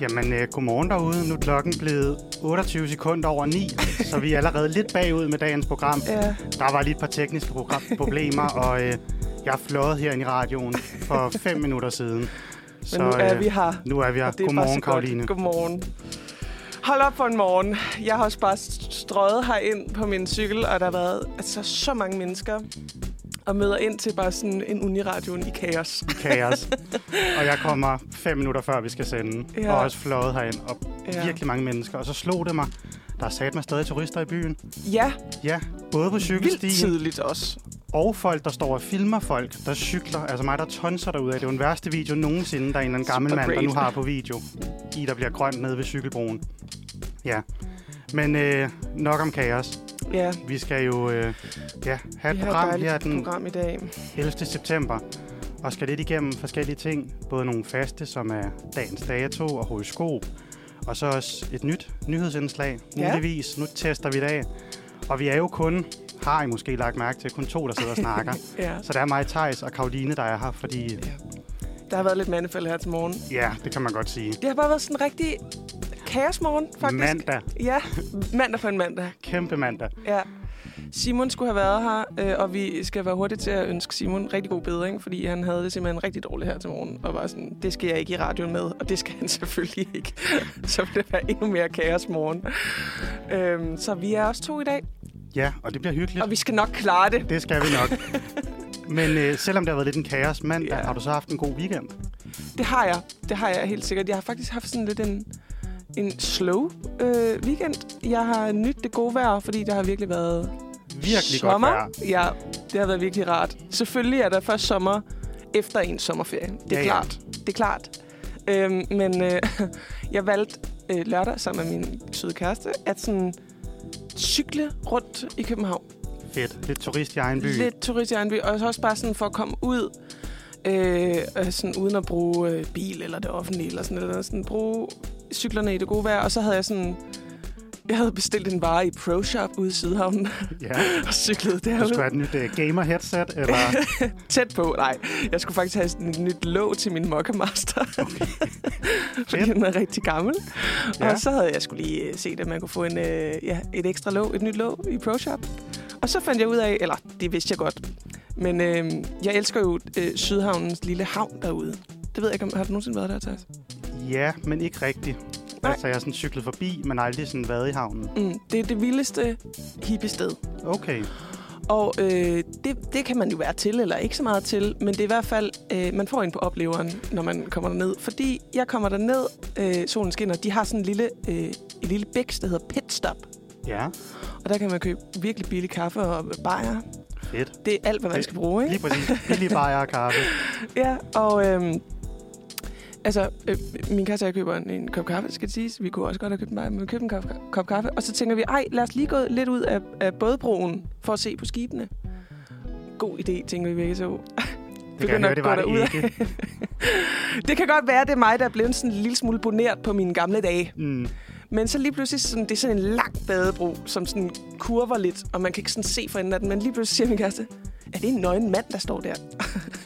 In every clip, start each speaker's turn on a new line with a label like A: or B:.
A: Jamen, øh, godmorgen derude. Nu er klokken blevet 28 sekunder over 9, så vi er allerede lidt bagud med dagens program.
B: Ja.
A: Der var lige et par tekniske program- problemer, og øh, jeg er fløjet herinde i radioen for fem minutter siden. Så øh,
B: Men nu er vi her.
A: nu er vi her.
B: og det er bare
A: Godmorgen,
B: så godt.
A: Karoline.
B: Godmorgen. Hold op for en morgen. Jeg har også bare strøget herind på min cykel, og der har været altså, så mange mennesker og møder ind til bare sådan en uniradioen i kaos.
A: Kaos. Og jeg kommer fem minutter før, vi skal sende.
B: Ja.
A: Ja. Og også fløjet herind. Og
B: Ja.
A: ja. Ah, virkelig mange mennesker. Og så slog det mig. Der er sat mig stadig turister i byen.
B: Ja,
A: Ja, både på
B: vildt
A: cykelstien
B: tidligt også.
A: og folk, der står og filmer folk, der cykler. Altså mig, der tonser derude af. Det er jo den værste video nogensinde, der er en eller anden gammel
B: Super
A: mand, der nu
B: great.
A: har på video. I, der bliver grønt nede ved cykelbroen. Ja. Men øh, nok om kaos.
B: Ja,
A: Vi skal jo øh, ja, have
B: vi
A: et
B: har
A: program
B: dejligt
A: her den
B: program i dag.
A: 11. september og skal lidt igennem forskellige ting. Både nogle faste, som er dagens dato og horoskop. Og så også et nyt nyhedsindslag,
B: Ja.
A: muligvis. Nu tester vi i dag. Og vi er jo kun, har I måske lagt mærke til, kun to, der sidder og snakker.
B: Ja.
A: så der er mig, Thijs og Karoline, der er her, fordi
B: Der har været lidt mandefald her til morgen.
A: ja, det kan man godt sige.
B: Det har bare været sådan en rigtig kaosmorgen, faktisk.
A: Mandag.
B: Ja, mandag på en mandag.
A: Kæmpe mandag.
B: Ja. Simon skulle have været her, øh, og vi skal være hurtige til at ønske Simon rigtig god bedring, fordi han havde det simpelthen rigtig dårligt her til morgen, og var sådan, det skal jeg ikke i radioen med, og det skal han selvfølgelig ikke. så vil det være endnu mere kaos morgen. Øhm, så vi er også to i dag,
A: Ja, og det bliver hyggeligt.
B: og vi skal nok klare det.
A: Det skal vi nok. Men øh, selvom det har været lidt en kaos mandag,
B: Ja.
A: har du så haft en god weekend?
B: Det har jeg. Det har jeg helt sikkert. Jeg har faktisk haft sådan lidt en, en slow øh, weekend. Jeg har nyt det gode vejr, fordi der har virkelig været
A: Virkelig
B: sommer.
A: godt vejr.
B: Ja, det har været virkelig rart. Selvfølgelig er der først sommer efter en sommerferie. Det er
A: Ja,
B: ja,
A: ja.
B: klart. Det er klart. Øhm, men øh, jeg valgte øh, lørdag sammen med min søde kæreste at sådan cykle rundt i København.
A: Fedt. Lidt turist i egen by.
B: Lidt turist i egen by, og så også bare sådan for at komme ud, øh, øh, sådan uden at bruge øh, bil eller det offentlige, eller sådan noget. Sådan bruge cyklerne i det gode vejr, og så havde jeg sådan... Jeg havde bestilt en vare i Pro Shop ude i Sydhavnen
A: Ja.
B: og cyklede
A: Du
B: derude.
A: skulle have et nyt uh, gamer-headset, eller...
B: Tæt på, nej. Jeg skulle faktisk have sådan et nyt låg til min mokkamaster. Okay. fordi
A: Fedt.
B: den er rigtig gammel. Ja.
A: Ja.
B: Og så havde jeg skulle lige øh, set, at man kunne få en, øh, ja, et ekstra låg, et nyt låg i Pro Shop. Og så fandt jeg ud af, eller det vidste jeg godt, men øh, jeg elsker jo øh, Sydhavnens lille havn derude. Det ved jeg ikke, om, har du nogensinde været der, Thijs?
A: Ja, men ikke rigtigt.
B: Nej.
A: Altså, jeg har sådan cyklet forbi, men aldrig sådan været i havnen.
B: Mm, det er det vildeste hippiested.
A: Okay.
B: Og øh, det, det kan man jo være til, eller ikke så meget til, men det er i hvert fald, øh, man får en på opleveren, når man kommer derned. Fordi jeg kommer derned, øh, solen skinner, de har sådan en lille, øh, en lille bæks, der hedder Pit Stop.
A: Ja,
B: Og der kan man købe virkelig billig kaffe og bajer.
A: fedt.
B: Det er alt, hvad man
A: Det-
B: skal bruge, ikke?
A: Lige præcis. Billig bajer og kaffe.
B: Ja, og øhm, altså, øh, min kæreste og jeg køber en, en kop kaffe, skal det siges. Vi kunne også godt have købt en bajer, men vi købte en kop, kop kaffe. Og så tænker vi, ej, lad os lige gå lidt ud af, af bådbroen for at se på skibene. God idé, tænker vi begge to.
A: Det kan jeg
B: Begynder
A: høre,
B: at
A: det
B: gå
A: var det
B: derud.
A: ikke.
B: Det kan godt være, det er mig, der er blevet sådan en lille smule boneret på mine gamle dage.
A: Mm.
B: Men så lige pludselig, sådan, det er sådan en lang badebro, som sådan kurver lidt, og man kan ikke sådan se for enden af den. Men lige pludselig siger min kæreste, er det en nøgen mand, der står der?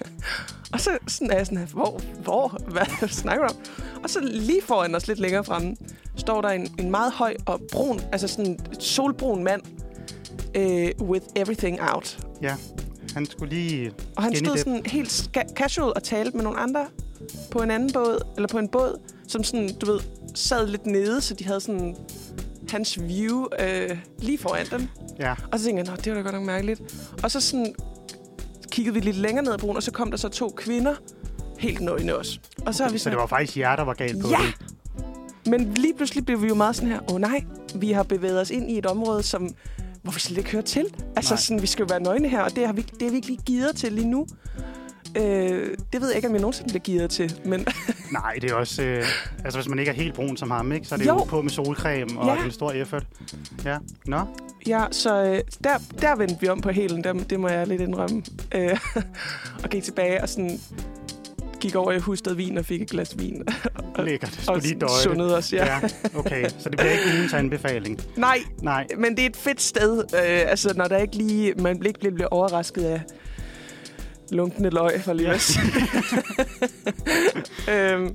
B: og så sådan er jeg sådan her, hvor, hvor, hvad snakker du om? Og så lige foran os lidt længere fremme, står der en, en meget høj og brun, altså sådan en solbrun mand, øh, with everything out.
A: Ja, han skulle lige...
B: Og han
A: Skinny
B: stod
A: dip.
B: sådan helt ska- casual og talte med nogle andre på en anden båd, eller på en båd, som sådan, du ved, sad lidt nede, så de havde sådan hans view øh, lige foran dem.
A: Ja,
B: Og så tænkte jeg, nå, det var da godt nok mærkeligt. Og så sådan kiggede vi lidt længere ned ad broen, og så kom der så to kvinder, helt nøgne også. Og så er vi
A: så det
B: sådan,
A: var faktisk jer, der var galt på
B: Ja!
A: det.
B: men lige pludselig blev vi jo meget sådan her, åh oh, nej, vi har bevæget os ind i et område, som, hvor vi slet ikke hører til. Altså
A: Nej.
B: sådan, vi skal jo være nøgne her, og det, har vi, det er vi ikke lige givet til lige nu. Øh, det ved jeg ikke, om jeg nogensinde bliver givet til, men
A: Nej, det er også... Øh, altså, hvis man ikke er helt brun som ham, ikke? Så er det
B: Jo.
A: jo, på med solcreme og
B: Ja.
A: en stor effort. Ja, nå.
B: ja, så øh, der, der vendte vi om på hælen, der, det må jeg lidt indrømme. Øh, og gik tilbage og sådan gik over i hustet vin og fik et glas vin.
A: Lækkert.
B: og
A: Skulle lige døje. det.
B: sundede os, ja. ja.
A: Ja, okay. Så det bliver ikke ugens anbefaling.
B: Nej,
A: Nej,
B: men det er et fedt sted, øh, altså, når der ikke lige, man ikke lige bliver overrasket af lunkende løg, for lige at sige. øhm,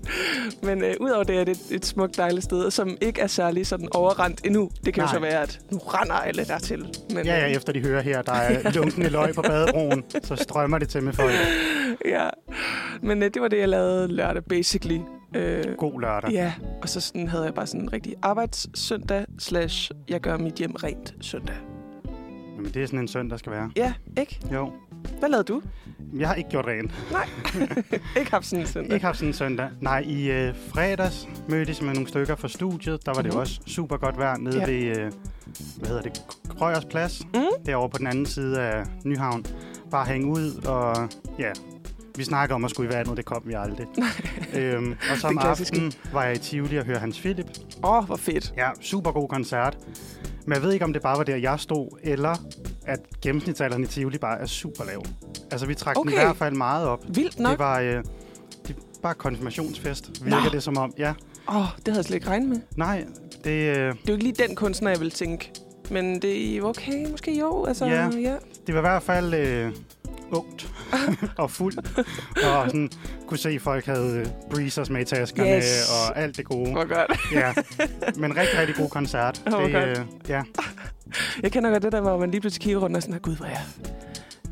B: men øh, udover det er det et, et smukt, dejligt sted, som ikke er særlig sådan overrendt endnu. Det kan Nej. jo så
A: Nej.
B: være, at nu render alle dertil. Men,
A: Ja,
B: øh,
A: ja, efter de hører her, der er lunkende løg på badebroen, så strømmer det til med folk.
B: øh, ja. Men øh, det var det, jeg lavede lørdag, basically. Øh,
A: God lørdag.
B: ja, og så sådan havde jeg bare sådan en rigtig arbejdssøndag, slash, jeg gør mit hjem rent søndag.
A: Jamen, det er sådan en søndag, der skal være.
B: Ja, ikke?
A: Jo,
B: Hvad lavede du?
A: jeg har ikke gjort rent.
B: Ikke haft sådan en søndag.
A: Ikke haft sådan en søndag. Nej, i øh, fredags mødtes jeg med nogle stykker fra studiet. Der var det
B: Mhm.
A: også super godt vejr nede
B: Ja.
A: ja. ved, øh, hvad hedder det, Krøyers Plads.
B: Mhm.
A: Derovre på den anden side af Nyhavn. Bare hænge ud, og ja, vi snakker om at skulle i vandet, det kom vi aldrig. øhm, og så om
B: Det klassiske.
A: aftenen var jeg i Tivoli og hørte Hans Philip.
B: Åh, oh, hvor fedt.
A: Ja, super god koncert. Men jeg ved ikke, om det bare var der, jeg stod, eller at gennemsnitsalderen i Tivoli bare er super lav. Altså, vi trak okay.
B: Okay.
A: den i hvert fald meget op.
B: Vildt nok.
A: Det var, øh, det var konfirmationsfest, virker
B: Nå.
A: Nå. det som om. Ja,
B: Åh, oh, det havde jeg slet ikke regnet med.
A: nej, det, øh,
B: Det er jo ikke lige den kunstner, jeg ville tænke. Men det er okay, måske jo. Altså,
A: Ja.
B: ja.
A: det var i hvert fald øh, ungt og fuld. Og sådan, kunne se, at folk havde øh, breezers med i taskerne
B: Yes.
A: yes. og alt det gode.
B: Hvor godt.
A: Ja, men rigtig, rigtig god koncert.
B: Åh, hvor
A: det, øh,
B: godt.
A: ja,
B: Jeg kender godt det der, hvor man lige pludselig kigger rundt og sådan, "Nå, gud, hvor er jeg,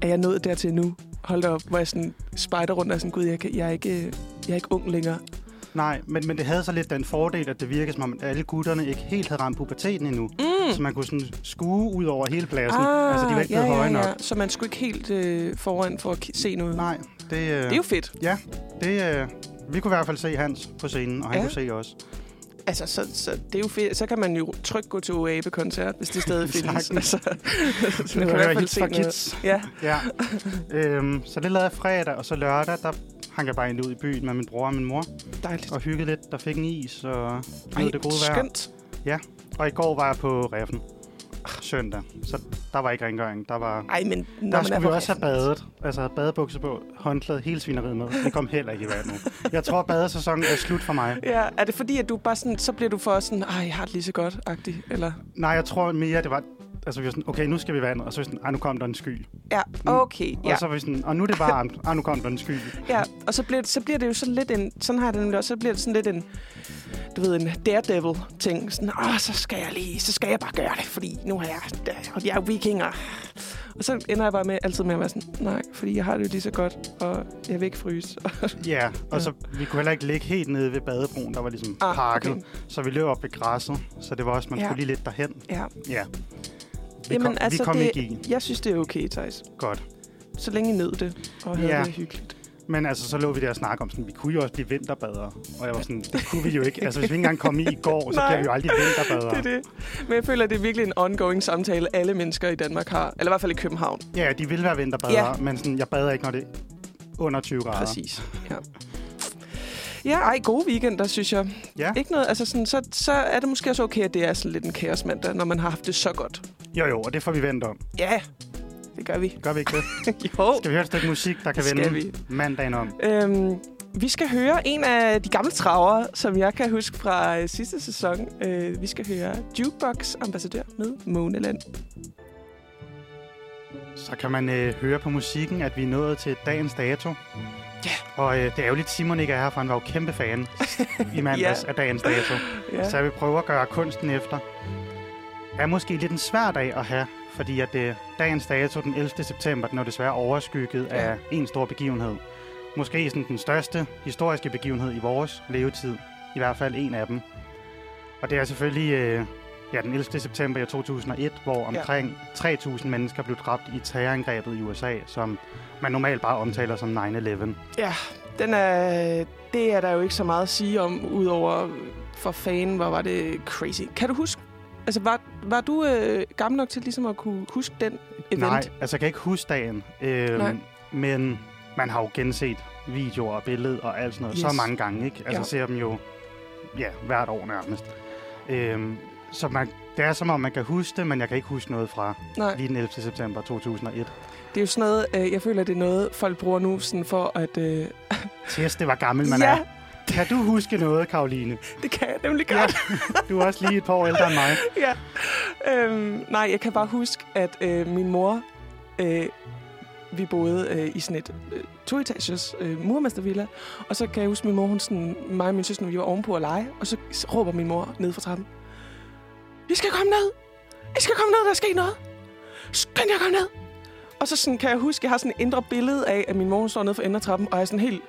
B: er jeg nået dertil nu? Hold da op, hvor jeg sådan spejder rundt og sådan, gud, jeg, kan, jeg, er ikke, øh, jeg er ikke ung længere.
A: nej, men, men det havde så lidt den fordel, at det virkede som om, at alle gutterne ikke helt havde ramt puberteten endnu.
B: Mm.
A: Så man kunne sådan skue ud over hele pladsen.
B: Ah,
A: altså, de var ikke blevet høje nok.
B: Så man skulle ikke helt øh, foran for at ki- se noget.
A: Nej, det, øh,
B: Det er jo fedt.
A: det, øh, vi kunne i hvert fald se Hans på scenen, og han
B: Ja.
A: ja. kunne se os.
B: Altså, så, så, det er jo fedt. så kan man jo trygt gå til OAB-koncert, hvis det stadig findes.
A: Sagtens.
B: altså, så man
A: Det
B: kan i
A: var
B: hvert
A: jo
B: fald
A: hits
B: se
A: fra
B: noget.
A: kids.
B: Ja,
A: Ja. øhm, så det lavede jeg fredag, og så lørdag, der hang jeg bare egentlig ud i byen med min bror og min mor,
B: dejligt.
A: og hyggede lidt, der fik en is, og
B: Ej,
A: nød det gode vejr.
B: skønt.
A: Og i går var jeg på Reffen søndag, så der var ikke rengøring, der var...
B: Ej, men
A: Der
B: når man er
A: skulle vi
B: på
A: også have
B: rejsen-
A: badet. Altså havde badebukser på, håndklæde, hele svineriet med. Det kom heller ikke i vand nu. Jeg tror, badesæsonen er slut for mig.
B: Ja, er det fordi, at du bare sådan, så bliver du for sådan, ej, jeg har det lige så godt-agtig, eller?
A: Nej, jeg tror mere, det var... Altså, vi var sådan, okay, nu skal vi i vandet. Og så var vi sådan, ah, nu kom der en sky.
B: Ja, okay,
A: Mm. Og
B: ja.
A: så var vi sådan, og nu er det varmt. Ah, nu kom der en sky.
B: ja. Og så bliver, det, så bliver det jo sådan lidt en, sådan har jeg det nemlig også, så bliver det sådan lidt en, du ved, en daredevil-ting. Sådan, åh, så skal jeg lige, så skal jeg bare gøre det, fordi nu er jeg, og jeg er jo vikinger. Og så ender jeg bare med, altid med at være sådan, nej, fordi jeg har det jo lige så godt, og jeg vil ikke fryse.
A: Ja, og så vi kunne heller ikke ligge helt nede ved badebroen, der var ligesom
B: Ah,
A: ah, pakket.
B: okay.
A: Okay. Så vi løb op ved græsset, så det var også, man
B: Ja.
A: ja. skulle lige lidt derhen.
B: ja.
A: Ja. Vi
B: Jamen,
A: Jamen, kom, altså,
B: altså,
A: vi kom
B: det-
A: det... ikke i.
B: Jeg synes, det er okay, Thijs.
A: Godt.
B: Så længe I nød det, og havde
A: Ja.
B: det hyggeligt.
A: Men altså, så lå vi der og snakkede om, sådan, vi kunne jo også blive vinterbadere. Og jeg var sådan, det kunne vi jo ikke. Altså, hvis vi ikke engang kom i i går, så
B: Nej.
A: bliver vi jo aldrig vinterbadere.
B: Det er det. Men jeg føler, at det er virkelig en ongoing samtale, alle mennesker i Danmark har. Eller i hvert fald i København.
A: Ja, de vil være vinterbadere,
B: Ja.
A: ja. men sådan, jeg bader ikke, når det er under 20 grader.
B: Præcis. Ja. Ja, ej, gode weekender, synes jeg.
A: Ja.
B: Ikke noget, altså sådan, så, så er det måske også okay, at det er sådan lidt en kaosmandag, når man har haft det så godt.
A: Jo, jo, og det får vi vendt om.
B: Ja, det gør vi.
A: Gør vi ikke det?
B: jo,
A: Skal vi høre et stykke musik, der kan
B: det skal
A: vende
B: vi.
A: mandagen om?
B: Øhm, vi skal høre en af de gamle travere, som jeg kan huske fra øh, sidste sæson. Øh, vi skal høre Jukebox Ambassadør med Måneland.
A: Så kan man øh, høre på musikken, at vi er nået til dagens dato.
B: Ja.
A: Og øh, det er jo lidt, Simon ikke er her, for han var jo kæmpe fan i mandags
B: Ja.
A: af dagens dato.
B: Ja.
A: Så jeg vil prøve at gøre kunsten efter. Er måske lidt en svær dag at have, fordi at øh, dagens dato den 11. september, den er jo desværre overskygget
B: Ja.
A: ja. af en stor begivenhed. Måske sådan den største historiske begivenhed i vores levetid. I hvert fald en af dem. Og det er selvfølgelig øh, ja, den 11. september i 2001, hvor omkring 3.000 mennesker blev dræbt i terrorangrebet i USA, som man normalt bare omtaler som 9-11.
B: Ja, den er, det er der jo ikke så meget at sige om, udover for fanden, hvor var det crazy. Kan du huske, altså var, var du øh, gammel nok til ligesom at kunne huske den event?
A: Nej, altså jeg kan ikke huske dagen.
B: Nej.
A: Øhm, men man har jo genset videoer og billeder og alt sådan noget yes. så
B: Yes.
A: mange gange, ikke? Altså
B: Ja.
A: ja. ser dem jo ja, hvert år nærmest. Øhm, så man, det er som om, man kan huske det, men jeg kan ikke huske noget fra
B: Nej,
A: lige den 11. september 2001.
B: det er jo sådan noget, øh, jeg føler, det er noget, folk bruger nu sådan for at... Øh,
A: Test, det var gammel man
B: ja,
A: er. Kan du huske noget, Karoline?
B: det kan jeg nemlig
A: Ja.
B: godt.
A: Du er også lige et par år ældre end mig.
B: øhm, nej, jeg kan bare huske, at øh, min mor øh, vi boede øh, i sådan et øh, toetagers øh, murmestervilla. Og så kan jeg huske, min mor, hun sådan, mig og min søster, vi var ovenpå at lege. Og så s- råber min mor ned fra trappen. I skal komme ned! I skal komme ned, der er sket noget! Skynd jer at komme ned! Og så sådan, kan jeg huske, jeg har sådan et indre billede af, at min mor hun står nede for endertrappen, og er sådan helt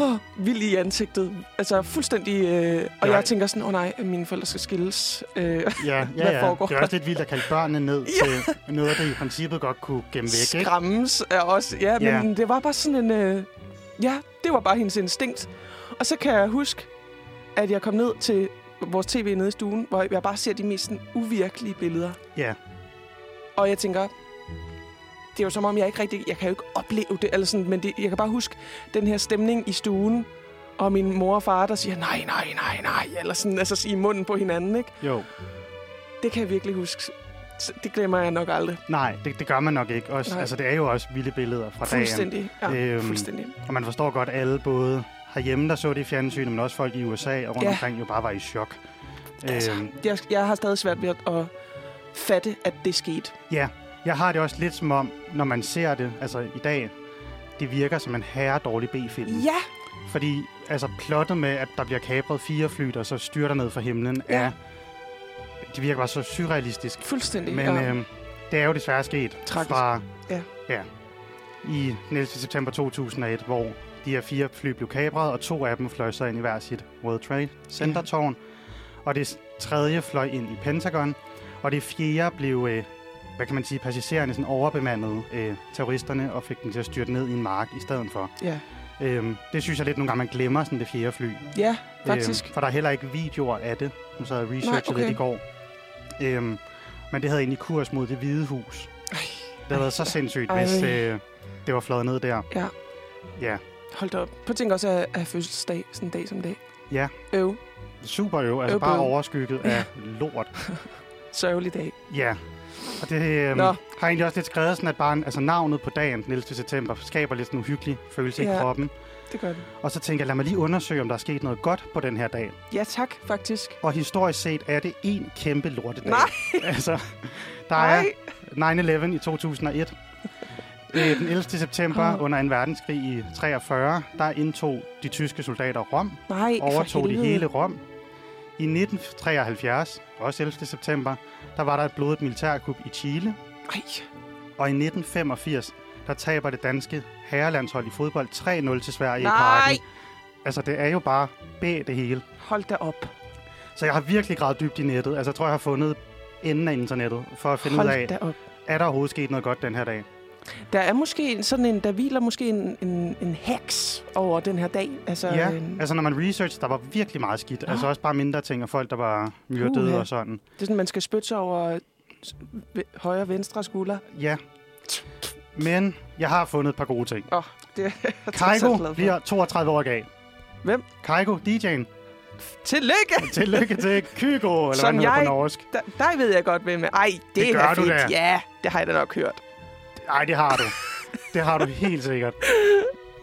B: åh, vild i ansigtet. Altså fuldstændig... Øh, og
A: Ja.
B: jeg tænker sådan, åh oh, nej, mine forældre skal skilles. Øh,
A: Ja, ja,
B: Hvad
A: ja.
B: foregår
A: Det er også lidt vildt at kalde børnene ned
B: Ja.
A: til noget, der i princippet godt kunne gemme væk, ikke?
B: skræmmes er også. Ja,
A: Ja.
B: men det var bare sådan en... Øh, ja, det var bare hendes instinkt. Og så kan jeg huske, at jeg kom ned til vores tv nede i stuen, hvor jeg bare ser de mest sådan, uvirkelige billeder.
A: Ja.
B: Og jeg tænker, det er jo som om, jeg ikke rigtig... Jeg kan jo ikke opleve det, eller sådan, men det, jeg kan bare huske den her stemning i stuen, og min mor og far, der siger, nej, nej, nej, nej, eller sådan, altså i munden på hinanden, ikke?
A: Jo.
B: Det kan jeg virkelig huske. Så Det glemmer jeg nok aldrig.
A: Nej, det, det gør man nok ikke. Også,
B: Nej.
A: altså, det er jo også vilde billeder fra dagen.
B: Fuldstændig. Ja,
A: Øhm,
B: øhm, fuldstændig.
A: Og man forstår godt alle, både herhjemme, der så det i fjernsynet, men også folk i USA og rundt
B: Ja.
A: omkring jo bare var i chok.
B: Altså.
A: Øhm,
B: jeg, jeg har stadig svært ved at, at fatte, at det skete.
A: jeg har det også lidt som om, når man ser det, altså i dag, det virker som en herre dårlig B-film.
B: Ja,
A: Fordi altså, plottet med, at der bliver kapret fire fly, der så styrter ned fra himlen,
B: Ja.
A: er... Det virker bare så surrealistisk.
B: fuldstændig.
A: Men
B: og,
A: øh, det er jo desværre sket
B: Tragisk.
A: fra
B: Ja.
A: Ja, i den 11. september 2001, hvor de her fire fly blev kapret, og to af dem fløj så ind i hver sit World Trade Center-tårn. Og det tredje fløj ind i Pentagon, og det fjerde blev, øh, hvad kan man sige, passagererne sådan overbemandede øh, terroristerne og fik dem til at styrte ned i en mark i stedet for.
B: ja.
A: Øhm, det synes jeg lidt nogle gange, man glemmer sådan det fjerde fly.
B: ja, faktisk.
A: Øhm, for der er heller ikke videoer af det. Nu sad jeg og researchede
B: okay.
A: lidt i går. Øhm, men det havde egentlig kurs mod det hvide hus.
B: Ej,
A: Det havde været så sindssygt,
B: Ej.
A: hvis øh, det var fløjet ned der.
B: Ja.
A: Ja.
B: hold da op. Prøv at tænke også at at have fødselsdag sådan en dag som i dag.
A: Ja.
B: Øv.
A: Super jo. Altså
B: Øv,
A: bare
B: øv.
A: overskygget af lort.
B: Sørgelig dag.
A: Ja. Og det øhm,
B: Nå.
A: har jeg egentlig også lidt skrevet sådan, at bare en, altså navnet på dagen den 11. september skaber lidt sådan en uhyggelig følelse i
B: Ja.
A: kroppen.
B: Det gør det.
A: Og så tænker jeg, lad mig lige undersøge, om der er sket noget godt på den her dag.
B: Ja, tak, faktisk.
A: Og historisk set er det en kæmpe lortedag.
B: Nej.
A: Altså, der er
B: Nej.
A: 9-11 i 2001. Øh, Den 11. september
B: Åh.
A: under 2. verdenskrig i 43, der indtog de tyske soldater Rom,
B: Nej, for
A: overtog de
B: helvede.
A: hele Rom. I 1973, også 11. september, der var der et blodigt militærkup i Chile.
B: Ej,
A: Og i 1985, der taber det danske herrelandshold i fodbold 3-0 til Sverige i
B: nej.
A: parken. Altså, det er jo bare bag det hele.
B: Hold da op.
A: Så jeg har virkelig gravet dybt i nettet. Altså, jeg tror, jeg har fundet enden af internettet, for at finde ud
B: Hold
A: af,
B: da op.
A: er der overhovedet sket noget godt den her dag?
B: Der er måske en- sådan en, der hviler måske en, en, en heks over den her dag. Altså,
A: Ja,
B: en,
A: altså når man research, der var virkelig meget skidt.
B: Nå.
A: Altså også bare mindre ting, og folk, der var myrdede
B: Uha.
A: og sådan.
B: det er sådan, man skal spytte sig over s- v- højre og venstre skulder.
A: Ja. Men jeg har fundet et par gode ting.
B: Åh, oh, det er jeg trods alt glad
A: Kaigo
B: for.
A: bliver 32 år gal.
B: Hvem?
A: Kaigo, DJ'en.
B: Tillykke!
A: Tillykke til Kygo, eller hvad han
B: Som
A: hedder
B: jeg-
A: på norsk.
B: Der, der ved jeg godt, hvem er. Ej, det,
A: Det
B: er
A: gør
B: da
A: du
B: fedt.
A: da.
B: Ja, det har jeg da nok hørt.
A: Nej, det har du. Det har du helt sikkert.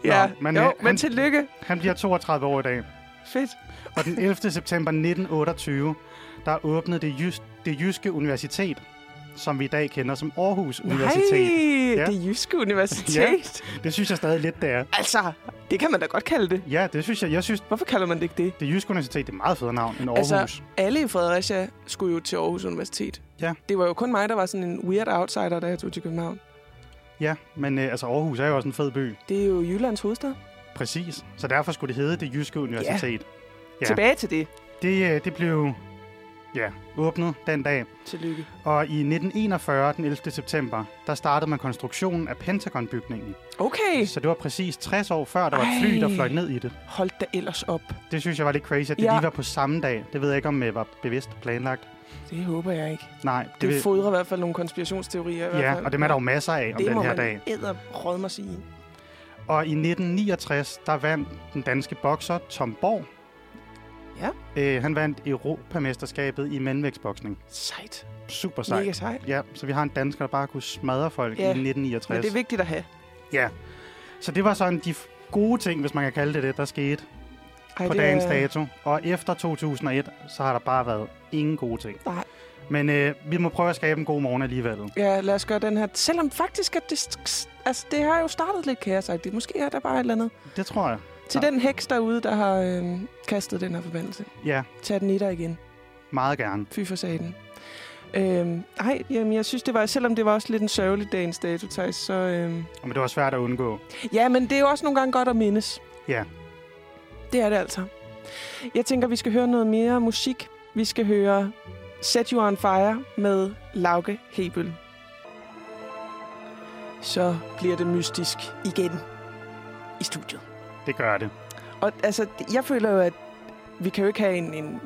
B: Ja,
A: Nå,
B: Nå,
A: men,
B: men, jo,
A: øh,
B: men
A: han-
B: tillykke.
A: Han bliver 32 år i dag.
B: Fedt.
A: Og den 11. september 1928, der åbnede det, jys- det jyske universitet, som vi i dag kender som Aarhus Universitet.
B: Nej,
A: Ja.
B: ja. det er Jyske Universitet. ja.
A: Det synes jeg stadig lidt, det er.
B: Altså, det kan man da godt kalde det.
A: Ja, det synes jeg. Jeg synes,
B: Hvorfor kalder man det ikke det?
A: Det Jyske Universitet, det er et meget federe navn end Aarhus.
B: Altså-
A: Altså,
B: Alle i Fredericia skulle jo til Aarhus Universitet.
A: Ja.
B: Det var jo kun mig, der var sådan en weird outsider, da jeg tog til København.
A: ja, men øh, altså Aarhus er jo også en fed by.
B: Det er jo Jyllands hovedstad.
A: Præcis. Så derfor skulle det hedde Det Jyske Universitet. Ja.
B: Ja. Tilbage til det.
A: Det, øh, det blev ja, åbnet den dag.
B: Tillykke.
A: Og i 1941, den 11. september, der startede man konstruktionen af Pentagon-bygningen.
B: Okay,
A: Så det var præcis 60 år før, der var et fly, der
B: Ej.
A: fløj ned i det.
B: hold da ellers op.
A: Det synes jeg var lidt crazy, at det
B: Ja.
A: lige var på samme dag. Det ved jeg ikke, om det var bevidst planlagt.
B: Det håber jeg ikke.
A: Nej, det,
B: Det,
A: ved-
B: det fodrer i hvert fald nogle konspirationsteorier. I hvert
A: Ja,
B: fald.
A: og det er der jo masser af om
B: det
A: den
B: må
A: her
B: man
A: dag.
B: edderrødme at sige.
A: Og i 1969, der vandt den danske bokser Tom Borg.
B: Ja.
A: Øh, han vandt Europamesterskabet i mandvægtsboksning.
B: Sejt.
A: Super
B: Sejt. Mega
A: sejt.
B: sejt.
A: Ja, så vi har en dansker, der bare kunne smadre folk
B: Ja,
A: i
B: Men
A: 1969.
B: det er vigtigt at have.
A: Ja. Så det var sådan de f- gode ting, hvis man kan kalde det det, der skete
B: Ej,
A: på
B: det
A: dagens
B: er-
A: dato. Og efter 2001, så har der bare været ingen gode ting.
B: Nej.
A: Men øh, vi må prøve at skabe en god morgen alligevel.
B: Ja, lad os gøre den her. Selvom faktisk, at det, altså, det har jo startet lidt kaosagtigt. Måske er der bare et eller andet.
A: Det tror jeg.
B: Til
A: Ja.
B: den heks derude, der har øh, kastet den her forbandelse.
A: Ja,
B: Tag den i dig igen.
A: meget gerne.
B: Fy for saten. Øhm, ej, jamen, jeg synes, det var, selvom det var også lidt en sørgelig dagens dato, Thijs, så... Øhm,
A: Men det var svært at undgå.
B: ja, men det er jo også nogle gange godt at mindes.
A: Ja.
B: Det er det altså. Jeg tænker, vi skal høre noget mere musik. Vi skal høre Set You On Fire med Lauke Hebel. Så bliver det mystisk igen i studiet.
A: Det gør det.
B: Og altså, jeg føler jo, at vi kan jo ikke have en, en,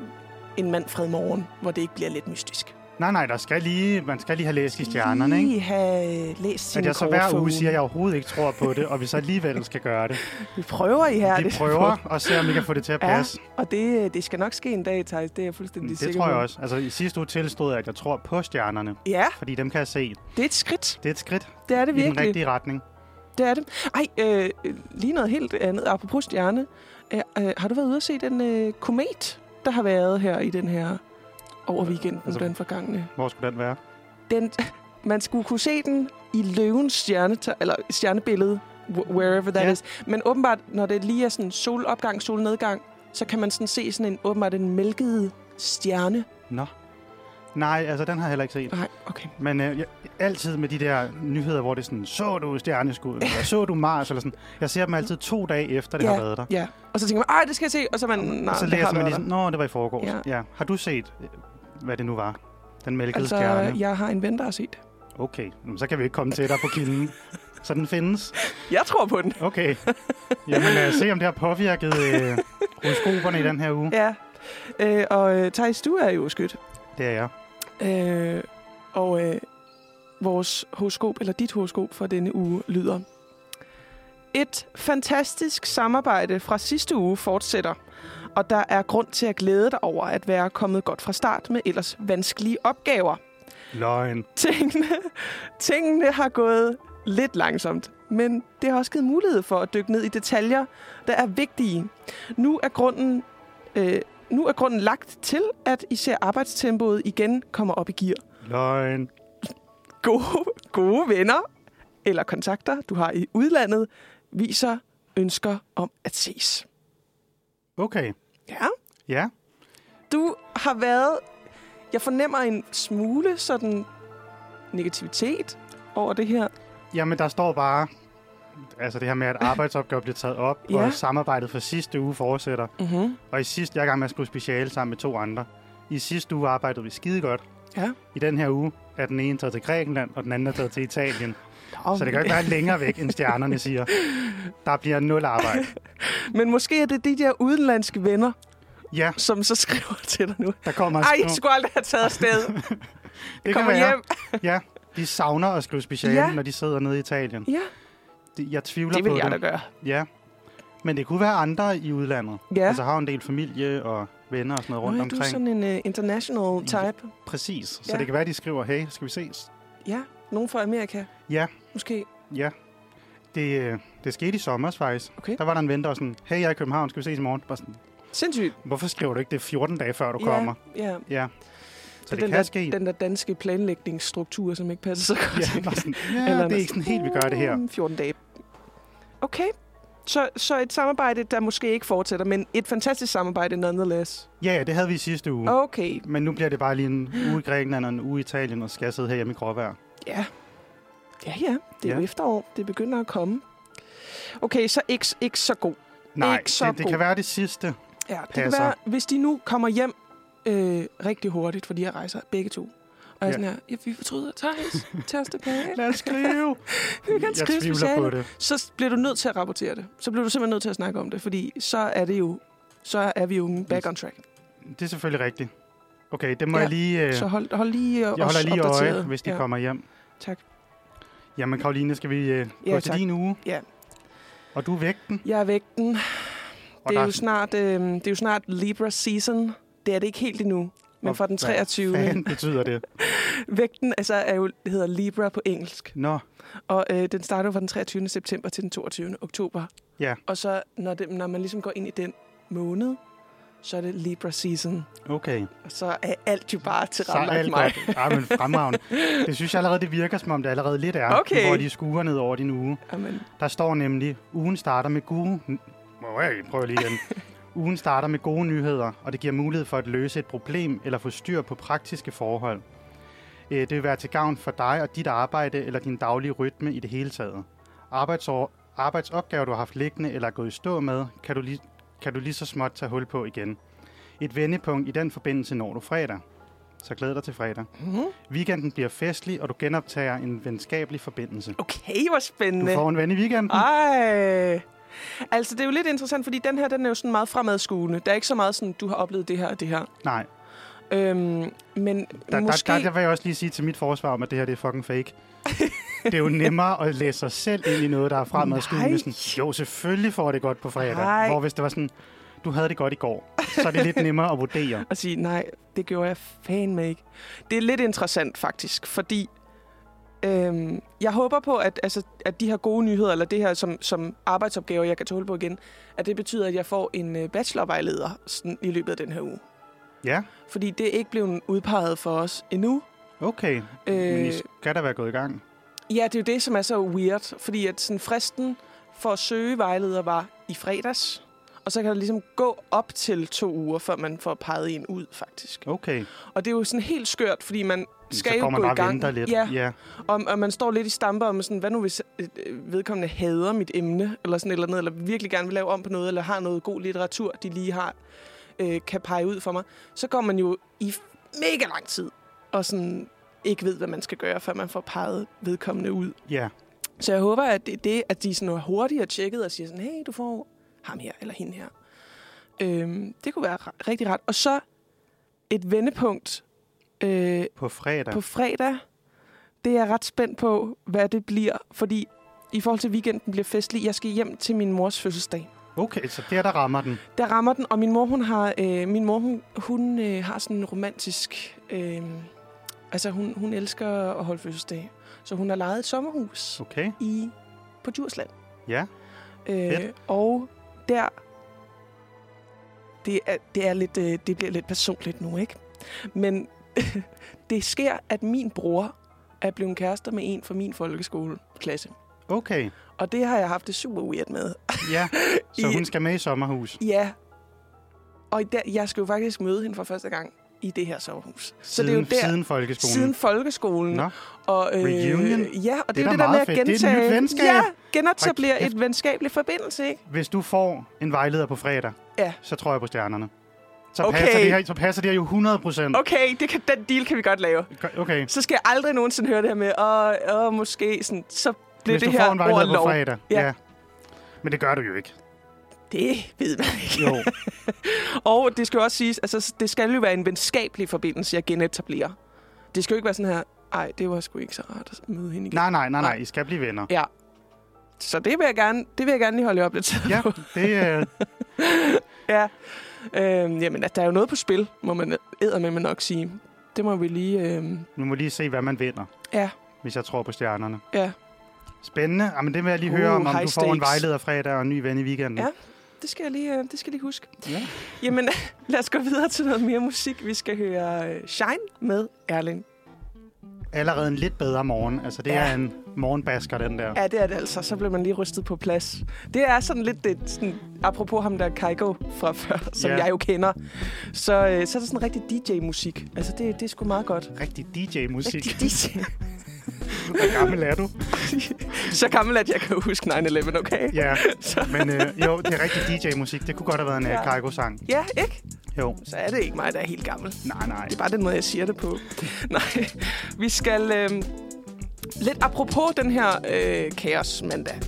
B: en mandfred morgen, hvor det ikke bliver lidt mystisk.
A: Nej, nej, der skal lige, man skal lige have læst i stjernerne, ikke?
B: Lige have øh, læst sine
A: At jeg så
B: kort
A: hver
B: for
A: uge
B: ugen.
A: siger, at jeg overhovedet ikke tror på det, og vi så alligevel skal gøre det.
B: Vi prøver i her.
A: Vi
B: det-
A: prøver og ser, om vi kan få det til at
B: Ja,
A: passe.
B: Og det, det skal nok ske en dag, Thijs. Det er jeg fuldstændig
A: Det
B: sikker
A: tror jeg
B: på.
A: også. Altså, i sidste uge tilstod jeg, at jeg tror på stjernerne,
B: Ja,
A: fordi dem kan jeg se.
B: det er et skridt.
A: Det er et skridt
B: Det er det
A: i den
B: virkelig.
A: rigtige retning.
B: Det er det. Ej, øh, lige noget helt andet. Apropos stjerne. Øh, øh, har du været ude og se den øh, komet, der har været her i den her over weekenden, altså,
A: Altså-
B: den forgangne?
A: Hvor skulle den være?
B: Den, man skulle kunne se den i løvens stjerne, eller stjernebillede, wh- wherever that
A: Ja.
B: ja. is. Men åbenbart, når det lige er sådan solopgang, solnedgang, så kan man sådan se sådan en, åbenbart en mælkede stjerne.
A: Nå. Nej, altså, den har jeg heller ikke set.
B: Nej, okay.
A: Men øh, jeg, altid med de der nyheder, hvor det er sådan, så du stjerneskud, eller så du Mars, eller sådan. Jeg ser dem altid to dage efter, det
B: Ja.
A: har været der.
B: Ja, og så tænker man, ej, det skal jeg se, og så er man, nej,
A: og så
B: det har
A: læser man ligesom
B: været
A: lige sådan, nå, det var i forgårs.
B: Ja.
A: Ja. ja. Har du set, øh, hvad det nu var? Den
B: der.
A: mælkede
B: Altså,
A: altså, stjerne?
B: jeg har en ven, der har set. det.
A: Okay, Jamen, så kan vi ikke komme tættere på kilden. Så den findes?
B: Jeg tror på den.
A: Okay. Jamen lad os se, om det har påvirket øh, horoskoperne i den her uge.
B: Ja. Øh, og øh, Thijs, du er jo skyt.
A: Det er jeg.
B: Øh, og øh, vores horoskop, eller dit horoskop for denne uge, lyder... Et fantastisk samarbejde fra sidste uge fortsætter, og der er grund til at glæde dig over at være kommet godt fra start med ellers vanskelige opgaver.
A: Løgn.
B: tingene, tingene har gået lidt langsomt, men det har også givet mulighed for at dykke ned i detaljer, der er vigtige. Nu er grunden, øh, nu er grunden lagt til, at især arbejdstempoet igen kommer op i gear.
A: Løgn.
B: Gode, gode venner eller kontakter, du har i udlandet, viser ønsker om at ses.
A: Okay.
B: Ja.
A: Ja.
B: Du har været... Jeg fornemmer en smule sådan negativitet over det her.
A: Jamen der står bare, altså det her med, at arbejdsopgaver bliver taget op,
B: Ja.
A: ja. og samarbejdet fra sidste uge fortsætter.
B: Mm-hmm.
A: Og i sidste, jeg er i gang med at skrive speciale sammen med to andre. I sidste uge arbejdede vi skide godt.
B: Ja.
A: I den her uge er den ene taget til Grækenland, og den anden er taget til Italien.
B: Nå,
A: Så det kan jo ikke være længere væk, end stjernerne siger. Der bliver nul arbejde.
B: Men måske er det de der udenlandske venner,
A: Ja,
B: som så skriver til dig nu.
A: der kommer...
B: Ej,
A: Nå,
B: jeg skulle aldrig have taget afsted.
A: det
B: Kommer hjem.
A: Ja, de savner at skrive speciale,
B: Ja.
A: ja. når de sidder nede i Italien.
B: Ja,
A: De- Jeg tvivler
B: det vil
A: på
B: jeg da
A: det.
B: gøre.
A: Ja. Men det kunne være andre i udlandet.
B: Ja.
A: Altså har jo en del familie og venner og sådan noget rundt
B: Nå, ja, du er
A: omkring. Mm. Sådan...
B: sådan en uh, international type.
A: Præcis. Så
B: Ja.
A: det kan være, de skriver, hey, skal vi ses?
B: Ja, nogen fra Amerika.
A: Ja.
B: Måske.
A: Ja. Det, øh, det skete i sommer faktisk.
B: Okay.
A: Der var der en ven, der var sådan, hey, jeg er i København, skal vi ses i morgen? Bare sådan,
B: Sindssygt.
A: Hvorfor skriver du ikke det 14 dage, før du
B: ja,
A: kommer?
B: Ja.
A: Ja. Så det,
B: den
A: det kan
B: der,
A: ske.
B: Den der danske planlægningsstruktur, som ikke passer så godt.
A: Ja, bare sådan,
B: Eller
A: ja, det er ikke sådan helt, vi gør det her.
B: Mm, 14 dage. Okay. Så, så et samarbejde, der måske ikke fortsætter, men et fantastisk samarbejde nonetheless.
A: Ja, ja, det havde vi i sidste uge.
B: Okay.
A: Men nu bliver det bare lige en uge i Grækenland og en uge i Italien, og skal jeg sidde her hjemme i gråvejr.
B: Ja. Ja, ja. Det er ja.
A: Ja.
B: jo efterår. Det begynder at komme. Okay, så ikke, ikke så god.
A: Nej,
B: Ikke så
A: det, det
B: god.
A: kan være det sidste.
B: Ja, det kan
A: Passer.
B: være, hvis de nu kommer hjem øh, rigtig hurtigt, for de her rejser begge to. Og jeg er
A: Ja.
B: sådan her, ja, vi fortryder, Thijs, tag os tilbage.
A: Lad os skrive.
B: Vi kan
A: jeg
B: skrive
A: tvivler
B: speciale.
A: på det.
B: Så bliver du nødt til at rapportere det. Så bliver du simpelthen nødt til at snakke om det, fordi så er det jo, så er vi jo back on track.
A: Det er selvfølgelig rigtigt. Okay, det må
B: Ja,
A: ja, jeg lige... Øh,
B: Så hold, hold lige øh,
A: jeg
B: os
A: holder lige
B: opdateret.
A: øje, hvis de
B: ja.
A: ja. kommer hjem.
B: Tak.
A: Jamen, Karoline, skal vi øh, gå
B: Ja,
A: til
B: tak.
A: din uge?
B: Ja.
A: Og du er vægten.
B: Jeg er Mm. vægten.
A: Og
B: Det er,
A: der
B: jo snart, øh, det er jo snart Libra season. Det er det ikke helt endnu, men
A: Hvor
B: fra den
A: fa-
B: 23.
A: Hvad betyder det?
B: Vægten altså, er jo, det hedder Libra på engelsk,
A: Nå,
B: og øh, den starter jo fra den 23. september til den 22. oktober.
A: Ja.
B: Og så når, det, når man ligesom går ind i den måned, så er det Libra season.
A: Okay.
B: Og så er alt jo bare til
A: Så er
B: ramme
A: alt
B: mig.
A: godt. Ja, men fremragende. Det synes jeg allerede, det virker, som om det allerede lidt er,
B: Okay.
A: hvor de skuer ned over din uge.
B: Jamen,
A: Der står nemlig, ugen starter med gode... Hey, prøv lige igen. Ugen starter med gode nyheder, og det giver mulighed for at løse et problem eller få styr på praktiske forhold. Øh, Det vil være til gavn for dig og dit arbejde eller din daglige rytme i det hele taget. Arbejdsår, arbejdsopgaver, du har haft liggende eller er gået i stå med, kan du, lige, kan du lige så småt tage hul på igen. Et vendepunkt i den forbindelse når du fredag. Så glæd dig til fredag.
B: Mhm.
A: Weekenden bliver festlig, og du genoptager en venskabelig forbindelse.
B: okay, hvor
A: Du
B: spændende.
A: får en ven i weekenden.
B: Ah. Ej. Altså, det er jo lidt interessant, fordi den her, den er jo sådan meget fremadskuende. Der er ikke så meget sådan, du har oplevet det her og det her.
A: Nej,
B: Øhm, men
A: der,
B: måske...
A: der, der, der vil jeg også lige sige til mit forsvar om, at det her det er fucking fake. det er jo nemmere at læse sig selv ind i noget, der er
B: Nej.
A: fremadskuende. Sådan, Jo, selvfølgelig får jeg det godt på fredag.
B: Nej.
A: Hvor hvis det var sådan, du havde det godt i går, så er det lidt nemmere at vurdere.
B: og sige, nej, det gjorde jeg fandme ikke. Det er lidt interessant faktisk, fordi øhm, jeg håber på, at, altså, at de her gode nyheder, eller det her som, som arbejdsopgaver, jeg kan tåle på igen, at det betyder, at jeg får en øh, bachelorvejleder sådan, i løbet af den her uge.
A: Ja,
B: Fordi det er ikke blevet udpeget for os endnu.
A: okay. Øh... Men I skal da være gået i gang.
B: Ja, det er jo det, som er så weird, fordi at sådan fristen for at søge vejleder var i fredags, og så kan der ligesom gå op til to uger, før man får peget en ud, faktisk.
A: Okay.
B: Og det er jo sådan helt skørt, fordi man skal
A: så
B: jo
A: går man
B: gå
A: bare
B: i gang.
A: og venter lidt.
B: Ja,
A: ja.
B: og, og man står lidt i stamper om sådan, hvad nu hvis øh, øh, vedkommende hader mit emne, eller sådan et eller andet, eller virkelig gerne vil lave om på noget, eller har noget god litteratur, de lige har, øh, kan pege ud for mig. Så går man jo i f- mega lang tid, og sådan ikke ved, hvad man skal gøre, før man får peget vedkommende ud.
A: ja.
B: Så jeg håber, at det, det at de sådan er hurtige og tjekket og siger sådan, hey, du får ham her eller hende her. Øhm, det kunne være re- rigtig rart. Og så et vendepunkt øh,
A: På fredag.
B: på fredag. Det er jeg ret spændt på, hvad det bliver. Fordi i forhold til weekenden bliver festlig. Jeg skal hjem til min mors fødselsdag.
A: Okay, så der, der rammer den.
B: Der rammer den, og min mor, hun har, øh, min mor, hun, hun øh, har sådan en romantisk... Øh, altså, hun, hun elsker at holde fødselsdag. Så hun har lejet et sommerhus
A: Okay,
B: i, på Djursland.
A: ja.
B: Øh,
A: Fedt.
B: og der... Det, er, det, er lidt, øh, det bliver lidt personligt nu, ikke? Men det sker, at min bror er blevet kærester med en fra min folkeskoleklasse.
A: Okay,
B: Og det har jeg haft det super weird med.
A: ja. Så
B: I-
A: hun skal med i sommerhus.
B: Ja. Og i der, jeg skal jo faktisk møde hende for første gang i det her sommerhus. Så
A: Siden,
B: det er jo der,
A: siden folkeskolen.
B: siden folkeskolen.
A: Nå.
B: Og, øh,
A: Reunion?
B: Ja, og det,
A: Det er
B: er jo det
A: da
B: der med
A: meget
B: at
A: fedt. Det er et nyt
B: gentage...
A: venskab.
B: Ja, genetablere
A: kæft.
B: et venskabeligt forbindelse, ikke?
A: Hvis du får en vejleder på fredag,
B: Ja.
A: så tror jeg på stjernerne. Så,
B: Okay.
A: okay. passer, det her, så passer det her jo 100 procent.
B: Okay, det kan, den deal kan vi godt lave.
A: Okay. okay.
B: så skal jeg aldrig nogensinde høre det her med, åh, åh måske sådan, så bliver
A: Hvis
B: det
A: du får
B: her
A: en
B: ord
A: vejleder på
B: lov.
A: fredag.
B: Ja.
A: Ja. ja. Men det gør du jo ikke.
B: Det ved man ikke.
A: Jo.
B: Og det skal jo også siges, altså det skal jo være en venskabelig forbindelse, jeg genetablerer. Det skal jo ikke være sådan her, ej, det var sgu ikke så rart at møde hende igen.
A: Nej, nej, nej,
B: Nej.
A: nej. I skal blive venner.
B: Ja. Så det vil jeg gerne, det vil jeg gerne lige holde jer op lidt.
A: Ja, det, øh,
B: ja. Øhm, jamen, at der er jo noget på spil, må man med nok sige. Det må vi lige... Øhm,
A: vi må lige se, hvad man vinder,
B: ja,
A: hvis jeg tror på stjernerne.
B: ja.
A: Spændende. Jamen, det vil jeg lige
B: Uh,
A: høre om, om
B: high
A: du får en
B: stakes.
A: vejleder fredag og en ny ven i weekenden.
B: Ja. Det skal jeg lige, øh, det skal jeg lige huske.
A: ja.
B: Jamen, lad os gå videre til noget mere musik. Vi skal høre øh, Shine med Erling.
A: Allerede en lidt bedre morgen. Altså, det
B: Ja.
A: er en morgenbasker, den der.
B: Ja, det er det altså. Så blev man lige rystet på plads. Det er sådan lidt det, sådan, apropos ham der Kaigo fra før, som
A: Ja.
B: jeg jo kender. Så, øh, så er det sådan rigtig DJ-musik. Altså, det, det er sgu meget godt.
A: Rigtig DJ-musik.
B: Rigtig DJ.
A: Hvor gammel er du?
B: så gammel, at jeg kan huske 9-11, okay?
A: Ja,
B: Så,
A: men øh, jo, det er rigtig DJ-musik. Det kunne godt have været en
B: Ja.
A: ja. Cargo-sang.
B: ja, ikke?
A: Jo.
B: Så er det ikke mig, der er helt gammel.
A: Nej, nej.
B: Det er bare den måde, jeg siger det på. Nej, vi skal... Øh, lidt apropos den her øh, kaos mandag.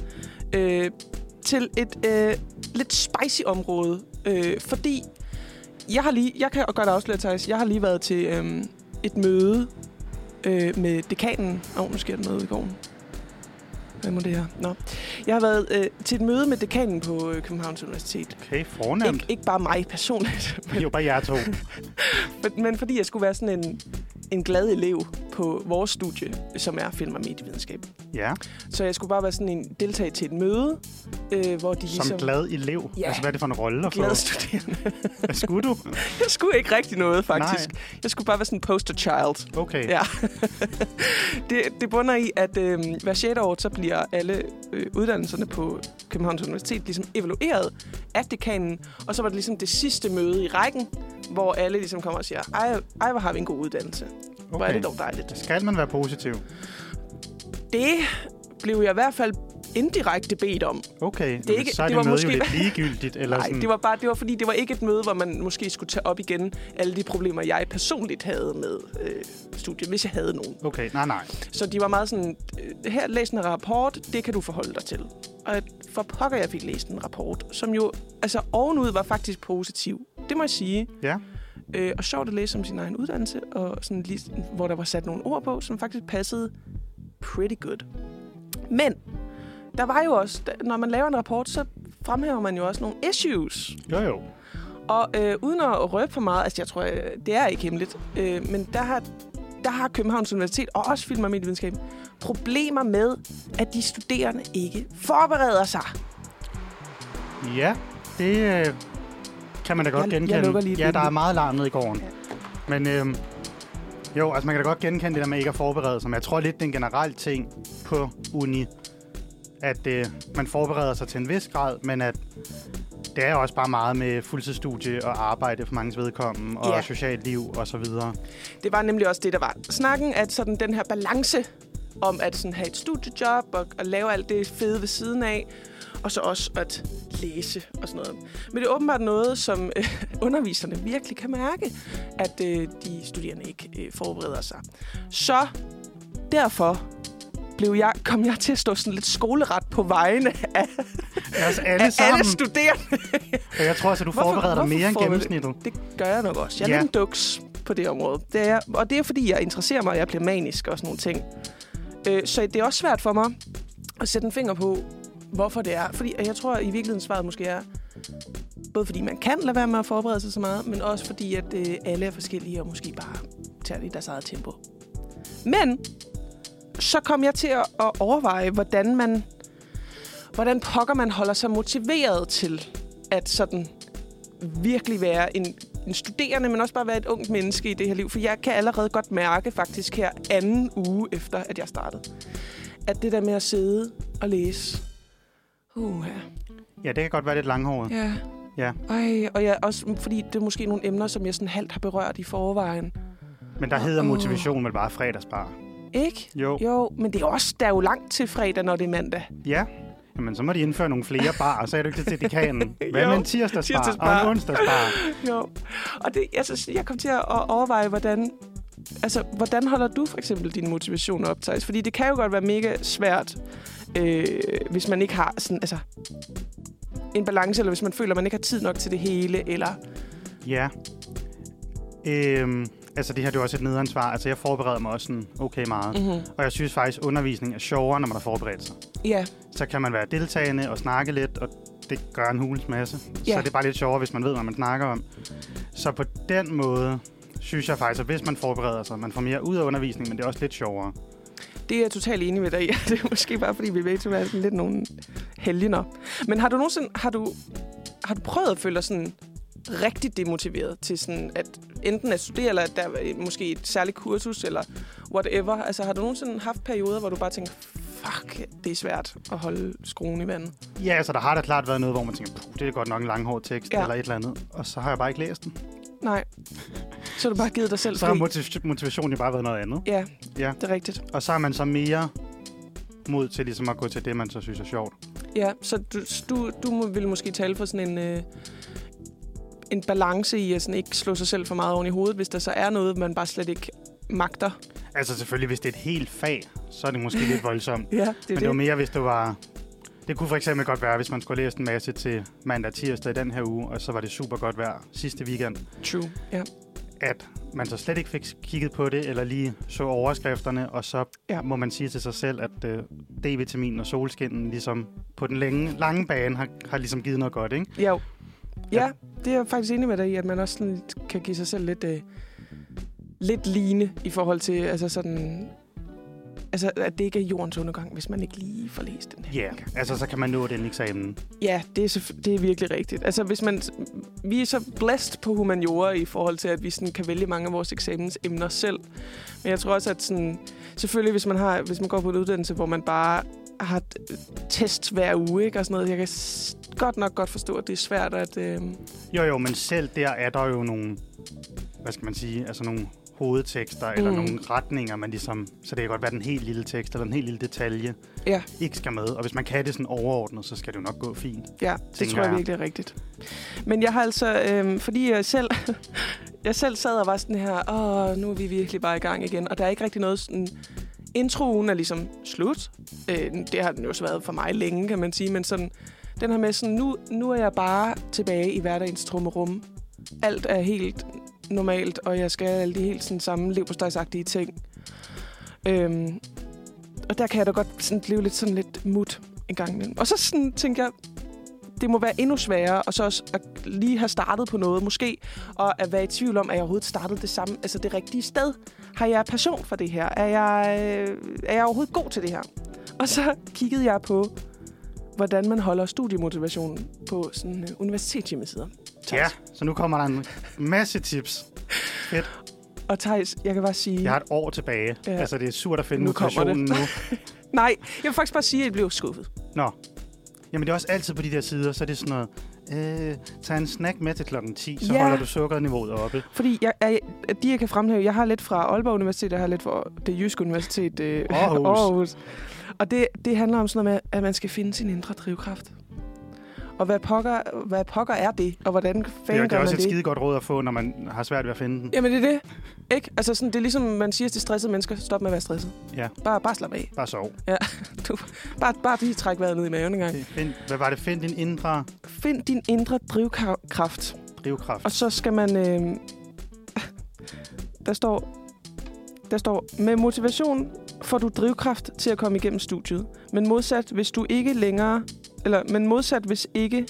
B: Øh, til et øh, lidt spicy område. Øh, fordi jeg har lige... Jeg kan godt afsløre, Thijs. Jeg har lige været til øh, et møde øh, med dekanen. Åh, oh, nu sker der noget i gården. Hvad må det her? Nå. Jeg har været øh, til et møde med dekanen på øh, Københavns Universitet.
A: Okay, fornemt.
B: Ikke, ikke bare mig personligt,
A: Jo, bare jer to.
B: men, men fordi jeg skulle være sådan en, en glad elev på vores studie, som er film- og medievidenskab.
A: Ja,
B: Så jeg skulle bare være sådan en deltager til et møde, øh, hvor de ligesom...
A: som glad elev.
B: Ja.
A: Altså, hvad er det for en rolle at få?
B: glad studerende.
A: Hvad skulle du?
B: Jeg skulle ikke rigtig noget, faktisk. Nej. Jeg skulle bare være sådan en poster child.
A: Okay.
B: Ja. det, det bunder i, at øh, hver 6. år, så bliver alle øh, uddannelserne på Københavns Universitet ligesom evalueret af dekanen. Og så var det ligesom det sidste møde i rækken, hvor alle ligesom kommer og siger, ej, ej hvor har vi en god uddannelse. Okay. Hvor er
A: Okay.
B: det dog dejligt.
A: Skal man være positiv?
B: Det blev jeg i hvert fald indirekte bedt om.
A: Okay, det
B: er
A: er
B: ikke-
A: ikke, så er
B: det
A: det,
B: var
A: det møde
B: måske-
A: jo lidt ligegyldigt. Eller
B: Nej,
A: sådan.
B: det var bare det var fordi det var ikke et møde, hvor man måske skulle tage op igen alle de problemer jeg personligt havde med øh, studiet, hvis jeg havde nogen.
A: Okay, nej, nej.
B: Så de var meget sådan øh, her læs en rapport, det kan du forholde dig til. Og for pokker jeg fik læst en rapport, som jo altså ovenud var faktisk positiv. Det må jeg sige.
A: Ja,
B: Øh, og sjovt at læse om sin egen uddannelse, og sådan lige, hvor der var sat nogle ord på, som faktisk passede pretty good. Men der var jo også, da- når man laver en rapport, så fremhæver man jo også nogle issues.
A: jo jo.
B: Og øh, uden at røbe for meget, altså jeg tror, øh, det er ikke hemmeligt, øh, men der har, der har Københavns Universitet og også Film- og Medievidenskab problemer med, at de studerende ikke forbereder sig.
A: Ja, det øh, kan man da godt
B: Jeg- jeg
A: genkende.
B: lukker lige et
A: ja, der
B: vindue.
A: er meget larm nede i gården.
B: Ja.
A: Ja. Men øh, jo, altså man kan da godt genkende det der med ikke at forberede sig. Men jeg tror lidt, det er en generel ting på uni, at øh, man forbereder sig til en vis grad, men at det er jo også bare meget med fuldtidsstudie og arbejde for manges vedkommende, og
B: Ja.
A: socialt liv og så videre.
B: Det var nemlig også det, der var snakken, at sådan den her balance om at sådan have et studiejob og, og lave alt det fede ved siden af, og så også at læse og sådan noget. Men det er åbenbart noget, som øh, underviserne virkelig kan mærke, at øh, de studerende ikke øh, forbereder sig. Så derfor blev jeg, kom jeg til at stå sådan lidt skoleret på vegne af
A: Altså alle
B: alle,
A: sammen.
B: alle studerende.
A: Og jeg tror altså, du
B: Hvorfor-
A: forbereder dig
B: hvorfor
A: mere end
B: forbereder-
A: gennemsnittet.
B: Det gør jeg nok også. Jeg er
A: Ja.
B: lidt en duks på det område. Det er, jeg. og det er, fordi jeg interesserer mig, og jeg bliver manisk og sådan nogle ting. Øh, så det er også svært for mig at sætte en finger på, hvorfor det er. Fordi og jeg tror, i virkeligheden svaret måske er, både fordi man kan lade være med at forberede sig så meget, men også fordi, at øh, alle er forskellige og måske bare tager det i deres eget tempo. Men så kom jeg til at, at overveje, hvordan man hvordan pokker man holder sig motiveret til at sådan virkelig være en, en studerende, men også bare være et ungt menneske i det her liv. For jeg kan allerede godt mærke faktisk her anden uge efter, at jeg startede, at det der med at sidde og læse, uh,
A: Ja, det kan godt være lidt langhåret.
B: ja,
A: Ja.
B: Ej, og jeg, også fordi det er måske nogle emner, som jeg sådan halvt har berørt i forvejen.
A: Men der hedder
B: Åh.
A: motivation vel bare fredagsbar.
B: Ikke?
A: Jo.
B: Jo, men det er også, der er jo langt til fredag, når det er mandag.
A: Ja. Jamen, så må de indføre nogle flere barer, så er du ikke til dekanen. Hvad
B: Jo,
A: med en tirsdagsbar,
B: tirsdagsbar.
A: og en onsdagsbar?
B: Jo, og det, altså, jeg kom til at at overveje, hvordan, altså, hvordan holder du for eksempel din motivation op, Thijs? Fordi det kan jo godt være mega svært, øh, hvis man ikke har sådan, altså, en balance, eller hvis man føler, man ikke har tid nok til det hele, eller...
A: Ja. Øhm, altså, det her det er jo også et nederansvar. Altså, jeg forbereder mig også sådan okay meget.
B: Mm-hmm.
A: Og jeg synes faktisk, undervisning er sjovere, når man har forberedt sig.
B: Ja,
A: Så kan man være deltagende og snakke lidt, og det gør en hulens masse.
B: Ja.
A: Så det er bare lidt sjovere, hvis man ved, hvad man snakker om. Så på den måde synes jeg faktisk, at hvis man forbereder sig, man får mere ud af undervisningen, men det er også lidt sjovere.
B: det er jeg totalt enig med dig i. Det er måske bare, fordi vi begge to er sådan lidt nogle helgener. Men har du nogensinde... Har du, har du prøvet at føle dig sådan rigtig demotiveret til sådan at enten at studere, eller at der er måske et særligt kursus, eller whatever. Altså har du nogensinde haft perioder, hvor du bare tænker, fuck, det er svært at holde skruen i vandet?
A: Ja, altså der har da klart været noget, hvor man tænker, "Puh, det er godt nok en langhård tekst
B: Ja.
A: ja. eller et eller andet. Og så har jeg bare ikke læst den.
B: Nej. Så har du bare givet dig selv
A: Så har
B: fri.
A: motiv- motivationen jo bare været noget andet.
B: Ja,
A: Ja.
B: det er rigtigt.
A: Og så har man så mere mod til ligesom at gå til det, man så synes er sjovt.
B: Ja, så du, du, du må- vil måske tale for sådan en, øh, en balance i at sådan ikke slå sig selv for meget oven i hovedet, hvis der så er noget, man bare slet ikke magter.
A: Altså selvfølgelig, hvis det er et helt fag, så er det måske lidt voldsomt.
B: Ja,
A: Men det var mere, hvis det var... Det kunne for eksempel godt være, hvis man skulle læse en masse til mandag og tirsdag i den her uge, og så var det super godt vejr sidste weekend,
B: True, ja.
A: at man så slet ikke fik kigget på det, eller lige så overskrifterne, og så
B: Ja.
A: ja. må man sige til sig selv, at øh, D-vitaminen og solskinnen ligesom på den længe, lange bane har, har ligesom givet noget godt, ikke?
B: Jo. Ja,
A: Ja.
B: det er jeg faktisk enig med dig i, at man også sådan kan give sig selv lidt, øh, lidt ligne i forhold til, altså sådan... Altså, at det ikke er jordens undergang, hvis man ikke lige får læst den her.
A: Ja, yeah, altså så kan man nå den eksamen.
B: Ja, det er, selvfø- det er virkelig rigtigt. Altså, hvis man, vi er så blæst på humaniora i forhold til, at vi sådan kan vælge mange af vores eksamensemner selv. Men jeg tror også, at sådan, selvfølgelig, hvis man, har, hvis man går på en uddannelse, hvor man bare har t- tests hver uge, ikke, og sådan noget, jeg kan s- godt nok godt forstå, at det er svært at... Øh,
A: Jo jo, men selv der er der jo nogle, hvad skal man sige, altså nogle hovedtekster mm. eller
B: Mm.
A: nogle retninger, man ligesom, så det kan godt være den helt lille tekst eller en helt lille detalje,
B: ja,
A: ikke skal med. Og hvis man kan det sådan overordnet, så skal det jo nok gå fint.
B: ja, det
A: Tænker
B: tror jeg
A: jeg.
B: virkelig er rigtigt. Men jeg har altså... Øh, fordi jeg selv... jeg selv sad og var sådan her, åh, nu er vi virkelig bare i gang igen, og der er ikke rigtig noget sådan... Introen er ligesom slut. Øh, det har den jo så været for mig længe, kan man sige, men sådan... Den her med sådan, nu, nu er jeg bare tilbage i hverdagens trummerum. Alt er helt normalt, og jeg skal alle de helt sådan samme levpåstejsagtige ting. Øhm, og der kan jeg da godt sådan blive lidt sådan lidt mut en gang imellem. Og så sådan tænkte jeg, det må være endnu sværere, og så også at lige have startet på noget, måske, og at være i tvivl om, at jeg overhovedet startede det samme, altså det rigtige sted. Har jeg passion for det her? Er jeg, øh, er jeg overhovedet god til det her? Og så kiggede jeg på, hvordan man holder studiemotivationen på sådan øh, universitetshjemmesider.
A: Tak. Ja, så nu kommer der en masse tips.
B: Og Thijs, jeg kan bare sige...
A: Jeg har et år tilbage. Ja.
B: Mm. Ja.
A: Altså, det er surt at finde
B: Nu kommer det.
A: motivationen nu.
B: Nej, jeg vil faktisk bare sige, at jeg blev skuffet.
A: Nå. Jamen, det er også altid på de der sider, så er det sådan noget... Øh, tag en snack med til klokken 10, så
B: Ja.
A: holder du sukkerniveauet oppe.
B: Fordi jeg, jeg, de, jeg kan fremhæve, jeg har lidt fra Aalborg Universitet, og jeg har lidt fra det jyske universitet øh,
A: Aarhus.
B: Aarhus. Og det, det handler om sådan noget med, at man skal finde sin indre drivkraft. Og hvad pokker, hvad pokker er det, og hvordan
A: Det er, det
B: fanden
A: er
B: gør man
A: også et
B: det?
A: skide godt råd at få, når man har svært ved at finde den.
B: Jamen det er det, ikke? Altså sådan, det er ligesom, man siger til stressede mennesker, stop med at være stresset.
A: Ja.
B: Bare, bare slap af.
A: Bare sov.
B: Bare, bare lige træk vejret ned i maven en gang.
A: Find, hvad var det? Find din indre
B: Find din indre drivkraft.
A: drivkraft.
B: Og så skal man... Øh, der står... Der står, med motivation får du drivkraft til at komme igennem studiet. Men modsat, hvis du ikke længere... Eller, men modsat, hvis ikke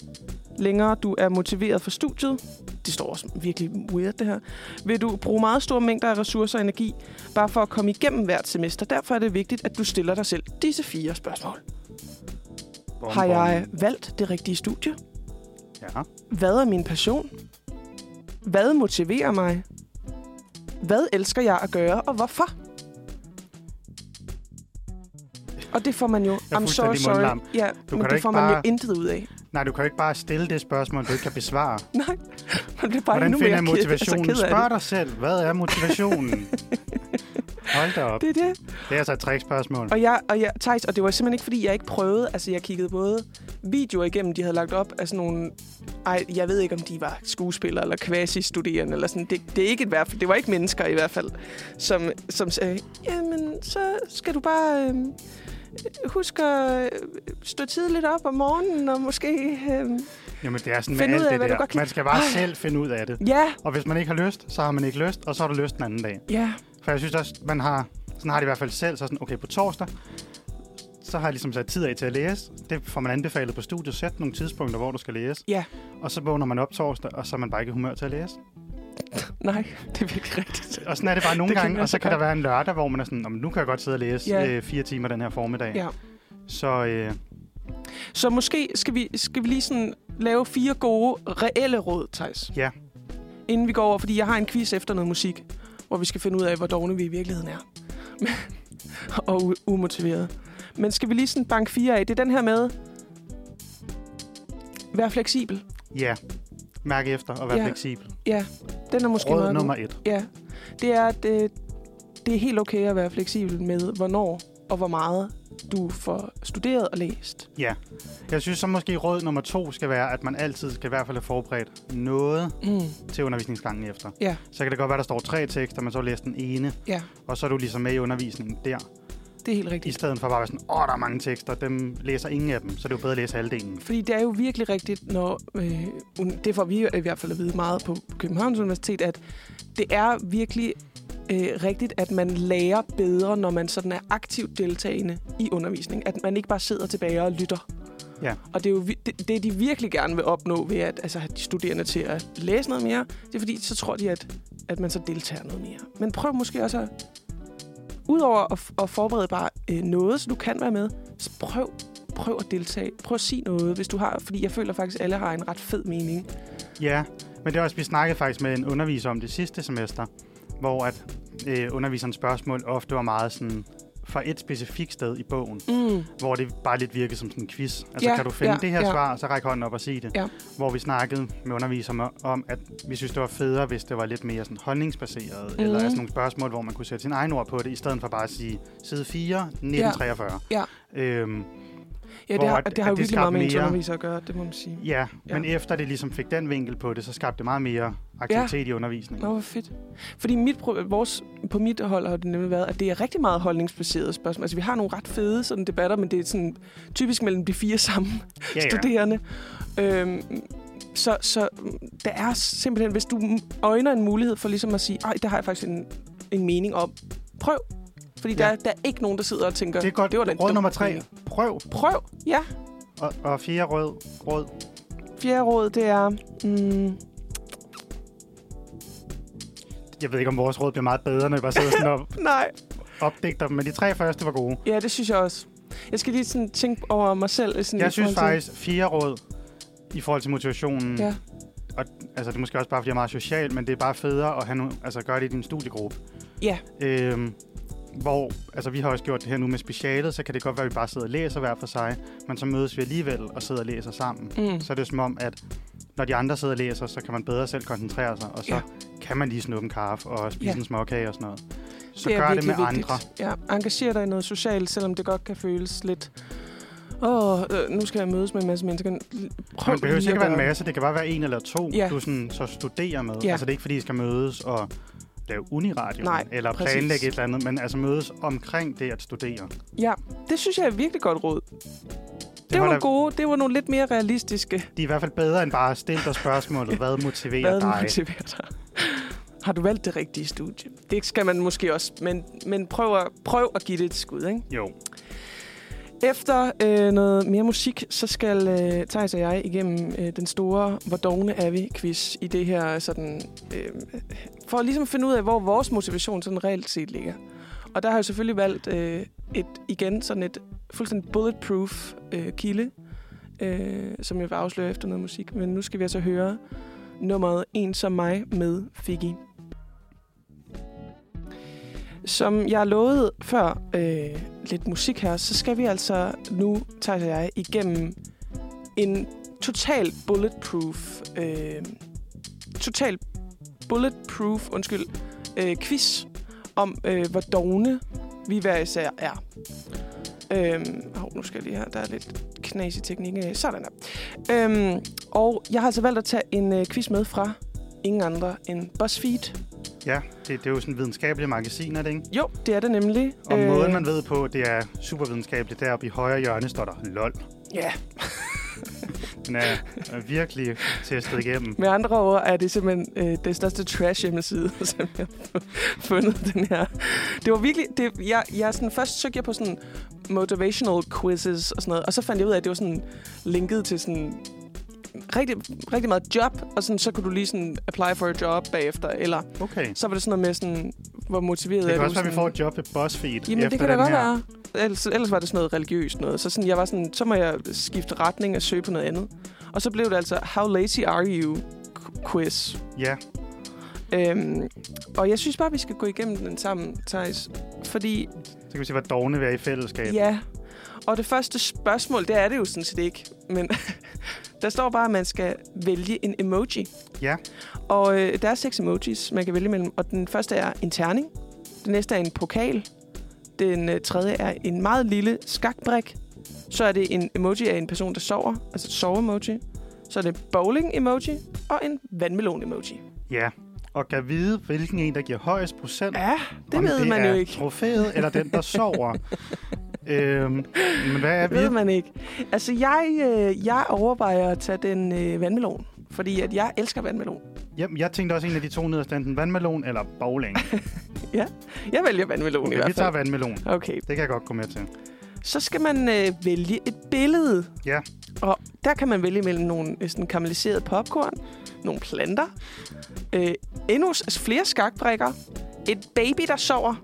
B: længere du er motiveret for studiet, det står også virkelig weird det her, vil du bruge meget store mængder af ressourcer og energi, bare for at komme igennem hvert semester. Derfor er det vigtigt, at du stiller dig selv disse fire spørgsmål.
A: Bom,
B: Har
A: bom.
B: jeg valgt det rigtige studie?
A: Ja.
B: Hvad er min passion? Hvad motiverer mig? Hvad elsker jeg at gøre, og hvorfor? Og det får man jo, I'm so
A: fuldstændig
B: sorry,
A: mundlam.
B: ja,
A: da
B: men
A: ikke
B: det får man bare... jo
A: bare-
B: intet ud af.
A: Nej, du kan jo ikke bare stille det spørgsmål, du ikke kan besvare.
B: Nej, man bliver bare
A: Hvordan
B: endnu
A: finder
B: mere
A: jeg
B: ked, altså
A: motivationen?
B: ked af
A: Spørg
B: det.
A: dig selv, hvad er motivationen? Hold da op.
B: Det er det.
A: Det er altså et trickspørgsmål.
B: Og jeg, og jeg, Thijs, og det var simpelthen ikke, fordi jeg ikke prøvede. Altså, jeg kiggede både videoer igennem, de havde lagt op af sådan nogle... Ej, jeg ved ikke, om de var skuespillere eller quasi-studerende eller sådan. Det, det, er ikke et hvert fald, det var ikke mennesker i hvert fald, som, som sagde, jamen, så skal du bare... Øh, husk at øh, stå tidligt op om morgenen, og måske... Øh,
A: Jamen, det er sådan med
B: Find
A: alt
B: ud af,
A: det
B: hvad du godt
A: der.
B: kan-
A: Man skal bare
B: Ej.
A: selv finde ud af det.
B: ja,
A: Og hvis man ikke har lyst, så har man ikke lyst, og så har du lyst den anden dag.
B: ja,
A: For jeg synes også, man har, sådan har det i hvert fald selv, så sådan, okay, på torsdag, så har jeg ligesom sat tid af til at læse. Det får man anbefalet på studiet. Sæt nogle tidspunkter, hvor du skal læse.
B: ja.
A: Og så vågner man op torsdag, og så er man bare ikke i humør til at læse.
B: Nej, det er virkelig rigtigt.
A: Og sådan er det bare nogle
B: Det kan
A: gange,
B: være
A: og så
B: så
A: kan der
B: godt.
A: være en lørdag, hvor man er sådan, "Nå, men nu kan jeg godt sidde og læse
B: Ja.
A: øh, fire timer den her formiddag.
B: Ja.
A: Så øh,
B: Så måske skal vi, skal vi lige sådan lave fire gode, reelle råd, Thijs.
A: Ja.
B: Inden vi går over, fordi jeg har en quiz efter noget musik, hvor vi skal finde ud af, hvor dogne vi i virkeligheden er. og u- umotiveret. Men skal vi lige sådan banke fire af? Det er den her med, vær fleksibel.
A: ja, mærk efter og vær
B: Ja.
A: fleksibel.
B: Ja, den er måske meget
A: Råd
B: god.
A: nummer et.
B: Ja, det er, at det, det er helt okay at være fleksibel med, hvornår og hvor meget du får studeret og læst.
A: Ja. Jeg synes så måske råd nummer to skal være, at man altid skal i hvert fald have forberedt noget
B: Mm.
A: til undervisningsgangen efter.
B: Ja.
A: Så kan det godt være, der står tre tekster, men så læser den ene,
B: Ja,
A: og så er du ligesom med i undervisningen der.
B: det er helt rigtigt.
A: I stedet for bare at være sådan, åh, der er mange tekster, dem læser ingen af dem, så det er jo bedre at læse halvdelen.
B: Fordi det er jo virkelig rigtigt, når øh, un- det får vi i hvert fald at vide meget på Københavns Universitet, at det er virkelig øh, rigtigt, at man lærer bedre, når man sådan er aktivt deltagende i undervisning. At man ikke bare sidder tilbage og lytter.
A: Ja.
B: Og det er jo vi- det, det, de virkelig gerne vil opnå ved at altså, have de studerende til at læse noget mere, det er fordi, så tror de, at, at man så deltager noget mere. Men prøv måske også at, udover at, f- at forberede bare øh, noget, så du kan være med, så prøv, prøv at deltage. Prøv at sige noget, hvis du har, fordi jeg føler faktisk, at alle har en ret fed mening.
A: Ja, men det er også, vi snakkede faktisk med en underviser om det sidste semester, hvor at øh, underviserens spørgsmål ofte var meget sådan fra et specifikt sted i bogen,
B: Mm.
A: hvor det bare lidt virkede som sådan en quiz. Altså,
B: Ja,
A: kan du finde
B: ja,
A: det her
B: ja.
A: svar, så ræk hånden op og sig det.
B: Ja.
A: Hvor vi snakkede med underviseren om, at vi synes, det var federe, hvis det var lidt mere sådan holdningsbaseret, mm. eller
B: Mhm.
A: altså nogle spørgsmål, hvor man kunne sætte sin egen ord på det, i stedet for bare at sige side 4, 1943.
B: Ja.
A: Øhm,
B: Ja, det
A: Hvor
B: har,
A: at-
B: det har jo
A: at det
B: virkelig meget med ens
A: skabte mere-
B: underviser at gøre, det må man sige.
A: ja,
B: Ja.
A: men efter det ligesom fik den vinkel på det, så skabte det meget mere aktivitet ja. i undervisningen.
B: Nå, hvor fedt. Fordi mit, pro- vores, på mit hold har det nemlig været, at det er rigtig meget holdningsbaserede spørgsmål. Altså, vi har nogle ret fede sådan, debatter, men det er sådan, typisk mellem de fire samme
A: Ja,
B: ja.
A: ja.
B: studerende. Øhm, så, så mm, der er simpelthen, hvis du m- øjner en mulighed for ligesom at sige, ej, der har jeg faktisk en, en mening om. Prøv. Fordi ja.
A: Ja.
B: der, der er ikke nogen, der sidder og tænker,
A: Det er godt.
B: det var da en
A: råd
B: dum
A: nummer tre.
B: mening."
A: Prøv.
B: Prøv, ja.
A: Og, og fjerde råd. råd.
B: Fjerde råd, det er, mm,
A: Jeg ved ikke, om vores råd bliver meget bedre, når vi bare sidder sådan og
B: nej,
A: opdigter dem. Men de tre første var gode.
B: ja, det synes jeg også. Jeg skal lige sådan tænke over mig selv. Sådan i
A: Jeg synes mm,
B: forhold til-
A: faktisk, fjerde råd i forhold til motivationen.
B: Ja.
A: Og, altså, det er måske også bare, fordi jeg er meget social, men det er bare federe at have nu, altså, gøre det i din studiegruppe.
B: Ja.
A: Øhm, hvor, altså vi har også gjort det her nu med specialet, så kan det godt være, at vi bare sidder og læser hver for sig, men så mødes vi alligevel og sidder og læser sammen.
B: Mm.
A: Så er det jo som om, at når de andre sidder og læser, så kan man bedre selv koncentrere sig, og så
B: Ja.
A: ja. kan man lige snuppe en kaffe og spise
B: Ja.
A: ja. en småkage og sådan noget. Så
B: er
A: gør det med
B: virkelig
A: vigtigt. andre.
B: Ja, engager dig i noget socialt, selvom det godt kan føles lidt... Åh, øh, nu skal jeg mødes med en masse mennesker. Prøv
A: Man behøver
B: lige
A: ikke
B: at
A: være en
B: gøre-
A: masse, det kan bare være en eller to,
B: Ja.
A: ja. du sådan, så studerer med.
B: Ja.
A: Ja. Altså det er ikke, fordi I skal mødes og lave uniradio,
B: Nej,
A: eller
B: præcis.
A: planlægge et eller andet, men altså mødes omkring det at studere. Det,
B: Ja, det synes jeg er virkelig godt råd. Det, det var
A: var
B: nogle
A: da,
B: gode, det var nogle lidt mere realistiske,
A: de er i hvert fald bedre end bare at stille dig spørgsmålet, hvad motiverer
B: hvad
A: dig?
B: motiverer dig. Har du valgt det rigtige studie? Det skal man måske også, men, men prøv, at, prøv at give det et skud, ikke?
A: Jo,
B: Efter øh, noget mere musik, så skal øh, Thijs og jeg igennem øh, den store Hvor dogne er vi-quiz i det her sådan... Øh, for at ligesom finde ud af, hvor vores motivation sådan reelt set ligger. Og der har jeg selvfølgelig valgt øh, et, igen sådan et fuldstændig bulletproof øh, kilde, øh, som jeg vil afsløre efter noget musik. Men nu skal vi altså høre nummeret En som mig med Figgy. Som jeg lovede før øh, lidt musik her, så skal vi altså nu, Thijs og jeg, igennem en total bulletproof, øh, total bulletproof, undskyld, øh, quiz om, øh, hvor dogne vi hver især er. Øhm, hov, nu skal jeg lige her. Der er lidt knas i teknikken. Øh, Sådan der. Øhm, og jeg har altså valgt at tage en øh, quiz med fra ingen andre end BuzzFeed.
A: ja. Det, det er jo sådan videnskabelige magasiner, det ikke?
B: Jo, det er det nemlig.
A: Og øh... måden, man ved på, det er supervidenskabeligt. Der oppe i højre hjørne står der LOL.
B: Ja,
A: Den er er virkelig testet igennem.
B: med andre ord er det simpelthen øh, det største trash hjemmeside, som jeg har fundet den her. Det var virkelig... Det, jeg, jeg sådan, først søgte jeg på sådan motivational quizzes og sådan noget, og så fandt jeg ud af, at det var sådan linket til sådan rigtig, rigtig meget job, og sådan, så kunne du lige sådan apply for a job bagefter, eller
A: Okay.
B: så var det sådan noget med sådan, hvor motiveret
A: Det
B: er
A: kan
B: du?
A: også være, at vi
B: sådan-
A: får et job ved BuzzFeed
B: Jamen,
A: efter
B: det kan da
A: den
B: godt
A: her.
B: være. Ellers, ellers var det sådan noget religiøst noget. Så sådan, jeg var sådan, så må jeg skifte retning og søge på noget andet. Og så blev det altså, how lazy are you qu- quiz.
A: Ja,
B: Øhm, og jeg synes bare, vi skal gå igennem den sammen, Thijs. Fordi,
A: så kan vi se, hvor dogne vi er i fællesskab.
B: ja. Og det første spørgsmål, det er det jo sådan set ikke. Men der står bare, at man skal vælge en emoji.
A: Ja.
B: Og øh, der er seks emojis, man kan vælge mellem. Og den første er en terning. Den næste er en pokal. Den øh, tredje er en meget lille skakbrik. Så er det en emoji af en person, der sover. Altså et sove-emoji. Så er det bowling-emoji og en vandmelon-emoji.
A: ja. Og kan vide, hvilken en, der giver højst procent.
B: Ja, det
A: om
B: ved
A: det
B: man
A: er
B: jo ikke.
A: trofæet eller den, der sover. øhm, men hvad er
B: Det ved
A: vi?
B: man ikke. Altså, jeg, øh, jeg overvejer at tage den øh, vandmelon. Fordi at jeg elsker vandmelon.
A: Jamen, jeg tænkte også en af de to nederst, enten vandmelon eller bowling.
B: Jeg vælger vandmelon i
A: Okay, vi
B: hvert
A: tager
B: fald.
A: vandmelon.
B: Okay,
A: Det kan jeg godt gå med til.
B: så skal man øh, vælge et billede.
A: Ja.
B: Og der kan man vælge mellem nogle øh, sådan karamelliserede popcorn, nogle planter, øh, endnu s- altså flere skakbrikker, et baby, der sover,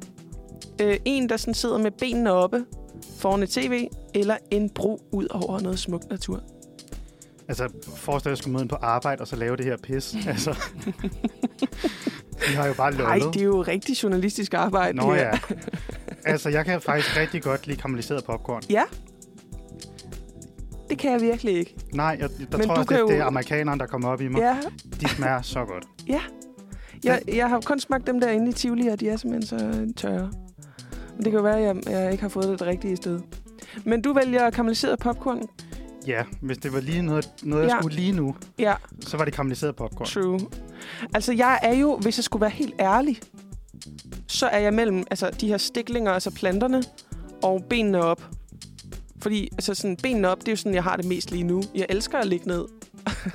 B: øh, en, der sådan sidder med benene oppe foran et tv, eller en bro ud over noget smuk natur.
A: Altså, forestil dig, at jeg skulle møde ind på arbejde, og så lave det her pis. Altså, vi har jo bare lollet.
B: Nej, det er jo rigtig journalistisk arbejde.
A: Nå
B: det her.
A: ja. Altså, jeg kan faktisk rigtig godt lide karamelliseret popcorn.
B: Ja. Det kan jeg virkelig ikke.
A: Nej, jeg, der
B: Men
A: tror
B: du
A: jeg også,
B: kan
A: det, det
B: jo-
A: er amerikanerne, der kommer op i mig.
B: Ja,
A: De smager så godt.
B: ja. Jeg, jeg har kun smagt dem derinde i Tivoli, og de er simpelthen så tørre. Men det kan jo være, at jeg, jeg ikke har fået det det rigtige sted. Men du vælger karamelliseret popcorn?
A: Ja, hvis det var lige noget, noget jeg
B: Ja.
A: skulle lige nu,
B: Ja,
A: så var det karamelliseret popcorn.
B: true. Altså, jeg er jo, hvis jeg skulle være helt ærlig, så er jeg mellem altså, de her stiklinger, altså planterne, og benene op. Fordi altså, sådan, benene op, det er jo sådan, jeg har det mest lige nu. Jeg elsker at ligge ned. Jeg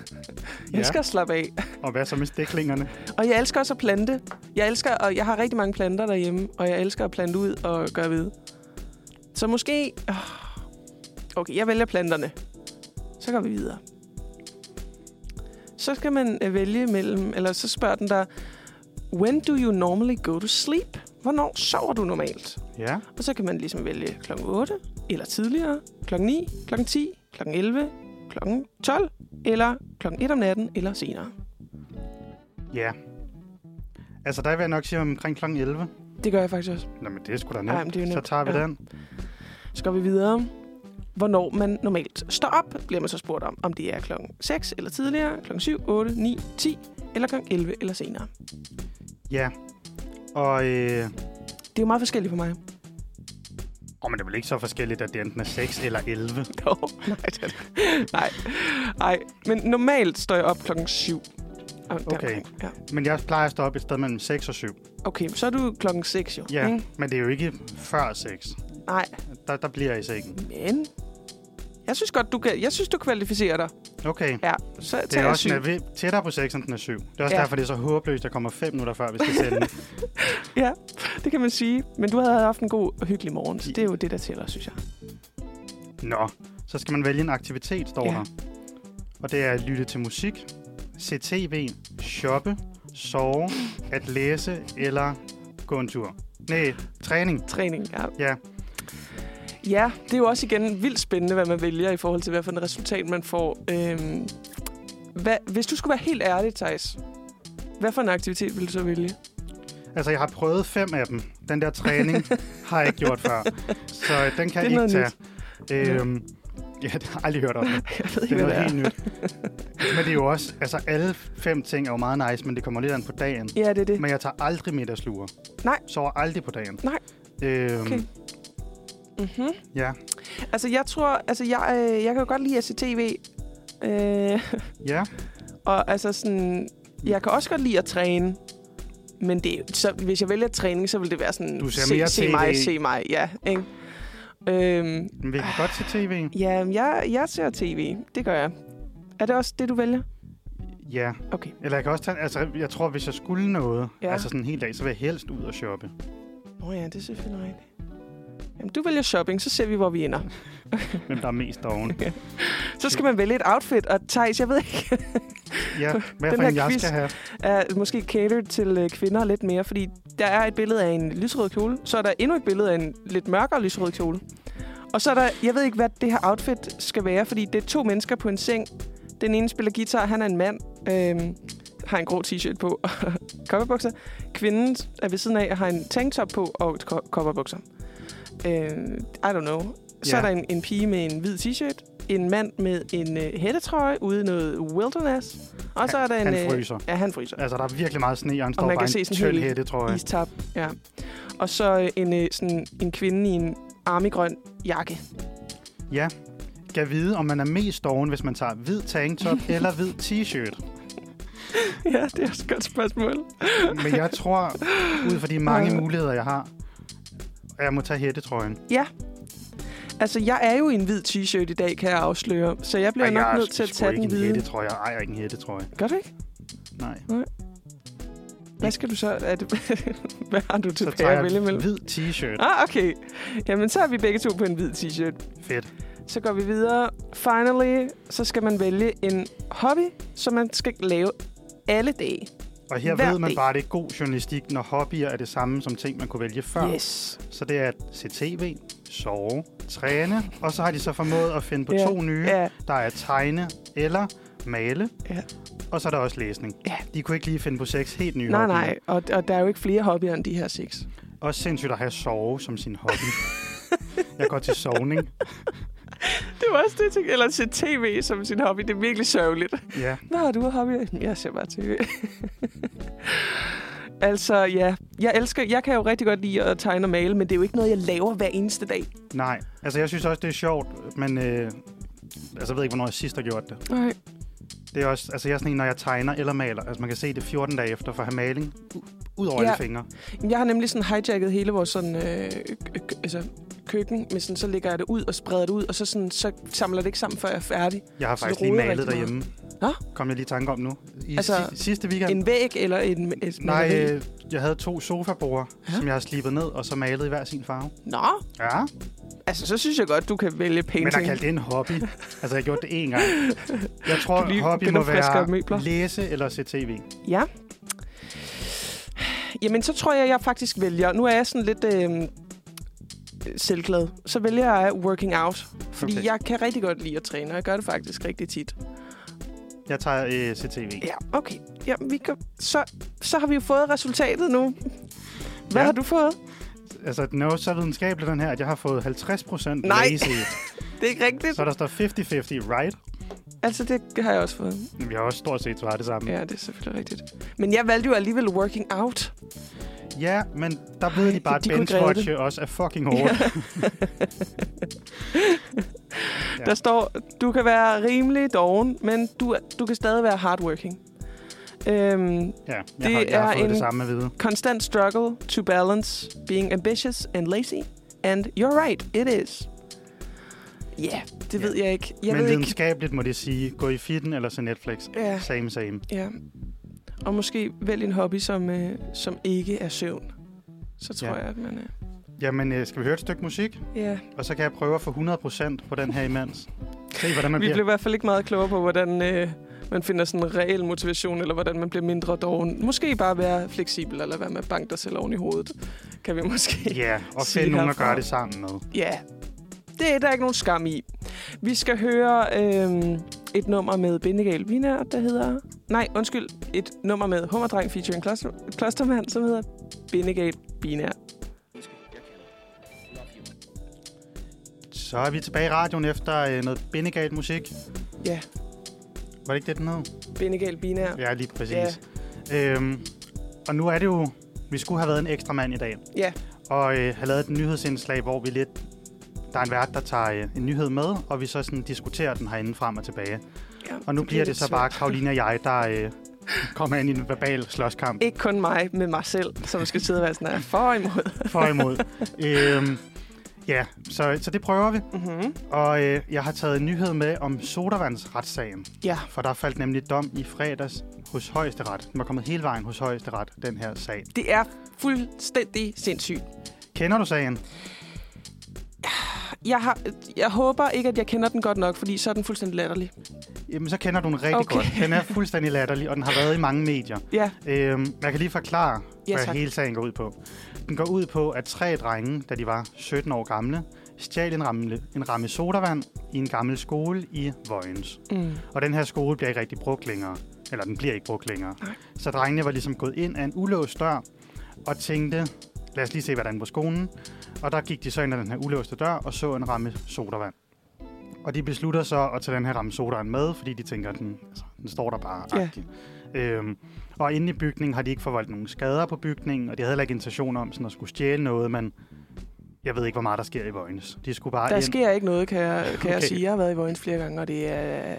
A: Ja.
B: elsker at slappe af.
A: Og hvad så med stiklingerne?
B: Og jeg elsker også at plante. Jeg elsker, og jeg har rigtig mange planter derhjemme, og jeg elsker at plante ud og gøre ved. Så måske... åh, Okay, jeg vælger planterne. Så går vi videre. Så skal man øh, vælge mellem, eller så spørger den dig, When do you normally go to sleep? Hvornår sover du normalt?
A: Ja,
B: Og så kan man ligesom vælge kl. 8, eller tidligere, kl. 9, kl. 10, kl. 11, kl. 12, eller kl. 1 om natten, eller senere.
A: ja. Altså, der vil jeg nok sige omkring kl. 11.
B: Det gør jeg faktisk også.
A: Nå, men det er sgu da
B: Ej, men
A: nemt.
B: det er jo
A: Så
B: nemt.
A: tager vi
B: Ja.
A: den.
B: Så går vi videre. Hvornår man normalt står op, bliver man så spurgt om, om det er klokken 6 eller tidligere, klokken 7, 8, 9, 10 eller klokken 11 eller senere.
A: Ja. Og, øh...
B: Det er jo meget forskelligt for mig.
A: Åh, men det er vel ikke så forskelligt, at det enten er 6 eller 11.
B: Nå, nej, det er det. nej, nej. Men normalt står jeg op klokken 7. Og deromkring, Ja.
A: Men jeg plejer at stå op et sted mellem 6 og 7.
B: Okay, så er du klokken 6 jo.
A: Ja,
B: ikke?
A: men det er jo ikke før 6.
B: Nej,
A: Der, der bliver jeg i sengen.
B: men... Jeg synes godt, du, kan, jeg synes, du kvalificerer dig.
A: Okay.
B: Ja, så
A: Det er
B: tager jeg
A: også
B: syv.
A: den er ved- tættere på 6, end den er 7. Det er også
B: Ja.
A: ja. derfor, det er så håbløst, at der kommer 5 minutter før, vi skal sende.
B: Ja, det kan man sige. Men du havde haft en god og hyggelig morgen, så det er jo det, der tæller, synes jeg.
A: Nå, så skal man vælge en aktivitet, står
B: Ja.
A: ja. der. Og det er at lytte til musik, se tv, shoppe, sove, at læse eller gå en tur. Nej, træning.
B: Træning, ja.
A: Ja,
B: Ja, det er jo også igen vildt spændende, hvad man vælger i forhold til, hvad for et resultat man får. Øhm, hvad, hvis du skulle være helt ærlig, Thijs, hvad for en aktivitet ville du så vælge?
A: altså jeg har prøvet fem af dem. Den der træning har jeg ikke gjort før, så øh, den kan
B: Det er
A: jeg ikke tage.
B: noget
A: Øhm, ja, det har jeg aldrig hørt om. Det,
B: Jeg ved
A: det
B: ikke,
A: er
B: hvad
A: noget
B: det er.
A: helt nyt. Men det er jo også, altså alle fem ting er jo meget nice, men det kommer lidt an på dagen.
B: Ja, det er det.
A: Men jeg tager aldrig middagslure.
B: Nej.
A: Sover aldrig på dagen.
B: Nej.
A: Øhm,
B: Okay. Mm-hmm.
A: Ja,
B: Altså, jeg tror... Altså, jeg, øh, jeg kan jo godt lide at se tv. Øh,
A: ja.
B: og altså sådan... Jeg kan også godt lide at træne. Men det, er jo- så, hvis jeg vælger træning, så vil det være sådan...
A: Du ser
B: se,
A: mere
B: se mig,
A: TV.
B: se mig. Ja, ikke? Øhm,
A: Men vi kan godt se tv.
B: Ja, jeg, jeg ser tv. Det gør jeg. Er det også det, du vælger?
A: Ja.
B: Okay.
A: Eller jeg kan også tage... Altså, jeg tror, hvis jeg skulle noget,
B: Ja.
A: ja. altså sådan en hel dag, så vil jeg helst ud og shoppe.
B: Nå ja, det er selvfølgelig rigtigt. Jamen, du vælger shopping, så ser vi, hvor vi ender.
A: Hvem der er mest doven.
B: Så skal man vælge et outfit, og Thijs, jeg ved ikke,
A: Ja, hvad
B: Den
A: for
B: her
A: en jeg
B: quiz.
A: skal have.
B: er måske catered til øh, kvinder lidt mere, fordi der er et billede af en lysrød kjole, så er der endnu et billede af en lidt mørkere lysrød kjole. Og så er der, jeg ved ikke, hvad det her outfit skal være, fordi det er to mennesker på en seng. Den ene spiller guitar, han er en mand, øhm, har en grå t-shirt på og kopperbukser. Kvinden er ved siden af og har en tanktop på og ko- kopperbukser. Øh, I don't know.
A: Ja.
B: Så er der en, en pige med en hvid t-shirt, en mand med en øh, hættetrøje ude i noget wilderness, og så er der en...
A: han
B: øh,
A: fryser.
B: Ja, han fryser
A: Altså, der er virkelig meget sne, og han står
B: man
A: bare
B: kan
A: i
B: se
A: en
B: sådan
A: tynd
B: helt
A: hætte, tror jeg.
B: istab. Ja. Og så øh, en, øh, sådan, en kvinde i en armigrøn jakke.
A: Ja. Kan vide, om man er mest doven, hvis man tager hvid tanktop eller hvid t-shirt.
B: ja, det er også et godt spørgsmål.
A: Men jeg tror, ud fra de mange
B: Ja. muligheder,
A: muligheder, jeg har, at jeg må tage hættetrøjen.
B: Altså, jeg er jo i en hvid t-shirt i dag, kan jeg afsløre. Så jeg bliver
A: Ej,
B: nok
A: jeg
B: nødt til at
A: sgu
B: tage
A: ikke
B: den
A: en
B: hvide.
A: hættetrøje. Jeg ejer ikke en hættetrøje.
B: Gør du ikke?
A: Nej.
B: Hvad skal du så? Er det, hvad har du
A: Så
B: tilbage
A: tager
B: at vælge
A: jeg
B: mellem?
A: hvid t-shirt.
B: Ah, okay. Jamen, så er vi begge to på en hvid t-shirt.
A: Fedt.
B: Så går vi videre. Finally, så skal man vælge en hobby, som man skal lave alle dage.
A: Og her
B: Hver
A: ved man
B: dag.
A: bare, at det er god journalistik, når hobbyer er det samme som ting, man kunne vælge før.
B: Yes.
A: Så det er at se tv, sove, træne, og så har de så formået at finde på
B: Ja,
A: to nye.
B: Ja,
A: Der er tegne eller male,
B: Ja.
A: og så er der også læsning.
B: Ja.
A: De kunne ikke lige finde på seks helt nye
B: nej,
A: hobbyer.
B: nej. Og, og der er jo ikke flere hobbyer end de her seks.
A: Også sindssygt at have sove som sin hobby. jeg går til sovning.
B: Det var også det, jeg tænkte. Eller se tv som sin hobby. Det er virkelig sørgeligt.
A: Ja,
B: Hvad har du af hobbyer? Jeg ser bare tv. altså, ja. Jeg elsker, jeg kan jo rigtig godt lide at tegne og male, men det er jo ikke noget, jeg laver hver eneste dag.
A: nej. Altså, jeg synes også, det er sjovt, men... Øh, altså, jeg ved ikke, hvornår jeg sidst har gjort det.
B: Nej.
A: Det er også... Altså, jeg er sådan en, når jeg tegner eller maler. Altså, man kan se det 14 dage efter for at have maling u- ud over
B: Ja.
A: ja. alle fingre.
B: Jeg har nemlig sådan hijacket hele vores sådan, øh, k- k- altså, køkken, men sådan, så lægger jeg det ud og spreder det ud, og så, sådan, så samler det ikke sammen, før jeg er færdig.
A: Jeg har
B: Så
A: faktisk
B: det
A: lige
B: roder
A: malet
B: rigtig
A: derhjemme.
B: Nå?
A: Kom jeg lige i tanke om nu. I
B: Altså,
A: altså, sidste weekend...
B: En væg eller en... Et
A: Nej,
B: maleri.
A: øh, jeg havde to sofaborer,
B: Ja.
A: ja. som jeg har slibet ned, og så malet i hver sin farve.
B: Nå,
A: Ja,
B: altså så synes jeg godt, du kan vælge painting.
A: men jeg kaldte det en hobby. altså, jeg har gjort det én gang. Jeg tror,
B: Du lige
A: hobby må
B: genopfrisker
A: være
B: møbler.
A: læse eller se tv.
B: Ja. Jamen, så tror jeg, jeg faktisk vælger... Nu er jeg sådan lidt øh, selvglad. Så vælger jeg working out. Fordi okay.
A: Okay.
B: jeg kan rigtig godt lide at træne, og jeg gør det faktisk rigtig tit.
A: Jeg tager øh, se tv.
B: Ja, okay. Jamen, vi kan... så, så har vi jo fået resultatet nu. Hvad ja.
A: Ja.
B: har du fået?
A: Altså, den er jo så videnskabelig, den her, at jeg har fået 50 procent
B: Nej.
A: læse. i.
B: Det er ikke rigtigt.
A: Så der står 50-50 right.
B: Altså, det har jeg også fået.
A: Jamen, Jeg har også stort set svaret det samme. Ja,
B: Ja, det er selvfølgelig rigtigt. Men jeg valgte jo alligevel working out.
A: ja men der ved de bare, at
B: de kunne ikke redde
A: benchwatche også er fucking hårdt. Ja.
B: Ja. Der står, du kan være rimelig doven, men du, du kan stadig være hardworking. Øhm,
A: ja jeg,
B: Det
A: har, jeg har
B: er
A: fået
B: en-
A: det samme at vide.
B: constant struggle to balance being ambitious and lazy. And you're right, it is. Ja, yeah, det
A: Ja.
B: ved jeg ikke. Jeg
A: Jeg men
B: ved ikke.
A: videnskabeligt må det sige, gå i fitten eller se Netflix.
B: Ja,
A: Same, same.
B: ja. Og måske vælg en hobby, som, øh, som ikke er søvn. Så tror
A: Ja.
B: jeg, at man er...
A: Jamen, øh, skal vi høre et stykke musik?
B: Ja,
A: Og så kan jeg prøve at få 100% på den her imens. Se, hvordan man
B: vi blev i
A: bliver.
B: hvert fald ikke meget klogere på, hvordan øh, man finder sådan en reel motivation, eller hvordan man bliver mindre doven. Måske bare være fleksibel, eller være med at banke dig selv oven i hovedet. Kan vi måske...
A: Ja, og
B: Sige
A: finde nogen at
B: herfra.
A: gøre det sammen med.
B: Ja, det er der ikke nogen skam i. Vi skal høre øhm, et nummer med Bendegal Viner, der hedder... Nej, undskyld. Et nummer med Hummerdreng featuring Kloster, Klostermand, som hedder Bendegal Binær.
A: Så er vi tilbage i radioen efter øh, noget bindegalt musik.
B: Ja,
A: Var det ikke det, den hed?
B: Bendegal Binær.
A: Ja, lige præcis. Yeah. Øhm, og nu er det jo... Vi skulle have været en ekstra mand i dag.
B: Ja.
A: Og øh, have lavet et nyhedsindslag, hvor vi lidt... Der er en vært, der tager øh, en nyhed med, og vi så sådan diskuterer den herinde frem og tilbage.
B: ja
A: Og nu bliver det
B: lidt
A: så
B: svært.
A: bare Karoline og jeg, der øh, kommer ind i en verbal slåskamp.
B: Ikke kun mig, men mig selv, som skal sidde og være sådan her for og imod.
A: For og imod. øhm, ja, så, så det prøver vi.
B: Mm-hmm.
A: Og øh, jeg har taget en nyhed med om sodavandsretssagen.
B: Ja.
A: For der faldt nemlig dom i fredags hos højesteret. Den var kommet hele vejen hos højesteret, den her sag.
B: Det er fuldstændig sindssygt.
A: Kender du sagen?
B: Jeg, har, jeg håber ikke, at jeg kender den godt nok, fordi så er den fuldstændig latterlig.
A: Jamen, så kender du den rigtig
B: Okay.
A: okay. godt. Den er fuldstændig latterlig, og den har været i mange medier.
B: Ja,
A: Øhm, jeg kan lige forklare,
B: Ja,
A: hvad
B: tak.
A: hele sagen går ud på. Den går ud på, at tre drenge, da de var 17 år gamle, stjal en ramme, en ramme sodavand i en gammel skole i Vojens.
B: mm.
A: Og den her skole bliver ikke rigtig brugt længere. Eller den bliver ikke brugt længere.
B: Nej.
A: Så drengene var ligesom gået ind af en ulåst dør og tænkte, lad os lige se, hvad der er inde på skolen. Og der gik de så ind ad den her ulåste dør og så en ramme sodavand. Og de beslutter så at tage den her ramme sodavand med, fordi de tænker, at den, altså, den står der bare.
B: Ja.
A: agtig. Øhm, og inde i bygningen har de ikke forvoldt nogen skader på bygningen, og de havde heller ikke intention om sådan at skulle stjæle noget, men jeg ved ikke, hvor meget der sker i Vojens. De skulle bare
B: Der
A: ind.
B: sker ikke noget, kan jeg, kan okay. jeg
A: Okay.
B: sige. Jeg har været i Vojens flere gange, og det er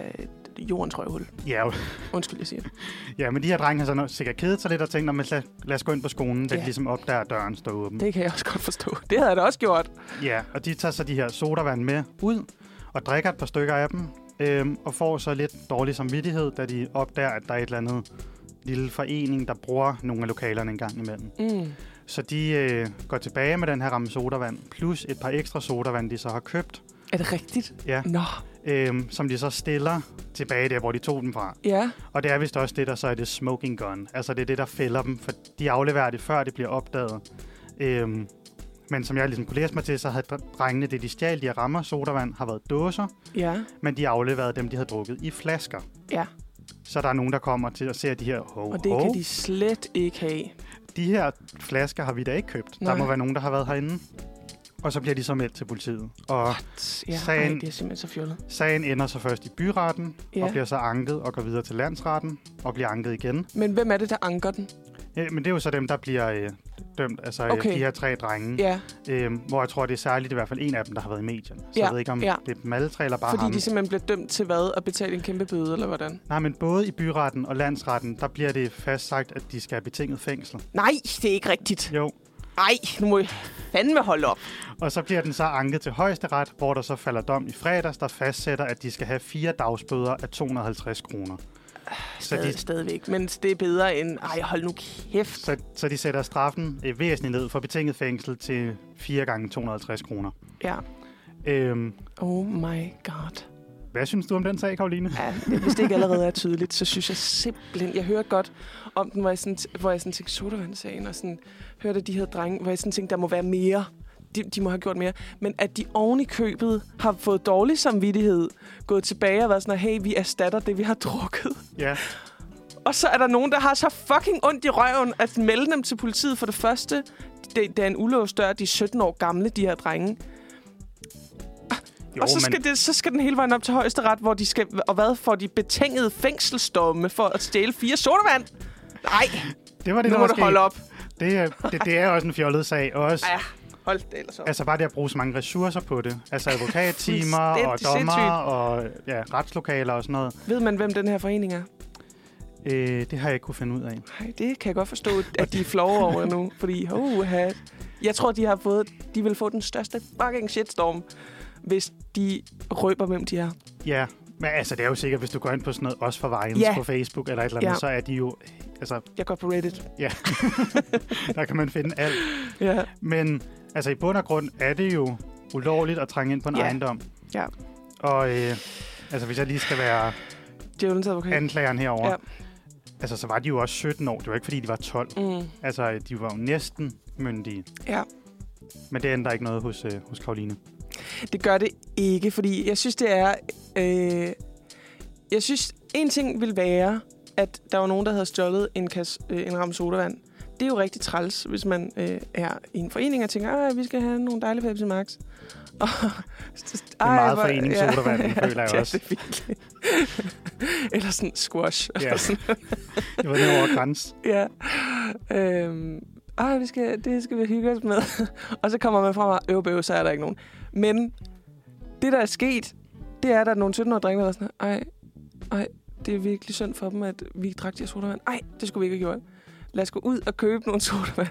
B: jordens røvhul.
A: Ja, jo.
B: Undskyld, jeg siger det.
A: Ja, men de her drenge har så nok sikkert kedet sig lidt og tænkt, "Nå, men lad, lad os gå ind på skolen, da
B: Ja.
A: de ligesom opdager, at døren står åben.
B: Det kan jeg også godt forstå. Det havde jeg da også gjort.
A: Ja, og de tager så de her sodavand med ud og drikker et par stykker af dem, øhm, og får så lidt dårlig samvittighed, da de opdager, at der er et eller andet lille forening, der bruger nogle af lokalerne en gang imellem.
B: Mm.
A: Så de øh, går tilbage med den her ramme sodavand, plus et par ekstra sodavand, de så har købt,
B: Er det rigtigt?
A: Ja.
B: Nå,
A: Øhm, som de så stiller tilbage der, hvor de tog den fra.
B: ja.
A: Og det er vist også det, der så er det smoking gun. Altså det er det, der fælder dem, for de afleverer det, før det bliver opdaget. Øhm, men som jeg ligesom kunne læse mig til, så havde dre- drengene det, de stjal, de her rammer, sodavand, har været dåser,
B: Ja.
A: men de afleverede dem, de havde drukket i flasker.
B: Ja.
A: Så der er nogen, der kommer til at se de her, ho,
B: Og det
A: ho,
B: kan de slet ikke have.
A: de her flasker har vi da ikke købt. Nej.
B: Nej.
A: Der må være nogen, der har været herinde. Og så bliver de så meldt til politiet. Og
B: Ja, ej,
A: Sagen-
B: det er simpelthen så fjollet.
A: sagen ender så først i byretten, ja. og
B: Ja.
A: bliver så anket og går videre til landsretten, og bliver anket igen.
B: Men hvem er det, der anker den?
A: Mm. Ja, men det er jo så dem, der bliver øh, dømt. Altså øh,
B: Okay.
A: de her tre drenge.
B: Ja,
A: Øhm, hvor jeg tror, det er særligt i hvert fald en af dem, der har været i medierne. Så
B: Ja,
A: jeg ved ikke, om
B: ja.
A: det er dem alle tre eller bare
B: fordi
A: ham.
B: de simpelthen bliver dømt til hvad? At betale en kæmpe bøde, eller hvordan?
A: Nej, men både i byretten og landsretten, der bliver det fastsagt, at de skal have betinget fængsel.
B: Nej, det er ikke rigtigt.
A: Jo.
B: Nej, nu må I fandme holde op.
A: Og så bliver den så anket til højesteret, hvor der så falder dom i fredags, der fastsætter, at de skal have fire dagsbøder af 250 kroner. Så
B: Stadig,
A: de,
B: de... Stadigvæk, men det er bedre end... Ej, hold nu kæft.
A: så, så de sætter straffen øh, væsentligt ned for betinget fængsel til 4 gange 250 kroner.
B: Ja.
A: Øhm,
B: Oh my god.
A: hvad synes du om den sag, Karoline?
B: Ja, hvis det ikke allerede er tydeligt, så synes jeg simpelthen... Jeg hørte godt om den, hvor jeg sådan, hvor jeg sådan tænkte sodavandssagen, og sådan hørte de her drenge, hvor jeg sådan tænkte, der må være mere. De, de må have gjort mere. Men at de oven i købet har fået dårlig samvittighed, gået tilbage og været sådan, hey, vi erstatter det, vi har drukket.
A: Ja,
B: Og så er der nogen, der har så fucking ondt i røven, at melde dem til politiet for det første. Det, det er en ulåst dør, de er 17 år gamle, de her drenge.
A: jo,
B: Jo, og så skal,
A: men,
B: men... det, så skal den hele vejen op til højesteret, hvor de skal... Og hvad får de betingede fængselsdomme for at stjæle fire sodavand? Nej,
A: det var det,
B: nu
A: der
B: må
A: var
B: du
A: sket.
B: holde op.
A: Det, er- det, det er også en fjollet sag. og Også,
B: Ja, hold det ellers op.
A: altså bare det at bruge så mange ressourcer på det. Altså advokattimer og
B: Fuldstændig
A: dommer og
B: sindssygt.
A: ja, retslokaler og sådan noget.
B: Ved man, hvem den her forening er?
A: Øh, det har jeg ikke kunne finde ud af.
B: Nej, det kan jeg godt forstå, at de er flove over nu. Fordi, oh, jeg tror, de har fået... De vil få den største fucking shitstorm, hvis de røber, hvem de er.
A: Ja, men altså det er jo sikkert, hvis du går ind på sådan noget, også for vejen
B: Ja.
A: på Facebook eller et eller andet,
B: Ja.
A: så er de jo... Altså,
B: Jeg går på Reddit.
A: der kan man finde alt.
B: Ja.
A: Men altså i bund og grund er det jo ulovligt at trænge ind på en
B: Ja.
A: ejendom.
B: Ja.
A: Og øh, altså hvis jeg lige skal være
B: Djævelens advokat.
A: anklageren herover,
B: Mm. Ja.
A: ja. altså så var de jo også 17 år. Det var ikke, fordi de var 12.
B: Mm.
A: Altså, de var jo næsten myndige.
B: Ja.
A: Men det ændrer ikke noget hos, øh, hos Karoline.
B: Det gør det ikke, fordi jeg synes, det er... Øh, jeg synes, en ting vil være, at der var nogen, der havde stjålet en, kasse, øh, en ramme sodavand. Det er jo rigtig træls, hvis man øh, er i en forening og tænker, at vi skal have nogle dejlige Pepsi Max. Og, det
A: er meget foreningssodavand, føler jeg
B: ja,
A: også.
B: Det er virkelig. Eller sådan squash.
A: Ja.
B: Eller sådan.
A: Det var ned over græns.
B: Ja. Øhm, ah, vi skal, det skal vi hygge os med. og så kommer man frem og øv, bøv, så er der ikke nogen. Men det, der er sket, det er, at der er nogle 17-årige drenge, der er sådan, ej, ej, det er virkelig synd for dem, at vi drak de her sodavand. Ej, det skulle vi ikke have gjort. Lad os gå ud og købe nogle sodavand,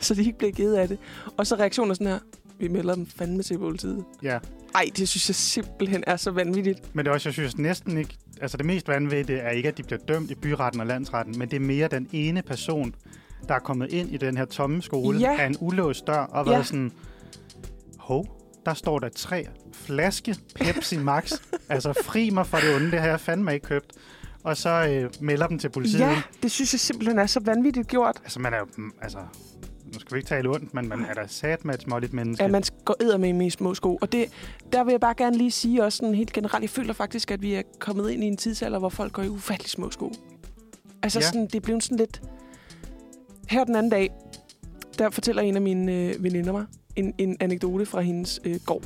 B: så de ikke bliver givet af det. Og så reaktionen er sådan her, vi melder dem fandme til politiet.
A: Ja.
B: Ej, det synes jeg simpelthen er så vanvittigt.
A: Men det er også, jeg synes næsten ikke... Altså, det mest vanvittige er ikke, at de bliver dømt i byretten og landsretten, men det er mere den ene person, der er kommet ind i den her tomme skole
B: Ja.
A: af en ulåst dør og været
B: Ja.
A: sådan... Hov, der står der tre flaske Pepsi Max. altså, fri mig fra det onde, det har jeg fandme ikke købt. Og så øh, melder dem til politiet.
B: Ja, det synes jeg simpelthen er så vanvittigt gjort.
A: Altså, man er jo... mm, Altså, nu skal vi ikke tale ondt, men man er da sat med et småligt menneske.
B: Ja, man går æder med i små sko. Og det, der vil jeg bare gerne lige sige også sådan helt generelt, jeg føler faktisk, at vi er kommet ind i en tidsalder, hvor folk går i ufattelig små sko. Altså
A: Ja.
B: ja. sådan, det er blevet sådan lidt... Her den anden dag, der fortæller en af mine øh, veninder mig en, en anekdote fra hendes øh, gård.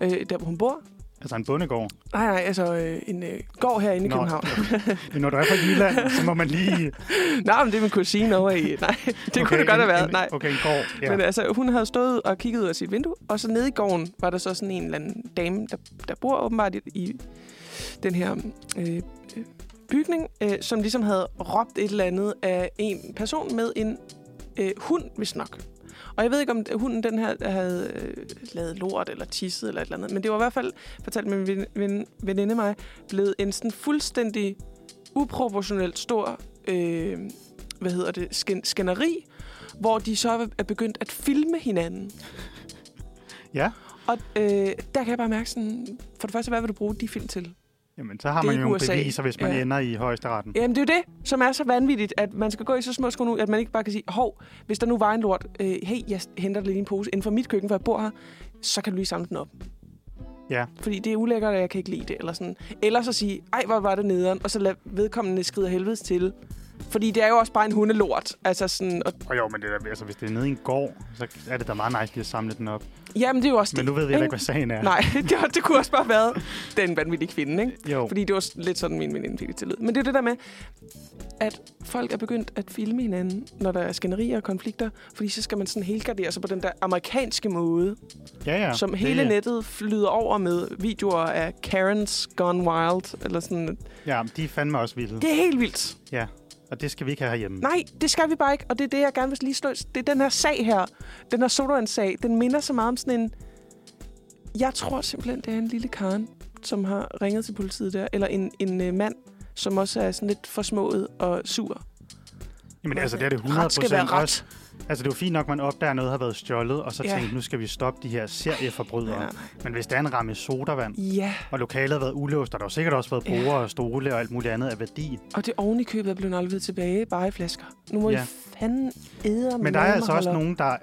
B: Øh, der, hvor hun bor.
A: Altså en bondegård.
B: Nej, nej, altså øh, en øh, gård herinde i
A: Nå.
B: København.
A: Men når du er fra Jylland, så må man lige...
B: Nej, men det er min kusine over i... Nej, det okay, kunne det godt
A: en-
B: have været.
A: En,
B: Nej.
A: Okay, en gård. Ja.
B: Ja. Men
A: Men,
B: altså, hun havde stået og kigget ud af sit vindue, og så nede i gården var der så sådan en eller anden dame, der, der bor åbenbart i, i den her øh, øh, bygning, øh, som ligesom havde råbt et eller andet af en person med en øh, hund, hvis nok. Og jeg ved ikke, om hunden den her havde øh, lavet lort eller tisset eller et eller andet, men det var i hvert fald, fortalte min ven, ven, veninde mig, blevet en sådan fuldstændig uproportionelt stor, øh, hvad hedder det, skin, skænderi, hvor de så er begyndt at filme hinanden.
A: ja.
B: Og øh, der kan jeg bare mærke sådan, for det første, hvad vil du bruge de film til?
A: Jamen, så har
B: Det
A: man
B: er
A: jo
B: ikke
A: nogle
B: USA.
A: beviser, hvis man
B: Ja.
A: ja. ender i højesteretten.
B: Jamen, det er jo det, som er så vanvittigt, at man skal gå i så små sko nu, at man ikke bare kan sige, hov, hvis der nu var en lort, øh, hey, jeg henter det lige i en pose inden for mit køkken, hvor jeg bor her, så kan du lige samle den op.
A: Ja.
B: Fordi det er ulækkert, og jeg kan ikke lide det, eller sådan. Eller så sige, ej, hvor var det nederen, og så lad vedkommende skride af helvedes til. Fordi det er jo også bare en hundelort. Altså sådan, og,
A: Og jo, men det der, altså, hvis det er nede i en gård, så er det da meget nice lige at samle den op.
B: jamen, det er jo også
A: Men
B: det.
A: nu ved vi heller ikke,
B: ikke?
A: hvad sagen er.
B: Nej, det, var- det kunne også bare have været den vanvittige kvinde, ikke?
A: Jo,
B: Fordi det var lidt sådan, min veninde fik det til lyd. Men det er det der med, at folk er begyndt at filme hinanden, når der er skænderier og konflikter, fordi så skal man sådan helgardere sig på den der amerikanske måde,
A: ja, ja.
B: ja, som
A: det-
B: hele nettet flyder over med videoer af Karens Gone Wild, eller sådan.
A: Ja, de er fandme også vilde.
B: Det er helt vildt.
A: Ja, og det skal vi ikke have herhjemme.
B: Nej, det skal vi bare ikke, og det er det, jeg gerne vil lige slå. Det er den her sag her, den her Sodan-sag, den minder så meget om sådan en... Jeg tror simpelthen, det er en lille Karen, som har ringet til politiet der, eller en, en øh, mand, som også er sådan lidt forsmået og sur.
A: Jamen altså, det er det 100
B: Ret skal være ret.
A: også. Altså, det er jo fint nok, man opdager, at noget har været stjålet, og så
B: Ja.
A: ja. tænker, nu skal vi stoppe de her serieforbrydere.
B: Ja.
A: Ja. Men hvis der er en ramme sodavand,
B: Ja,
A: og lokalet har været ulåst, og der har jo sikkert også været
B: Ja.
A: borer og stole og alt muligt andet af værdi.
B: og det oven i købet er blevet afleveret tilbage, bare i flasker. Nu må ja.
A: Ja.
B: I fanden æde
A: Men der er altså også nogen, der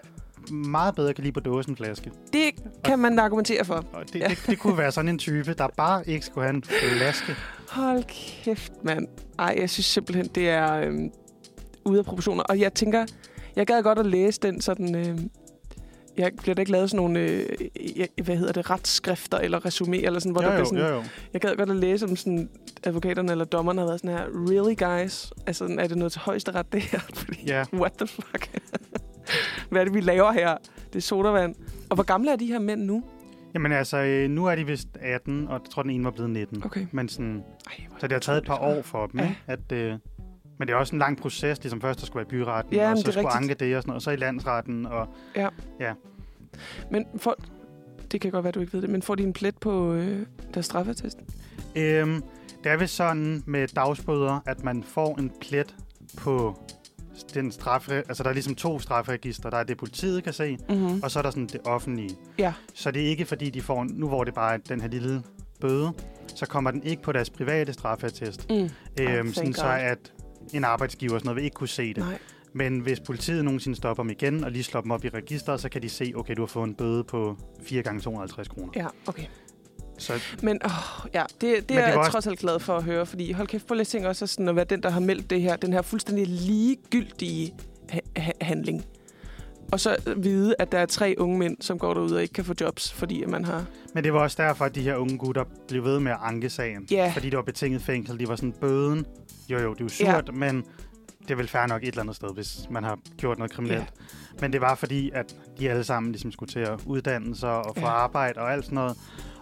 A: meget bedre kan lide på dåsen flaske.
B: Det kan man argumentere for.
A: Og det, ja. det, det, kunne være sådan en type, der bare ikke skulle have en flaske.
B: Hold kæft, mand. Ej, jeg synes simpelthen, det er øhm, ude af proportioner. Og jeg tænker, jeg gad godt at læse den sådan... Øhm, jeg bliver da ikke lavet sådan nogle, øh, jeg, hvad hedder det, retskrifter eller resumé, eller sådan, hvor
A: Jo,
B: der bliver
A: jo,
B: sådan,
A: jo, jo.
B: jeg gad godt at læse om sådan, advokaterne eller dommerne har været sådan her, really guys? Altså, sådan, er det noget til højesteret, det her? Fordi,
A: Ja.
B: What the fuck? hvad er det, vi laver her? Det er sodavand. Og hvor gamle er de her mænd nu?
A: Jamen altså, øh, nu er de vist 18, og jeg tror, den ene var blevet 19.
B: Okay.
A: Men sådan,
B: Ej, hvor
A: så det har taget et par år for dem,
B: Ja.
A: ja. at... Øh, men det er også en lang proces, ligesom først der skulle være i byretten,
B: Ja, men
A: og så
B: det er
A: skulle
B: rigtigt.
A: anke det og sådan noget, og så i landsretten, og
B: Men for, det kan godt være, du ikke ved det, men får de en plet på øh, deres straffetest?
A: Øhm, det er vist sådan med dagsbøder, at man får en plet på den straffe... Altså, der er ligesom to strafregister. Der er det, politiet kan se,
B: Mm-hmm.
A: og så er der sådan det offentlige.
B: Ja.
A: Så det er ikke, fordi de får... en- Nu hvor det bare er den her lille bøde, så kommer den ikke på deres private straffatest.
B: Mm. Oh,
A: Øhm,
B: thank
A: sådan så
B: God.
A: at en arbejdsgiver og sådan noget vil ikke kunne se det.
B: Nej.
A: Men hvis politiet nogensinde stopper dem igen og lige slår dem op i registeret, så kan de se, okay, du har fået en bøde på 4 gange 250 kroner.
B: Ja, okay.
A: Så
B: Men åh, ja, det, det
A: det
B: er jeg
A: var også-
B: trods alt glad for at høre, fordi hold kæft, på læsning også er sådan at være den, der har meldt det her, den her fuldstændig ligegyldige ha- ha- handling. Og så vide, at der er tre unge mænd, som går derude og ikke kan få jobs, fordi at man har...
A: Men det var også derfor, at de her unge gutter blev ved med at anke sagen.
B: Ja.
A: Fordi det var betinget fængsel. De var sådan, bøden, jo jo, det er jo surt, ja. men det er vel fair nok et eller andet sted, hvis man har gjort noget kriminelt. Ja. Men det var fordi, at de alle sammen ligesom skulle til at uddanne sig og få
B: Ja.
A: ja. arbejde og alt sådan noget.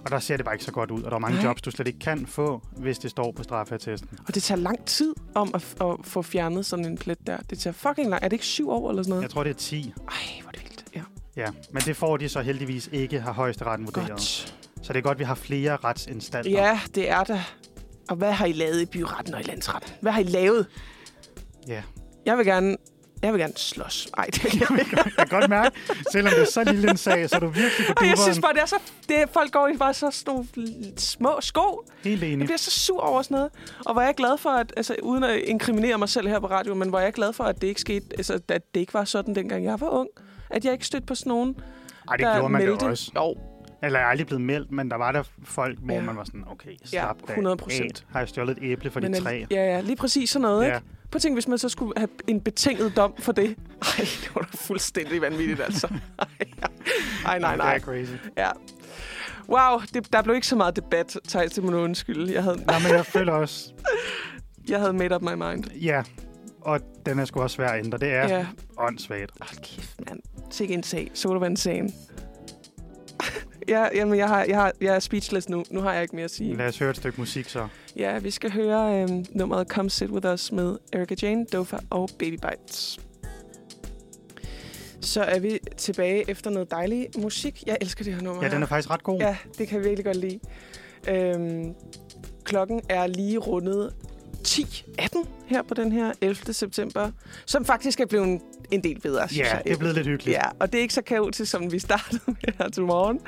A: Og der ser det bare ikke så godt ud. Og der er mange
B: Nej.
A: jobs, du slet ikke kan få, hvis det står på straffeattesten.
B: Og det tager lang tid om at, f- at få fjernet sådan en plet der. Det tager fucking lang... Er det ikke syv år eller sådan noget?
A: Jeg tror, det er 10.
B: Ej, hvor er det vildt. Ja,
A: Ja, men det får de så heldigvis ikke, har højesteretten vurderet.
B: godt.
A: Så det er godt, vi har flere retsinstanser.
B: Ja, det er der. Og hvad har I lavet i byretten og i landsretten? Hvad har I lavet?
A: Ja.
B: Jeg vil gerne, jeg vil gerne slås. Ej, det kan jeg ikke.
A: Jeg kan godt mærke, selvom det er så lille en sag, så er du virkelig på
B: Og jeg
A: duberen.
B: synes bare, det er så, det, folk går i bare så sådan nogle små sko.
A: Helt enig.
B: Jeg bliver så sur over sådan noget. Og hvor er jeg glad for, at, altså uden at inkriminere mig selv her på radioen, men hvor er jeg glad for, at det ikke skete, altså at det ikke var sådan, dengang jeg var ung. At jeg ikke stødte på sådan nogen,
A: Ej, det
B: der
A: gjorde man
B: meldte.
A: jo også.
B: Jo,
A: Eller jeg er aldrig blevet meldt, men der var der folk, hvor
B: Ja.
A: man var sådan, okay,
B: Ja,
A: slap da
B: 100%.
A: af. Har jeg stjålet et æble for de
B: al-
A: tre?
B: øh, Ja, ja, lige præcis sådan noget, ja.
A: Ja.
B: ikke? Prøv at tænke, hvis man så skulle have en betinget dom for det. Ej, det var da fuldstændig vanvittigt, altså. Ej, Ej, nej,
A: Det er
B: nej.
A: crazy.
B: Ja. Wow, det, der blev ikke så meget debat, Thijs, det må du undskylde. Jeg havde,
A: Nej, men jeg føler også,
B: jeg havde made up my mind.
A: ja, og den er sgu også svær at ændre. Det er
B: Ja.
A: ja. åndssvagt.
B: Hold kæft, mand. Sikke en sag. Sodavandssagen. ja, jamen, jeg, har, jeg, har, jeg er speechless nu. Nu har jeg ikke mere at sige.
A: Lad os høre et stykke musik så.
B: Ja, vi skal høre øhm, nummeret Come Sit With Us med Erika Jane, Dofa og Baby Bites. Så er vi tilbage efter noget dejlig musik. Jeg elsker det her nummer
A: Ja, den
B: her.
A: er faktisk ret god.
B: Ja, det kan jeg virkelig godt lide. Øhm, klokken er lige rundet 10.18 her på den her 11. september, som faktisk er blevet en del bedre, synes
A: Ja,
B: jeg.
A: det er blevet lidt hyggeligt.
B: Ja, og det er ikke så kaotisk, som vi startede med her til morgen.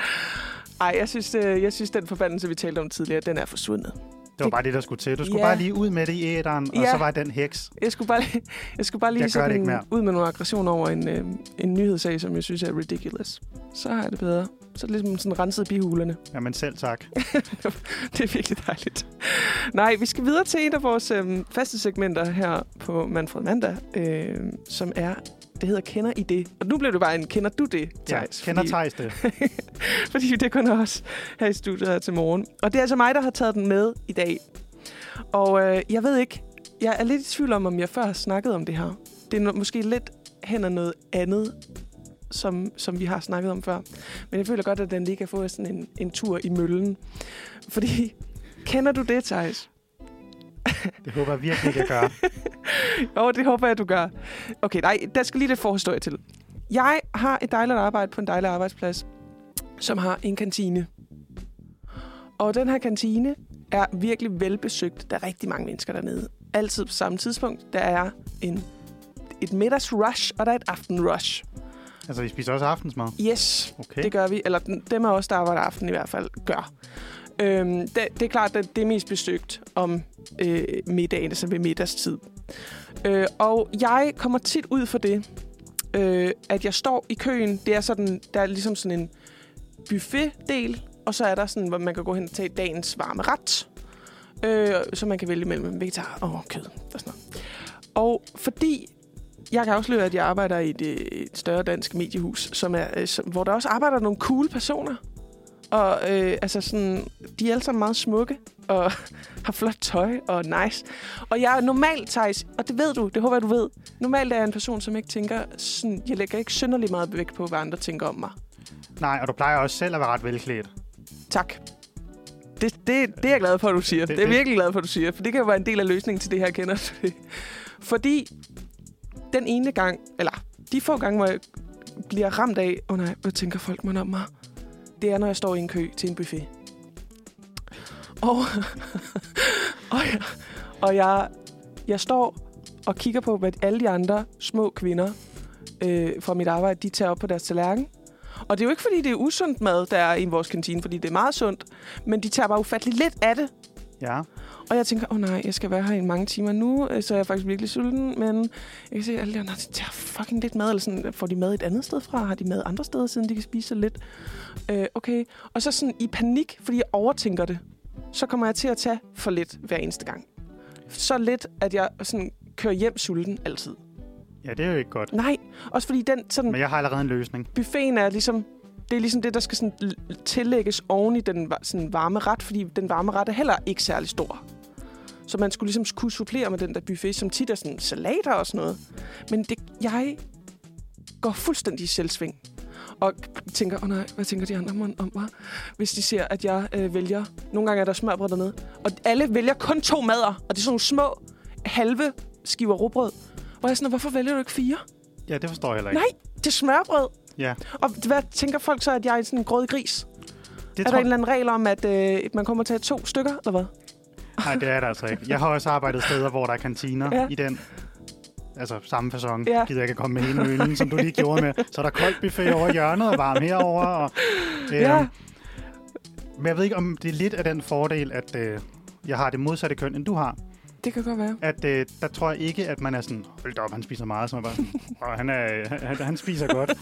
B: Ej, jeg synes, øh, jeg synes den forbandelse, vi talte om tidligere, den er forsvundet.
A: Det var bare det, der skulle til. Du skulle
B: Ja.
A: bare lige ud med det i æderen, og
B: Ja.
A: så var den heks.
B: Jeg skulle bare, lige- jeg skulle bare lige
A: Jeg gør det ikke mere.
B: sådan ud med nogle aggression over en, øh, en nyhedssag, som jeg synes er ridiculous. Så har jeg det bedre. Så er det ligesom sådan renset bihulerne.
A: Jamen selv tak.
B: Det er virkelig dejligt. Nej, vi skal videre til et af vores øh, faste segmenter her på Manfred Mandag, øh, som er, det hedder Kender I det? Og nu blev det bare en Kender du det,
A: Ja,
B: Thijs?
A: kender
B: Fordi-
A: Thijs det?
B: fordi det er kun os her i studiet her til morgen. Og det er altså mig, der har taget den med i dag. Og øh, jeg ved ikke, jeg er lidt i tvivl om, om jeg før har snakket om det her. Det er no- måske lidt hen ad noget andet, som, som vi har snakket om før. Men jeg føler godt, at den lige kan få sådan en, en tur i møllen. Fordi, kender du det, Thijs?
A: Det håber jeg virkelig ikke, jeg gør.
B: Åh, det håber jeg, du gør. Okay, nej, der skal lige lidt forhistorie til. Jeg har et dejligt arbejde på en dejlig arbejdsplads, som har en kantine. Og den her kantine er virkelig velbesøgt. Der er rigtig mange mennesker dernede. Altid på samme tidspunkt. Der er en, et middagsrush, og der er et aftenrush.
A: Altså, vi spiser også aftensmad.
B: Yes,
A: Okay.
B: det gør vi. Eller den- dem af os, der arbejder aften i hvert fald, gør. Øhm, det, det er klart, at det er mest besøgt om øh, middagen, altså ved middagstid. Øh, og jeg kommer tit ud for det, øh, at jeg står i køen. Det er sådan, der er ligesom sådan en buffetdel, og så er der sådan, hvor man kan gå hen og tage dagens varme ret. Øh, så man kan vælge mellem vegetar og kød og sådan noget. Og fordi jeg kan afsløre, at jeg arbejder i et, øh, et større dansk mediehus, som er, øh, som, hvor der også arbejder nogle cool personer. Og øh, altså sådan, de er alle sammen meget smukke, og har flot tøj, og nice. Og jeg er normalt, Thijs, og det ved du, det håber jeg, du ved. Normalt er jeg en person, som ikke tænker, sådan, jeg lægger ikke synderlig meget vægt på, hvad andre tænker om mig.
A: Nej, og du plejer også selv at være ret velklædt.
B: Tak. Det, det, det er jeg glad for, at du siger.
A: Det-
B: Det, det er jeg
A: det-
B: virkelig glad for, at du siger. For det kan jo være en del af løsningen til det her, kender du det? Fordi den ene gang, eller de få gange, hvor jeg bliver ramt af, åh oh nej, hvad tænker folk mig om mig? Det er, når jeg står i en kø til en buffet. Og, og, jeg, og jeg, jeg står og kigger på, hvad alle de andre små kvinder øh, fra mit arbejde, de tager op på deres tallerken. Og det er jo ikke, fordi det er usundt mad, der er i vores kantine, fordi det er meget sundt. Men de tager bare ufatteligt lidt af det.
A: Ja.
B: Og jeg tænker, åh oh, nej, jeg skal være her i mange timer nu, øh, så jeg er faktisk virkelig sulten. Men jeg kan se, at alle de andre, de tager fucking lidt mad. Eller sådan, får de mad et andet sted fra? Har de mad andre steder, siden de kan spise så lidt? Øh, okay. Og så sådan i panik, fordi jeg overtænker det, så kommer jeg til at tage for lidt hver eneste gang. Så lidt, at jeg sådan kører hjem sulten altid.
A: Ja, det er jo ikke godt.
B: Nej, også fordi den sådan
A: Men jeg har allerede en løsning.
B: buffeten er ligesom... Det er ligesom det, der skal sådan l- tillægges oven i den va- sådan varme ret, fordi den varme ret er heller ikke særlig stor. Så man skulle ligesom kunne supplere med den der buffet, som tit er sådan salater og sådan noget. Men det, jeg går fuldstændig i selvsving. Og k- tænker, åh oh nej, hvad tænker de andre om, om mig? Hvis de ser, at jeg øh, vælger... Nogle gange er der smørbrød dernede. Og alle vælger kun to mader. Og det er sådan nogle små, halve skiver rugbrød. Hvor jeg er sådan, hvorfor vælger du ikke fire?
A: Ja, det forstår jeg heller ikke.
B: Nej, det er smørbrød.
A: Ja.
B: Og hvad tænker folk så, at jeg er sådan en grød gris?
A: Det
B: Er der
A: tror
B: en eller anden regel om, at øh, man kommer til at tage to stykker, eller hvad?
A: Nej, det er der altså ikke. Jeg har også arbejdet steder, hvor der er kantiner
B: Ja.
A: ja. i den altså samme façon.
B: Ja.
A: Ja. Gider jeg ikke at komme med hele møllen, som du lige gjorde med. Så er der koldt buffet over i hjørnet og varm herover. Og, øh,
B: Ja.
A: ja. Men jeg ved ikke, om det er lidt af den fordel, at øh, jeg har det modsatte køn, end du har.
B: Det kan godt være.
A: At øh, der tror jeg ikke, at man er sådan, hold da op, han spiser meget. Så er man bare sådan, "Åh, han, er, han, han spiser godt.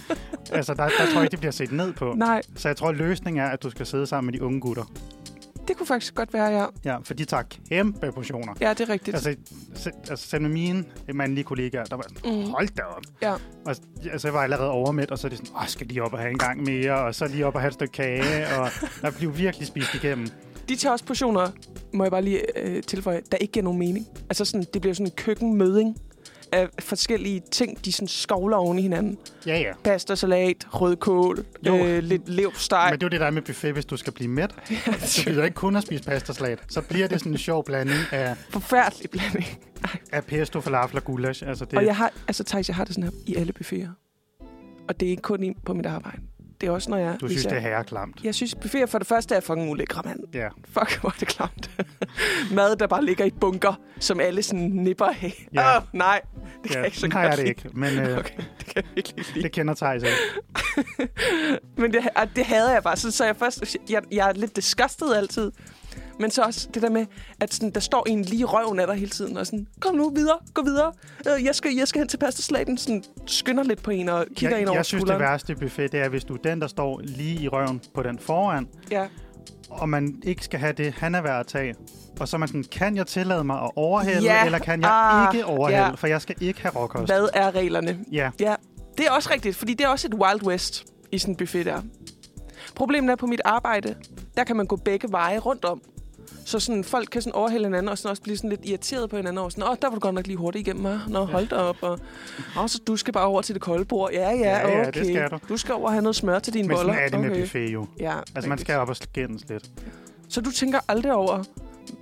A: altså, der, der tror jeg ikke, det bliver set ned på.
B: Nej,
A: Så jeg tror, at løsningen er, at du skal sidde sammen med de unge gutter.
B: det kunne faktisk godt være, ja.
A: Ja, for de tager kæmpe portioner.
B: Ja, det er rigtigt.
A: Altså, se, altså selv med mine mandlige kollegaer, der var sådan,
B: Mm.
A: hold da op.
B: Ja.
A: Og, s- altså, jeg var allerede overmæt, og så er det sådan, åh, skal lige op og have en gang mere, og så lige op og have et stykke kage, og der blev virkelig spist igennem.
B: De tager også portioner, må jeg bare lige øh, tilføje, der ikke giver nogen mening. Altså sådan, det bliver sådan en køkkenmøding af forskellige ting, de sådan skovler oven i hinanden.
A: Ja, ja.
B: Pasta, salat, rødkål,
A: Jo.
B: øh, lidt leverpostej.
A: Men det er jo det der er med buffet, hvis du skal blive mæt. Så
B: Det
A: bliver du ikke kun at spise pastasalat. Så bliver det sådan en sjov blanding af,
B: forfærdelig blanding.
A: af pesto, falafel og goulash. Altså, det,
B: Og jeg har, altså Thijs, jeg har det sådan her i alle buffeter. Og det er ikke kun i, på mit arbejde. Det er også, når jeg...
A: du
B: hvis
A: synes,
B: jeg,
A: det er herreklamt.
B: Jeg synes, buffeter for det første er fucking ulækre, mand.
A: Ja.
B: Fuck, hvor er det klamt. Mad, der bare ligger i et bunker, som alle sådan nipper af.
A: Ja.
B: Åh, nej. Det kan jeg ikke så
A: Nej,
B: godt
A: jeg er det
B: lide.
A: ikke, men øh, okay.
B: Okay, det kan jeg virkelig ikke lide.
A: det kender Thijs ikke.
B: Men det, og det havde jeg bare. Så, så jeg først, jeg, jeg er lidt disgusted altid. Men så også det der med, at sådan, der står en lige i røven af dig hele tiden, og sådan, kom nu videre, gå videre. Øh, jeg, skal, jeg skal hen til pastaslaten, sådan skynder lidt på en og kigger
A: Jeg,
B: ind over
A: jeg synes, det
B: skulderen.
A: værste buffet, det er, hvis du er den, der står lige i røven på den foran,
B: ja.
A: og man ikke skal have det, han er værd at tage. Og så er man sådan, kan jeg tillade mig at overhælde,
B: Ja,
A: eller kan jeg
B: ah,
A: ikke overhælde,
B: ja.
A: for jeg skal ikke have råkost.
B: Hvad er reglerne?
A: Ja,
B: Ja, det er også rigtigt, fordi det er også et Wild West i sådan en buffet der. Problemet er på mit arbejde, der kan man gå begge veje rundt om. Så sådan, folk kan sådan overhælde hinanden, og sådan også blive sådan lidt irriteret på hinanden. Og sådan, åh, der var du godt nok lige hurtigt igennem mig. Nå, hold da op. Og, åh, så du skal bare over til det kolde bord. Ja, ja,
A: Ja,
B: okay.
A: ja, det skal du.
B: du skal over og have noget smør til dine
A: men
B: boller.
A: sådan er det
B: okay.
A: med buffet jo.
B: Ja,
A: Altså, man skal op og skændes lidt.
B: Så du tænker aldrig over,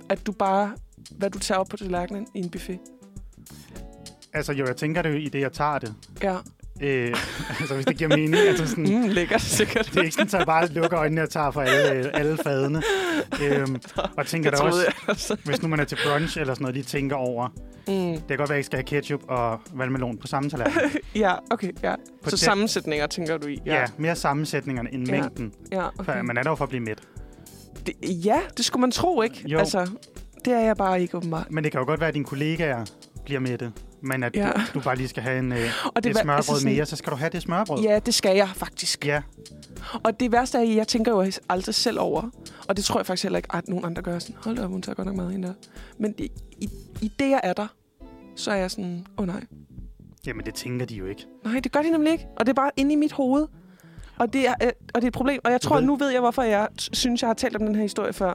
B: at du bare hvad du tager op på tallerkenen i en buffet.
A: Altså, jo, jeg tænker det jo i det, jeg tager det.
B: Ja.
A: Øh, altså, hvis det giver mening. Altså, sådan,
B: Mm, lækkert, sikkert.
A: det er ikke sådan, at jeg bare lukker øjnene og tager fra alle, alle fadene. Øhm, og tænker
B: det
A: da
B: troede
A: også,
B: jeg også.
A: hvis nu man er til brunch eller sådan noget, lige tænker over, det
B: Mm.
A: kan godt være, at jeg ikke skal have ketchup og valmelon på samme tallerken.
B: Ja, okay, ja.
A: På
B: så
A: den-
B: sammensætninger tænker du i?
A: Ja, ja mere sammensætningerne end
B: Ja,
A: mængden.
B: Ja,
A: For
B: okay.
A: man er der jo for at blive mæt.
B: det, ja, det skulle man tro, ikke?
A: Jo.
B: Altså, det er jeg bare ikke, åbenbart.
A: Men det kan jo godt være, at dine kollegaer bliver mætte. Men at
B: Ja.
A: ja. du bare lige skal have en, øh,
B: Og
A: det et
B: vær-
A: smørbrød altså
B: sådan-
A: mere, så skal du have det smørbrød.
B: Ja, det skal jeg faktisk.
A: ja.
B: Og det værste er, at jeg tænker jo aldrig selv over. Og det tror jeg faktisk heller ikke, at nogen andre gør. Sådan, hold da op, hun tager godt nok meget ind der. Men i, i, i det, jeg er der, så er jeg sådan, åh oh, nej.
A: Jamen, det tænker de jo ikke.
B: Nej, det gør de nemlig ikke. Og det er bare inde i mit hoved. Og det er, øh, og det er et problem. Og jeg
A: Du
B: tror,
A: ved-
B: nu ved jeg, hvorfor jeg t- synes, jeg har talt om den her historie før.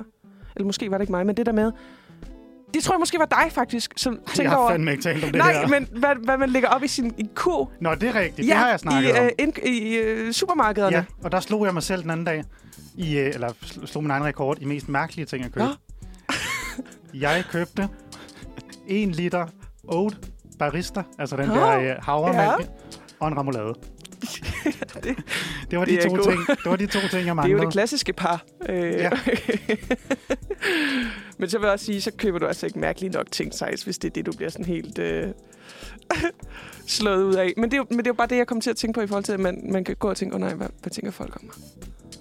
B: Eller måske var det ikke mig, men det der med... Det tror jeg måske var dig, faktisk, som
A: jeg
B: tænker
A: har
B: over...
A: fandme ikke talt om det
B: Nej,
A: her.
B: men hvad, hvad man lægger op i sin i kurv.
A: Nå, det er rigtigt. Ja, det har jeg snakket
B: i,
A: om.
B: øh, ind, i øh, supermarkederne.
A: Ja, og der slog jeg mig selv den anden dag, i, øh, eller sl- slog min egen rekord i mest mærkelige ting at købe.
B: Nå.
A: jeg købte en liter oat barista, altså den
B: Nå.
A: der øh, havremælk, og en remoulade.
B: det-
A: det, var de
B: det er
A: to
B: god.
A: ting, det var de to ting, jeg
B: Det er
A: manglede.
B: jo det klassiske par. Øh.
A: Ja.
B: Men så vil jeg også sige, så køber du altså ikke mærkelige nok ting, Sejs, hvis det er det, du bliver sådan helt øh, slået ud af. Men det, er jo, men det er jo bare det, jeg kom til at tænke på i forhold til, at man, man kan gå og tænke, åh oh, nej, hvad, hvad tænker folk om mig?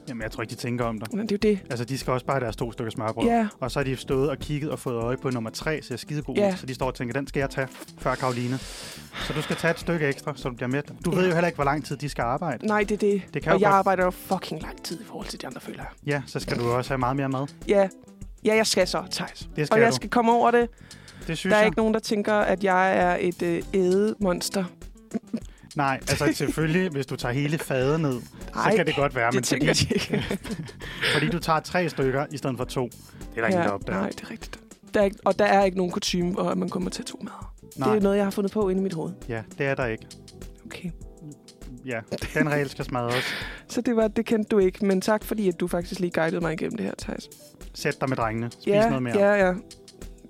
A: Jamen, jeg tror ikke, de tænker om det.
B: Men det er jo det.
A: Altså, de skal også bare have deres to stykker smørbrød.
B: Ja,
A: Og så har de stået og kigget og fået øje på nummer tre, ser skidegod ud.
B: Ja.
A: Så de står og tænker, den skal jeg tage før Karoline. Så du skal tage et stykke ekstra, så du bliver mæt. Du ved jo heller ikke, hvor lang tid de skal arbejde.
B: nej, det er det.
A: Det kan
B: og
A: jo
B: jeg
A: godt-
B: arbejder jo fucking lang tid i forhold til de andre, føler jeg.
A: Ja, så skal du jo også have meget mere mad.
B: Ja, ja jeg skal så, Thijs.
A: Det skal
B: Og jeg
A: du.
B: skal komme over det.
A: Det synes
B: Der er
A: jeg.
B: ikke nogen, der tænker, at jeg er et øh, ædemonster.
A: Nej, altså selvfølgelig, hvis du tager hele fadet ned, så
B: Ej,
A: kan det godt være.
B: det
A: Men
B: tænker
A: fordi,
B: de ikke.
A: fordi du tager tre stykker i stedet for to, det er der ingen, der opdager.
B: Nej, det er rigtigt. Der er ikke, og der er ikke nogen kutume, og at man kommer til at tage to mader. Det
A: Nej,
B: er noget, jeg har fundet på inde i mit hoved.
A: ja, det er der ikke.
B: Okay.
A: Ja, den regel skal smadres.
B: Så det var, det kendte du ikke, men tak fordi, at du faktisk lige guidede mig igennem det her, Thijs.
A: Sæt dig med drengene. Spis
B: ja,
A: noget mere.
B: ja, ja.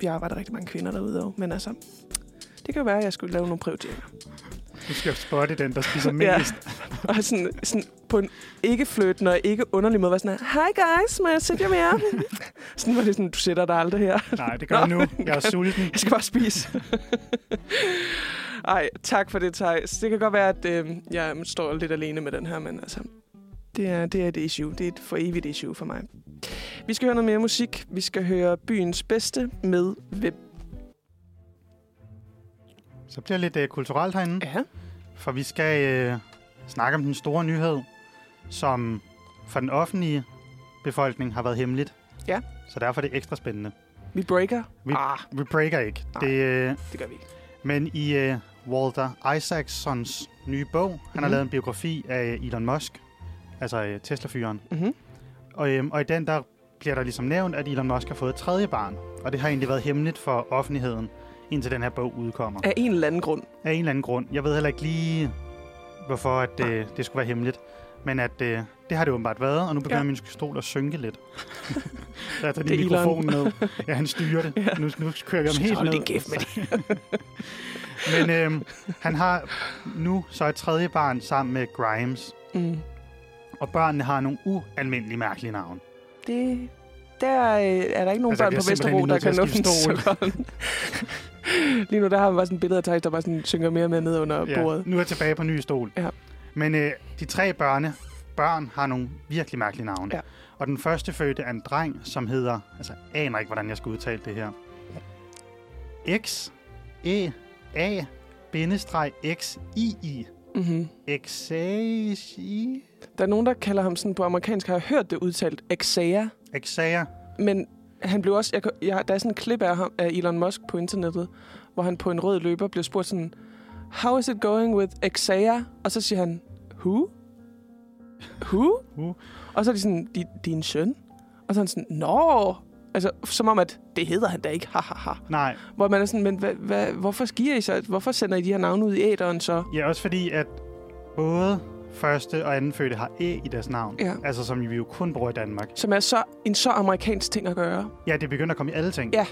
B: Vi arbejder rigtig mange kvinder derude, og, men altså, det kan jo være, at jeg skulle lave nogle prioriteringer.
A: Du skal jo spotte den, der spiser
B: Ja.
A: mest.
B: Og sådan, sådan på en ikke fløtende og ikke underlig måde var sådan her, Hej guys, må jeg sætte jer med jer? sådan var det sådan, du sætter dig aldrig her.
A: Nej, det gør jeg nu. Jeg er sulten.
B: Jeg skal bare spise. Ej, tak for det, Thijs. Det kan godt være, at øh, jeg står lidt alene med den her, men altså, det er, det er et issue. Det er et for evigt issue for mig. Vi skal høre noget mere musik. Vi skal høre Byens Bedste med Hvem.
A: Så bliver lidt øh, kulturelt herinde.
B: Ja.
A: For vi skal øh, snakke om den store nyhed, som for den offentlige befolkning har været hemmeligt.
B: Ja.
A: Så derfor er det ekstra spændende.
B: Vi breaker.
A: Vi-
B: Ah,
A: Vi breaker ikke.
B: Nej.
A: Det, øh,
B: det gør vi ikke.
A: men i øh, Walter Isaacsons nye bog, han har
B: Mhm.
A: lavet en biografi af øh, Elon Musk, altså øh, Tesla-fyren.
B: Mm-hmm.
A: Og, øh, og i den der bliver der ligesom nævnt, at Elon Musk har fået et tredje barn. Og det har egentlig været hemmeligt for offentligheden, indtil den her bog udkommer.
B: Af en eller anden grund.
A: af en eller anden grund. Jeg ved heller ikke lige, hvorfor at,
B: Nej.
A: øh, det skulle være hemmeligt. Men at, øh, det har det åbenbart været, og nu begynder
B: Ja.
A: ja. min stol at synke lidt. Så jeg tager
B: Det er
A: lige
B: Elon.
A: mikrofonen ned. Ja, han styrer det.
B: Ja.
A: ja. nu, nu kører vi ham helt
B: Hold
A: ned.
B: din kæft med det.
A: Men øh, han har nu så et tredje barn sammen med Grimes.
B: Mm.
A: Og børnene har nogle ualmindelige mærkelige navne.
B: Det, der øh, er der ikke nogen
A: Altså,
B: altså,
A: jeg
B: børn
A: bliver simpelthen
B: på Vesterbro,
A: lige
B: der
A: nødt til
B: kan nå
A: at skifte
B: den så godt. Lige nu, der har man bare sådan et billede af Thijs, der bare sådan synker mere med ned under
A: Ja,
B: bordet.
A: nu er jeg tilbage på ny stol.
B: Ja.
A: Men øh, de tre børne, børn har nogle virkelig mærkelige navne.
B: Ja.
A: Og den første fødte er en dreng, som hedder... Altså, jeg aner ikke, hvordan jeg skal udtale det her. X, E, A, bindestreg, X, I, I.
B: Mm-hmm.
A: X, A, I,
B: Der er nogen, der kalder ham sådan på amerikansk, har jeg hørt det udtalt, Exager.
A: Xager.
B: Men han blev også... Jeg, kan- jeg, der er sådan en klip af, ham, af Elon Musk på internettet, hvor han på en rød løber bliver spurgt sådan... How is it going with Exaia? Og så siger han... Who? Who?
A: Who?
B: Og så er de sådan... "Di- Din søn? Og så er han sådan... Nå! Altså, som om, at det hedder han da ikke. Ha, ha, ha.
A: Nej,
B: Hvor man er sådan, men hvad, hvad, hvorfor skier I så? Hvorfor sender I de her navne ud i æderen så?
A: ja, også fordi, at både første og anden fødte har E i deres navn.
B: Ja.
A: Altså, som vi jo kun bruger i Danmark.
B: Som er så, en så amerikansk ting at gøre.
A: Ja, det begynder at komme i alle ting.
B: Ja.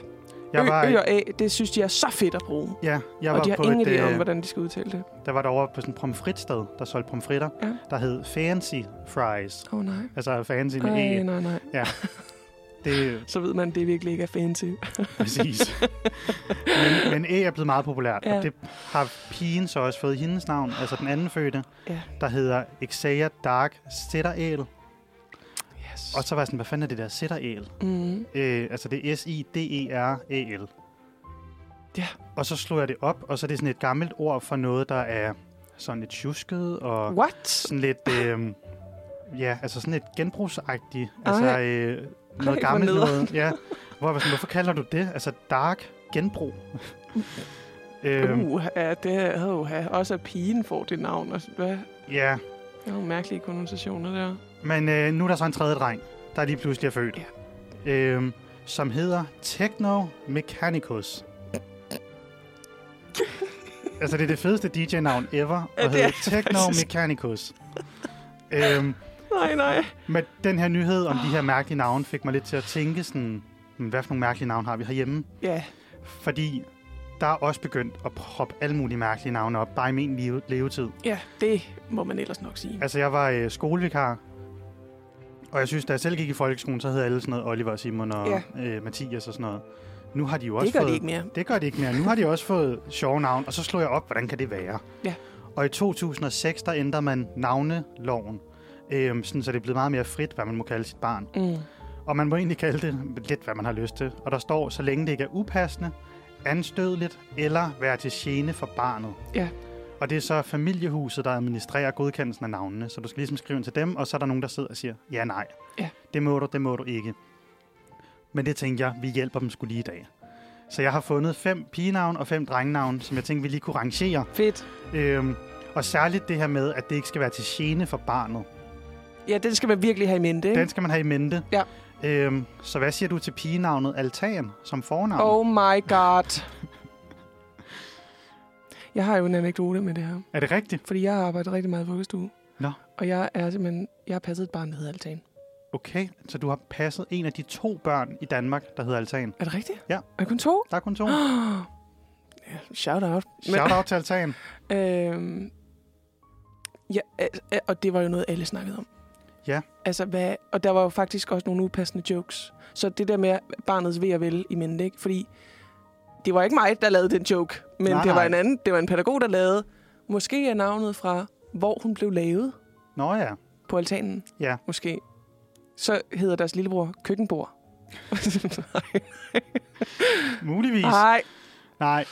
A: Jeg var,
B: Ø, ø og A, det synes de er så fedt at bruge.
A: ja, jeg var
B: Og de har
A: på
B: ingen
A: et,
B: idé om,
A: øh,
B: hvordan de skal udtale det.
A: Der var derovre på sådan et pomfritsted, der solgte pomfritter,
B: Ja.
A: der hed Fancy Fries.
B: Åh oh, nej.
A: Altså fancy med
B: Nej,
A: E.
B: nej, nej.
A: Det er
B: Så ved man, at det virkelig ikke er fancy.
A: præcis. men, men E er blevet meget populært, ja.
B: Ja.
A: og det har pigen så også fået i hendes navn, altså den anden fødte,
B: Ja.
A: der hedder Xavier Dark Sætteræl.
B: Yes.
A: Og så var jeg sådan, hvad fanden er det der Sætteræl?
B: Mm.
A: Øh, altså det er E S-I-D-E-R-E-L.
B: Ja.
A: Og så slog jeg det op, og så er det sådan et gammelt ord for noget, der er sådan lidt tjusket og...
B: What?
A: sådan lidt, øh, ja, altså sådan lidt genbrugsagtigt. Altså
B: Ej.
A: øh,
B: Ej,
A: noget
B: hvor
A: gammelt
B: nederen.
A: noget. Ja, hvor jeg var sådan, hvorfor kalder du det? Altså dark genbrug. øhm,
B: Uh, ja, det er uh, Også at pigen får det navn. Og, sådan, hvad?
A: ja,
B: Der er nogle mærkelige konnotationer der.
A: men øh, nu er der så en tredje dreng, der lige pludselig er født. Ja. Øhm, som hedder Techno Mechanicus. altså det er det fedeste DJ-navn ever,
B: Ja,
A: og
B: det er
A: hedder Techno
B: faktisk.
A: Mechanicus. øhm,
B: Nej, nej.
A: Men den her nyhed om de her mærkelige navne fik mig lidt til at tænke sådan, "Hmm, hvad for nogle mærkelige navne har vi herhjemme?
B: Ja,
A: Fordi der er også begyndt at proppe alle mulige mærkelige navne op, bare i min leve- levetid.
B: ja, det må man ellers nok sige.
A: Altså, jeg var øh, skolevikar, og jeg synes, da jeg selv gik i folkeskolen, så hed alle sådan noget Oliver, Simon og ja. øh, Mathias og sådan noget. Nu har de jo også
B: Det gør
A: fået,
B: de ikke mere.
A: Det gør de ikke mere. Nu har de også fået sjove navn, og så slog jeg op, hvordan kan det være?
B: Ja.
A: Og i 2006, der ændrer man navneloven, øh, sådan, så det er blevet meget mere frit, hvad man må kalde sit barn.
B: Mm.
A: Og man må egentlig kalde det lidt, hvad man har lyst til. Og der står, så længe det ikke er upassende, anstødeligt eller være til gene for barnet.
B: Ja.
A: Og det er så familiehuset, der administrerer godkendelsen af navnene. Så du skal ligesom skrive ind til dem, og så er der nogen, der sidder og siger, ja, nej.
B: Ja.
A: Det må du, det må du ikke. Men det tænkte jeg, vi hjælper dem skulle lige i dag. Så jeg har fundet fem pigenavn og fem drengenavn, som jeg tænkte, vi lige kunne rangere.
B: Fedt.
A: Øhm, og særligt det her med, at det ikke skal være til gene for barnet.
B: Ja, det skal man virkelig have i mente, ikke?
A: Den skal man have i mente.
B: Ja.
A: Øhm, så hvad siger du til pigenavnet Altan som fornavn?
B: Oh my god. Jeg har jo en anekdote med det her.
A: Er det rigtigt?
B: Fordi jeg har arbejdet rigtig meget i vuggestue.
A: Nå.
B: Og jeg er simpelthen... Jeg har passet et barn, der hedder Altan.
A: Okay, så du har passet en af de to børn i Danmark, der hedder Altan.
B: Er det rigtigt?
A: Ja.
B: Er det kun to?
A: Der er kun to.
B: Ja, shout out.
A: Shout out til Altan.
B: Øhm, ja, altså, og det var jo noget, alle snakkede om.
A: Ja.
B: Altså, hvad, og der var jo faktisk også nogle upassende jokes. Så det der med barnets ved og vel i mente, ikke? Fordi det var ikke mig, der lavede den joke, men
A: Nej,
B: det var
A: nej.
B: en anden, det var en pædagog, der lavede. Måske er navnet fra, hvor hun blev lavet
A: Nå ja.
B: på altanen.
A: Ja.
B: Måske. Så hedder deres lillebror køkkenbord.
A: Muligvis.
B: Nej,
A: Nej.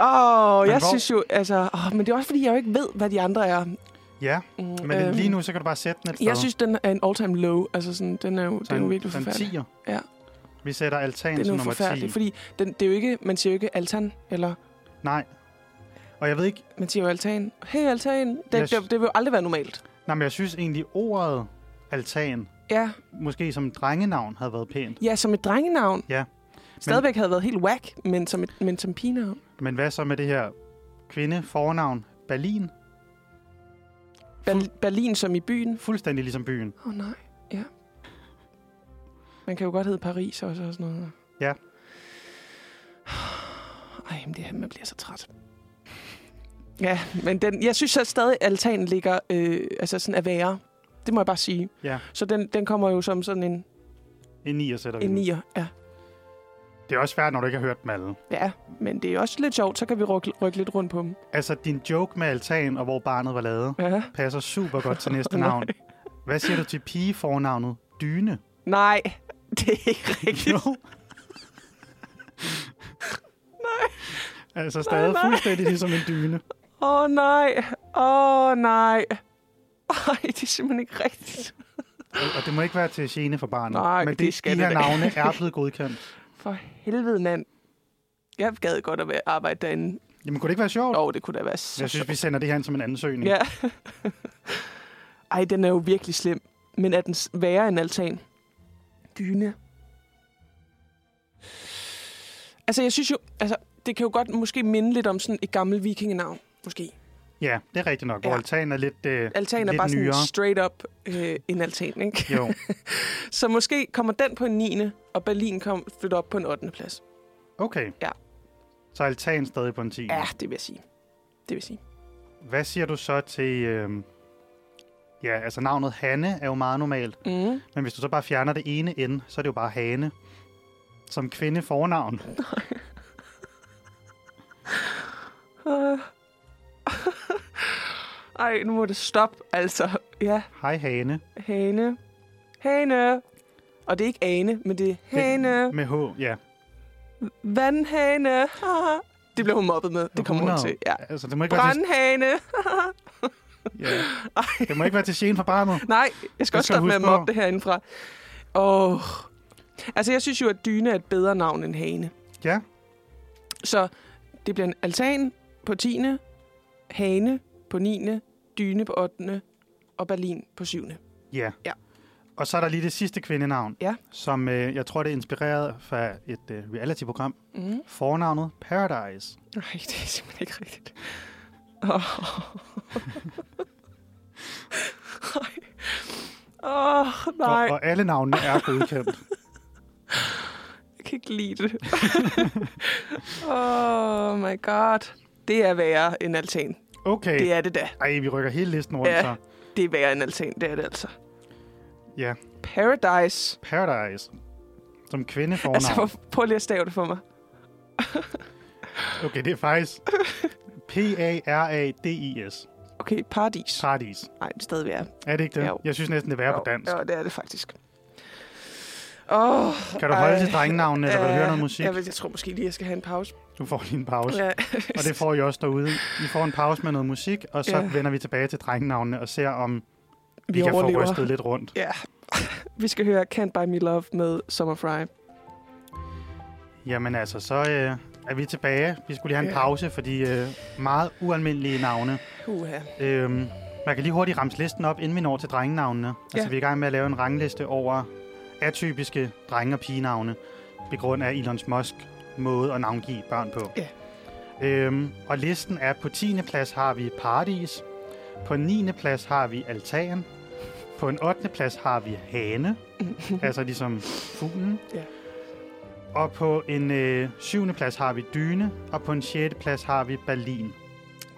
B: Åh,
A: Men
B: jeg
A: hvor-
B: synes jo, altså... Åh, men det er også, fordi jeg jo ikke ved, hvad de andre er.
A: Ja,
B: Mm,
A: men
B: øhm,
A: lige nu, så kan du bare sætte den et sted.
B: Jeg synes, den er en all-time low. Altså, sådan, den er jo,
A: så
B: den er jo virkelig forfærdelig.
A: tier.
B: Ja.
A: Vi sætter Altan
B: Den er
A: som
B: jo
A: nummer 10.
B: forfærdelig, fordi den, det er jo ikke, man siger jo ikke altan, eller
A: Nej. Og jeg ved ikke...
B: man siger jo altan. Hey, altan. Det,
A: Jeg
B: yes.
A: sy-
B: det, det vil jo aldrig være normalt.
A: Nej, men jeg synes egentlig, ordet Altan,
B: Ja,
A: måske som drengenavn, havde været pænt.
B: ja som et drengenavn.
A: Ja.
B: Stadigvæk havde været helt whack, men som, et, men som pigenavn.
A: Men hvad så med det her kvinde fornavn Berlin?
B: Ber- Berlin som i byen.
A: Fuldstændig ligesom byen.
B: Åh oh, nej, ja. Man kan jo godt hedde Paris også og sådan noget.
A: Ja.
B: Ej, men det her, man bliver så træt. Ja, men den, jeg synes at stadig, at altanen ligger øh, altså sådan er værre. Det må jeg bare sige.
A: Ja.
B: Så den, den kommer jo som sådan en,
A: En nier sætter vi
B: en
A: den.
B: nier. Ja.
A: Det er også svært, når du ikke har hørt dem alle.
B: Ja, men det er også lidt sjovt, så kan vi rykke, rykke lidt rundt på dem.
A: Altså, din joke med altan og hvor barnet var lavet,
B: Ja.
A: passer super godt til næste navn. Hvad siger du til pigefornavnet Dyne?
B: Nej, det er ikke rigtigt.
A: Jo. nej. Altså stadig
B: nej.
A: fuldstændig ligesom en dyne.
B: Åh oh, nej, åh oh, nej. Ej, det er simpelthen ikke rigtigt.
A: Og- Og det må ikke være til gene for barnet.
B: Nej,
A: Men det,
B: det skal
A: de
B: det
A: her
B: da
A: navne er blevet godkendt.
B: For helvede, mand. Jeg gad godt at være- arbejde derinde.
A: Jamen, kunne det ikke være sjovt?
B: Åh, oh, det kunne da være så
A: Jeg synes,
B: sjovt.
A: vi sender det her ind som en ansøgning.
B: Ja. Ej, den er jo virkelig slem. Men er den s- værre end altan? Dyne. Altså, jeg synes jo... Altså, det kan jo godt måske minde lidt om sådan et gammelt vikingenavn. Måske.
A: ja det er rigtigt nok. Hvor
B: Ja.
A: altan er lidt, øh,
B: Altan
A: lidt
B: er bare sådan
A: nyere.
B: straight up øh, en altan, ikke?
A: Jo,
B: Så måske kommer den på en 9. og Berlin kom, flytter op på en 8. plads.
A: okay.
B: Ja.
A: Så er altan stadig på en 10.
B: Ja, det vil jeg sige. Det vil jeg sige.
A: Hvad siger du så til... Øh... Ja, altså navnet Hanne er jo meget normalt.
B: Mm.
A: Men hvis du så bare fjerner det ene N, så er det jo bare hane. Som kvinde fornavn.
B: Øh. Ej, nu må det stoppe, altså. Ja,
A: Hej hane.
B: hane. Hane. Og det er ikke ane, men det er hane.
A: Med H, ja.
B: Vandhane. haha. Det blev hun mobbet med. Det kommer hun
A: 100.
B: til. Ja.
A: Altså, det må ikke, være til,
B: Brandhane.
A: ja. det må ikke være til gene for barnet.
B: Nej, jeg skal
A: Det
B: også
A: skal du
B: stoppe med at
A: huske på.
B: mobbe det herindefra. Åh. Oh. Altså, jeg synes jo, at dyne er et bedre navn end hane.
A: Ja,
B: Så det bliver en altan på 10. Hane på 9. Dyne på 8. Og Berlin på 7.
A: ja.
B: Ja.
A: Og så er der lige det sidste kvindenavn,
B: Ja.
A: som øh, jeg tror, det er inspireret fra et øh, reality-program.
B: Mm.
A: Fornavnet Paradise.
B: Nej, det er simpelthen ikke rigtigt. Åh, oh. oh, nej,
A: Og, og alle navnene er godkendt.
B: jeg kan ikke lide det. oh my god. Det er værre end altan.
A: Okay.
B: Det er det da.
A: Ej, vi rykker hele listen rundt
B: Ja.
A: så.
B: Det er værre end altan, det er det altså.
A: Ja,
B: Paradise.
A: Paradise. Som kvinde fornavn.
B: Altså, hvor- prøv lige at stave det for mig.
A: Okay, det er faktisk P-A-R-A-D-I-S.
B: Okay, paradis.
A: Paradis.
B: Nej, det er stadig værre.
A: Er det ikke det?
B: Jo.
A: Jeg synes næsten, det er værre på dansk.
B: Ja, det er det faktisk. Oh,
A: Kan du holde til drengenavnene, eller vil du høre noget musik?
B: Øh, Jeg, vil, jeg tror måske lige, jeg skal have en pause.
A: Du får lige en pause.
B: Ja.
A: Og det får I også derude. I får en pause med noget musik, og så
B: Ja.
A: vender vi tilbage til drengenavnene og ser, om vi,
B: Vi
A: kan
B: overlever.
A: få rystet lidt rundt.
B: Ja. Vi skal høre Can't Buy Me Love med Summer Fry.
A: Jamen altså, så øh, er vi tilbage. Vi skulle lige have en
B: Ja.
A: pause for de øh, meget ualmindelige navne.
B: Uha.
A: Øhm, man kan lige hurtigt ramse listen op, inden vi når til drengenavnene. Altså,
B: Ja.
A: vi er i gang med at lave en rangliste over atypiske drenge- og pigenavne, på grund af Elon Musk måde at navngive børn på.
B: Ja.
A: Øhm, og listen er, på 10. plads har vi Paradis, på 9. plads har vi Altan, på en 8. plads har vi Hane, altså ligesom fuglen.
B: Mhm. Ja.
A: Og på en øh, 7. plads har vi Dyne, og på en 6. plads har vi Berlin.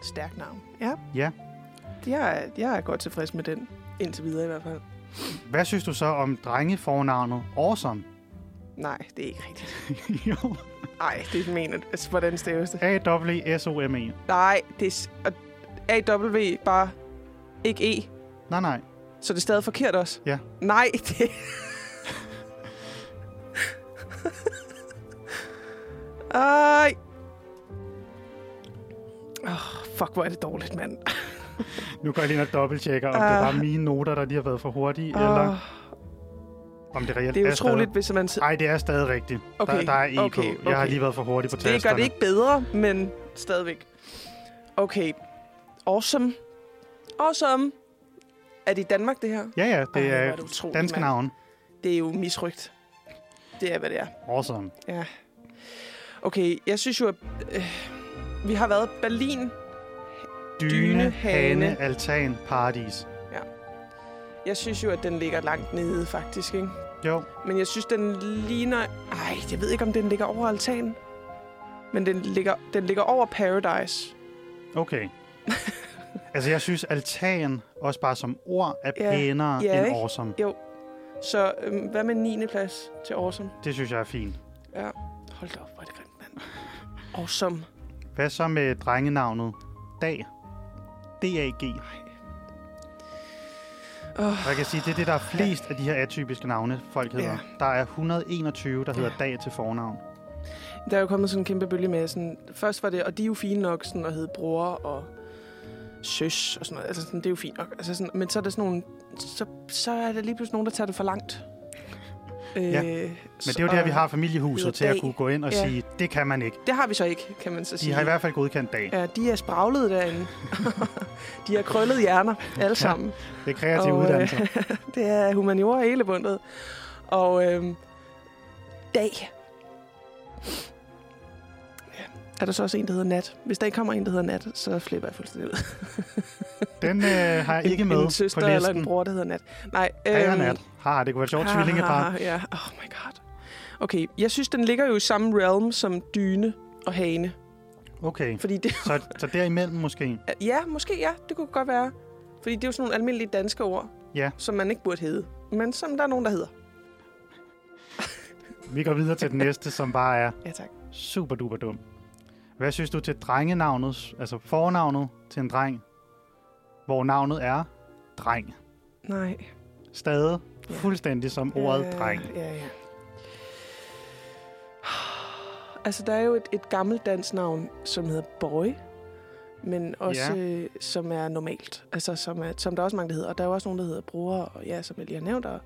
B: Stærk navn. Ja.
A: Ja.
B: Jeg, er- jeg er godt tilfreds med den. Indtil videre i hvert fald.
A: Hvad synes du så om drengefornavnet Awesome?
B: Nej, det er ikke rigtigt.
A: jo.
B: Nej, det er mener altså, Hvordan staves det?
A: A-W-S-O-M-E.
B: Nej, det er... s- og A-W bare ikke E.
A: Nej, nej.
B: Så det er stadig forkert også?
A: Ja.
B: Nej, det... Ej. Oh, fuck, hvor er det dårligt, mand.
A: Nu går jeg lige ind og dobbelttjekker, om uh, det er
B: Ah.
A: bare mine noter, der lige har været for hurtige, uh,
B: Åh,
A: eller om det reelt
B: det er
A: er
B: utroligt, hvis man...
A: Nej, det er stadig rigtigt. Okay, der,
B: Okay,
A: der er EK.
B: okay,
A: Jeg har
B: okay.
A: lige været for hurtig på
B: Det gør
A: tasterne.
B: det ikke bedre, men stadigvæk. Okay. Awesome. Awesome. Er det i Danmark, det her?
A: Ja, ja,
B: Ej,
A: det
B: hvor
A: er
B: er det utroligt,
A: danske
B: mand.
A: navn.
B: Det er jo misrygt. Det er, hvad det er.
A: Awesome.
B: Ja. Okay, jeg synes jo, at øh, vi har været Berlin,
A: Dyne, hane,
B: Dyne, hane,
A: altan, paradis.
B: Jeg synes jo, at den ligger langt nede, faktisk, ikke?
A: Jo,
B: Men jeg synes, den ligner... Ej, jeg ved ikke, om den ligger over altanen. Men den ligger, den ligger over Paradise.
A: okay. altså, jeg synes, altan, også bare som ord, er
B: Ja,
A: pænere
B: ja,
A: end
B: ikke?
A: awesome.
B: Så øhm, hvad med 9. plads til Awesome?
A: Det synes jeg er fint.
B: Ja. Hold da op, hvor er det grimt, mand. Og som...
A: Hvad så med drengenavnet Dag? D-A-G.
B: Åh,
A: Og jeg kan sige, det er det, der er flest af de her atypiske navne, folk hedder.
B: Ja.
A: Der er 121, der hedder
B: Ja.
A: Dag til fornavn.
B: Der er jo kommet sådan en kæmpe bølge med sådan... Først var det, og de er jo fine nok, sådan at hedde bror og søs og sådan noget. Altså, sådan, det er jo fint nok. Altså, sådan, men så er der sådan nogle... Så, så er der lige pludselig nogen, der tager det for langt. Øh,
A: Ja, Men det er jo der, vi har
B: hedder
A: familiehuset til at
B: Dag.
A: kunne gå ind og
B: Ja.
A: sige, det kan man ikke.
B: Det har vi så ikke, kan man så sige.
A: De har i hvert fald godkendt Dag.
B: Ja, de er spraglede derinde. de har krøllet hjerner, alle sammen.
A: Det er kreative
B: Og, øh,
A: uddannelser.
B: Det er humaniora hele bundet. Og øhm, dag. Ja. Er der så også en, der hedder nat? Hvis der ikke kommer en, der hedder nat, så flipper jeg fuldstændig ud.
A: Den øh, har jeg ikke
B: en,
A: med
B: en søster
A: på listen.
B: eller en bror, der hedder nat. Nej, øhm,
A: Dag og nat. Har, det kunne være et sjovt
B: ha,
A: tvillingepar.
B: ha, ha, Ja, oh my god. Okay, jeg synes, den ligger jo i samme realm som dyne og hane.
A: Okay,
B: Fordi det,
A: så, så derimellem måske.
B: Ja, måske ja. Det kunne godt være. Fordi det er jo sådan nogle almindelige danske ord,
A: Ja.
B: som man ikke burde hedde. Men som der er nogen, der hedder.
A: Vi går videre til den næste, som bare er
B: Ja, tak.
A: super duper dum. Hvad synes du til drengenavnet, altså fornavnet til en dreng, hvor navnet er dreng?
B: Nej.
A: Stadig
B: Ja.
A: fuldstændig som ordet
B: Ja,
A: dreng.
B: Øh, Ja, ja. Altså, der er jo et, et gammelt dansk navn, som hedder Boy. Men også,
A: Ja.
B: ja. øh, som er normalt. Altså, som, er, som der er også mange, der hedder. Og der er jo også nogen, der hedder Bror, og ja, som jeg lige har nævnt. Og,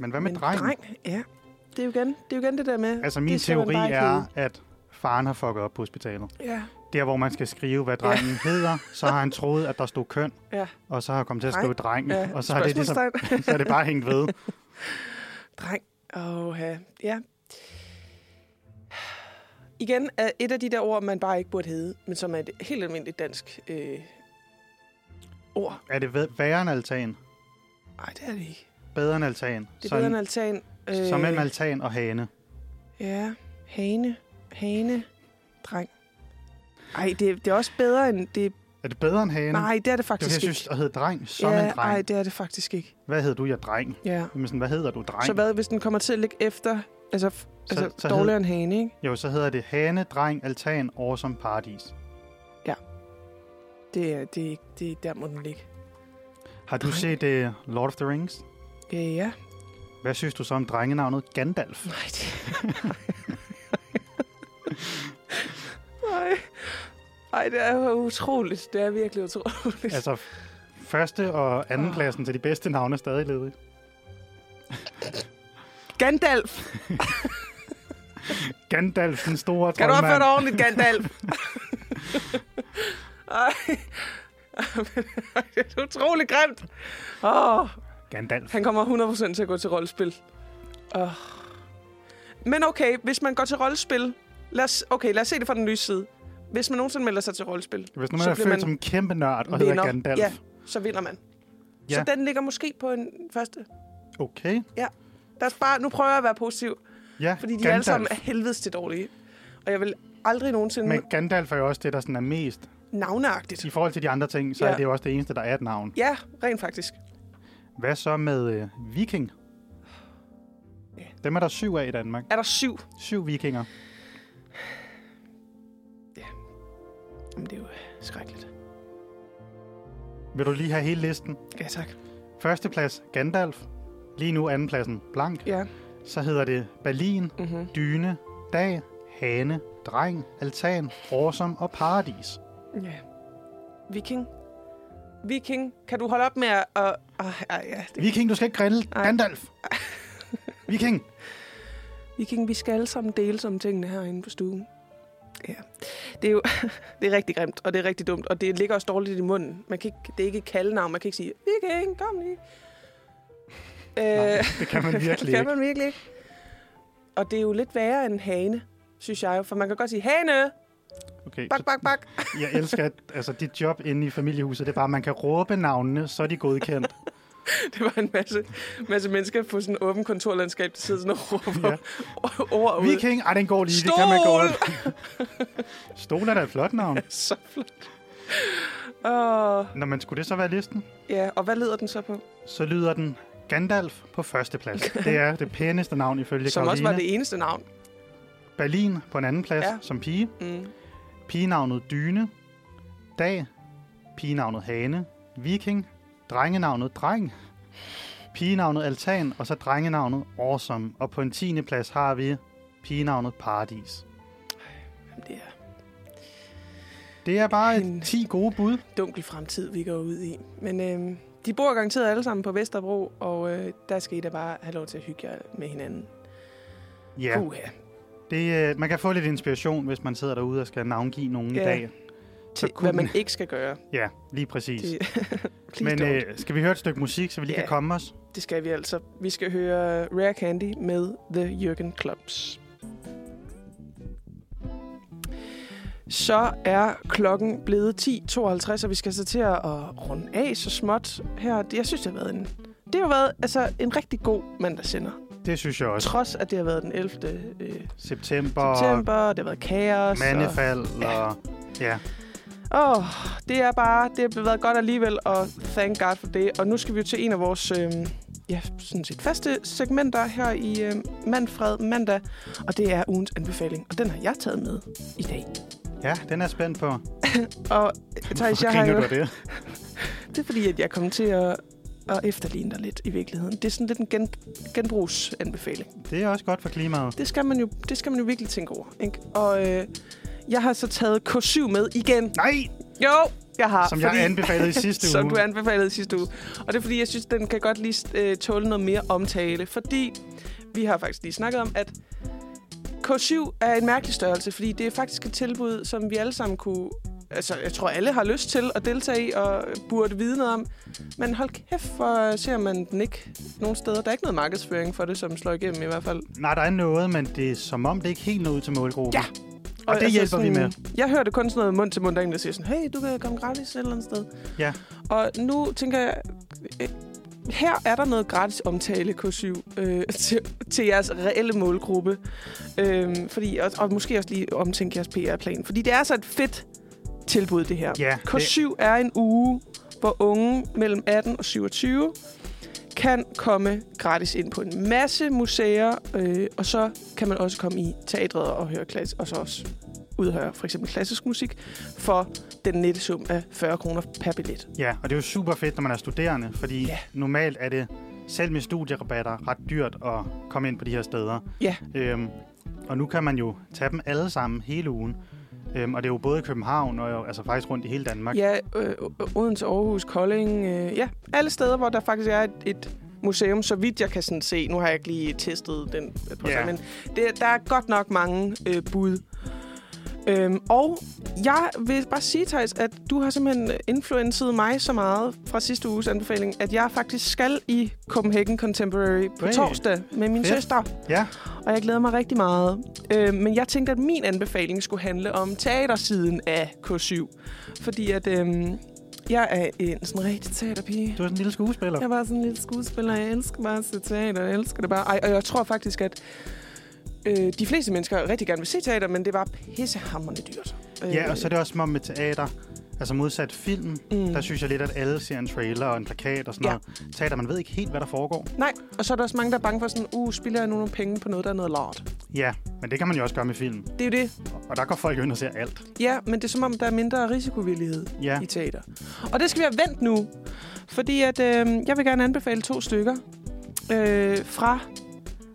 A: Men hvad med
B: men
A: dreng?
B: dreng? Ja. Det er, jo igen, det er jo igen det der med...
A: Altså min
B: det skal man
A: teori
B: bare ikke
A: er,
B: hedde.
A: at faren har fucket op på hospitalet.
B: Ja,
A: Der, hvor man skal skrive, hvad drengen hedder, så har han troet, at der stod køn,
B: ja,
A: og så har han kommet til at
B: Dreng.
A: skrive dreng,
B: ja.
A: og så har, det ligesom,
B: Spørgsmålstegn.
A: så er det bare hængt ved.
B: Dreng. Åh, ja. Igen er et af de der ord, man bare ikke burde hedde, men som er et helt almindeligt dansk øh, ord.
A: Er det væ- værre end altan?
B: Nej, det er det ikke.
A: Bedre end altan?
B: Det er
A: Så
B: bedre end
A: en-
B: altan. Øh,
A: Så mellem altan og hane.
B: Ja, hane, hane, dreng. Ej, det, det er også bedre end... Det,
A: Er det bedre end hane?
B: nej, det er
A: det
B: det
A: var,
B: faktisk
A: jeg synes,
B: ikke.
A: at hedde dreng som
B: ja,
A: en dreng.
B: Nej, det er det faktisk ikke.
A: Hvad hedder du? Jeg er dreng.
B: Ja.
A: Jamen sådan, hvad hedder du? Dreng.
B: Så hvad, hvis den kommer til at ligge efter... Altså, så, altså
A: så
B: så
A: hed-
B: dårligere end hane, ikke?
A: Jo, så hedder det hane, dreng, altan, awesome, paradis.
B: Det er, det, er ikke- det er der, må den ligge.
A: Har du
B: Dreng.
A: set uh, Lord of the Rings?
B: Øh, ja,
A: Hvad synes du så om drengenavnet Gandalf?
B: Nej, det... Nej. Ej, det er jo utroligt. Det er virkelig utroligt. Altså...
A: altså, f- første og anden
B: Åh.
A: pladsen til de bedste navne er stadig ledige.
B: Gandalf!
A: Gandalf, den store
B: Kan du opføre
A: troldmand.
B: dig ordentligt, Gandalf? Ej. Ej, det er utroligt grimt. Åh,
A: Gandalf.
B: han kommer 100% til at gå til rollespil. Åh. Men okay, hvis man går til rollespil... Lad os, okay, lad os se det fra den lyse side. Hvis man nogensinde melder sig til rollespil,
A: Hvis nu
B: Så
A: man er
B: bliver
A: født
B: man
A: som en kæmpe nørd og hedder
B: vinder.
A: Gandalf.
B: Ja. så vinder man. Ja.
A: Ja.
B: Så den ligger måske på en første.
A: Okay.
B: Der er bare, nu prøver jeg at være positiv,
A: Ja,
B: fordi de Gandalf.
A: Gandalf.
B: alle sammen er helvedes til dårlige. Og jeg vil aldrig nogensinde...
A: Men Gandalf er jo også det, der sådan er mest.
B: Navneagtigt.
A: I forhold til de andre ting, så ja.
B: Ja.
A: er det jo også det eneste, der er et navn.
B: Ja, rent faktisk.
A: Hvad så med øh, viking?
B: Ja.
A: Dem er der syv af i Danmark.
B: Er der syv?
A: Syv vikinger.
B: Jamen, det er jo øh, skrækkeligt.
A: Vil du lige have hele listen?
B: Ja, tak.
A: Førsteplads Gandalf. Lige nu andenpladsen Blank.
B: Ja.
A: Så hedder det Berlin,
B: Mm-hmm.
A: Dyne, Dag, Hane, Dreng, Altan, Awesome og Paradis.
B: ja. Viking. Viking, kan du holde op med at... at- Ej, ej, ja. Det...
A: Viking, du skal ikke grille.
B: Ej.
A: Gandalf. Viking.
B: Viking, vi skal alle sammen dele som tingene herinde på stuen. Ja. Det er jo det er rigtig grimt, og det er rigtig dumt, og det ligger også dårligt i munden. Man kan ikke, det er ikke et kaldenavn, man kan ikke sige, Viking, kom lige.
A: Nej, det kan man virkelig
B: det kan
A: ikke.
B: man virkelig ikke. Og det er jo lidt værre end hane, synes jeg jo, for man kan godt sige, hane,
A: Okay,
B: bak, bak, bak.
A: så jeg elsker, at altså, dit job inde i familiehuset, det er bare, at man kan råbe navnene, så er de godkendt.
B: Det var en masse, masse mennesker på sådan en åben kontorlandskab, der sidder sådan og råber
A: Ja.
B: ja. ord ud.
A: Viking, ej, den går lige, det kan man
B: Stol!
A: godt. Stol er da et flot navn.
B: Så flot. Åh,
A: Når man skulle det så være listen?
B: ja, og hvad leder den så på?
A: så lyder den Gandalf på førsteplads. Det er det pæneste navn ifølge
B: Som
A: Karoline.
B: også var det eneste navn.
A: Berlin på en anden plads
B: Ja.
A: ja. som pige.
B: Mm.
A: Pigenavnet Dyne. Dag. Pigenavnet Hane. Viking. Drengenavnet Dreng. Pigenavnet Altan. Og så drengenavnet Awesome. Og på en tiende plads har vi pigenavnet Paradis.
B: Jamen, det er
A: Det er bare
B: En-
A: et 10 gode bud.
B: dunkel fremtid, vi går ud i. Men øh, de bor garanteret alle sammen på Vesterbro, og øh, der skal I da bare have lov til at hygge jer med hinanden.
A: Ja,
B: Uha.
A: det, øh, man kan få lidt inspiration, hvis man sidder derude og skal navngive nogen ja.
B: Ja.
A: i dag.
B: Til,
A: kunne
B: hvad
A: den-
B: man ikke skal gøre.
A: Ja, lige præcis.
B: Det, please
A: Men
B: don't.
A: øh, skal vi høre et stykke musik, så vi lige
B: Ja.
A: kan komme os?
B: Det skal vi altså. Vi skal høre Rare Candy med The Jürgen Klops. Så er klokken blevet 10.52, og vi skal så til at runde af så småt her. Det- Jeg synes, det har været en, det har været, altså, en rigtig god mandagssender.
A: Det synes jeg også.
B: Trods at det har været den 11. Øh,
A: September, September
B: september, og det har været kaos. og-
A: mandefald
B: Ja.
A: og... Ja.
B: Åh, oh, det er bare, det har været godt alligevel, og thank God for det. Og nu skal vi jo til en af vores øh, ja, sådan set faste segmenter her i øh, Manfred Mandag, og det er ugens anbefaling, og den har jeg taget med i dag.
A: ja, den er jeg spændt på.
B: Og øh, Thijs, jeg har
A: griner
B: jo,
A: du af det?
B: det er fordi, at jeg kommer til at, at efterligne dig lidt i virkeligheden. Det er sådan lidt en gen, genbrugsanbefaling.
A: Det er også godt for klimaet.
B: Det skal man jo, det skal man jo virkelig tænke over, ikke? Og øh, jeg har så taget K7 med igen.
A: Nej!
B: Jo, jeg har.
A: Som jeg anbefalede i sidste
B: som
A: uge.
B: du anbefalede sidste uge. Og det er fordi, jeg synes, den kan godt lige øh, tåle noget mere omtale. Fordi vi har faktisk lige snakket om, at K7 er en mærkelig størrelse, fordi det er faktisk et tilbud, som vi alle sammen kunne... Altså, jeg tror, alle har lyst til at deltage i og burde vide noget om. Men hold kæft, for ser man den ikke nogen steder. Der er ikke noget markedsføring for det, som slår igennem i hvert fald.
A: Nej, der er noget, men det er som om, det ikke helt nåede ud til målgruppen.
B: Ja.
A: Og, og det hjælper
B: sådan,
A: vi med.
B: Jeg hørte kun sådan noget mund til mund, der er en, der siger sådan, hey, du kan komme gratis et eller andet sted.
A: Ja.
B: Og nu tænker jeg, øh, her er der noget gratis omtale, K7, øh, til, til jeres reelle målgruppe. Øh, fordi, og, og måske også lige omtænke jeres PR-plan. Fordi det er så et fedt tilbud, det her.
A: Ja,
B: K7 er en uge, hvor unge mellem 18 og 27 kan komme gratis ind på en masse museer, øh, og så kan man også komme i teatret og høre klass, og så også udhøre for eksempel klassisk musik for den nette sum af 40 kroner per billet.
A: Ja, og det er jo super fedt, når man er studerende, fordi
B: Ja.
A: ja. normalt er det, selv med studierabatter, ret dyrt at komme ind på de her steder.
B: Ja.
A: Øhm, og nu kan man jo tage dem alle sammen hele ugen. Øhm, og det er jo både i København og jo, altså faktisk rundt i hele Danmark.
B: Ja, øh, Odense, Aarhus, Kolding, øh, ja, alle steder, hvor der faktisk er et, et museum, så vidt jeg kan sådan se. Nu har jeg ikke lige testet den på yeah.
A: Ja.
B: men det, der er godt nok mange øh, bud. Øhm, og jeg vil bare sige, Thijs, at du har simpelthen influencet mig så meget fra sidste uges anbefaling, at jeg faktisk skal i Copenhagen Contemporary på
A: Hey.
B: torsdag med min
A: Fedt.
B: søster
A: ja.
B: og jeg glæder mig rigtig meget. Øh, men jeg tænkte, at min anbefaling skulle handle om teatersiden af K7. Fordi at øh, jeg er en sådan rigtig teaterpige.
A: Du er sådan en lille skuespiller.
B: Jeg var sådan en lille skuespiller. Jeg elsker bare at se teater. Jeg elsker det bare. Ej, og jeg tror faktisk, at øh, de fleste mennesker rigtig gerne vil se teater, men det var pissehammerende dyrt. Øh,
A: Ja, og så er det også som om med teater, altså modsat film,
B: Mm.
A: mm. der synes jeg lidt, at alle ser en trailer og en plakat og sådan
B: Ja.
A: ja. noget. Teater, man ved ikke helt, hvad der foregår.
B: Nej, og så er der også mange, der er bange for sådan, uh, spiller jeg nu nogle penge på noget, der er noget lort.
A: Ja, men det kan man jo også gøre med film.
B: Det er jo det.
A: Og der går folk jo ind og ser alt.
B: Ja, men det er som om, der er mindre risikovillighed.
A: Ja,
B: i teater. Og det skal vi have vendt nu, fordi at, øh, jeg vil gerne anbefale to stykker øh, fra...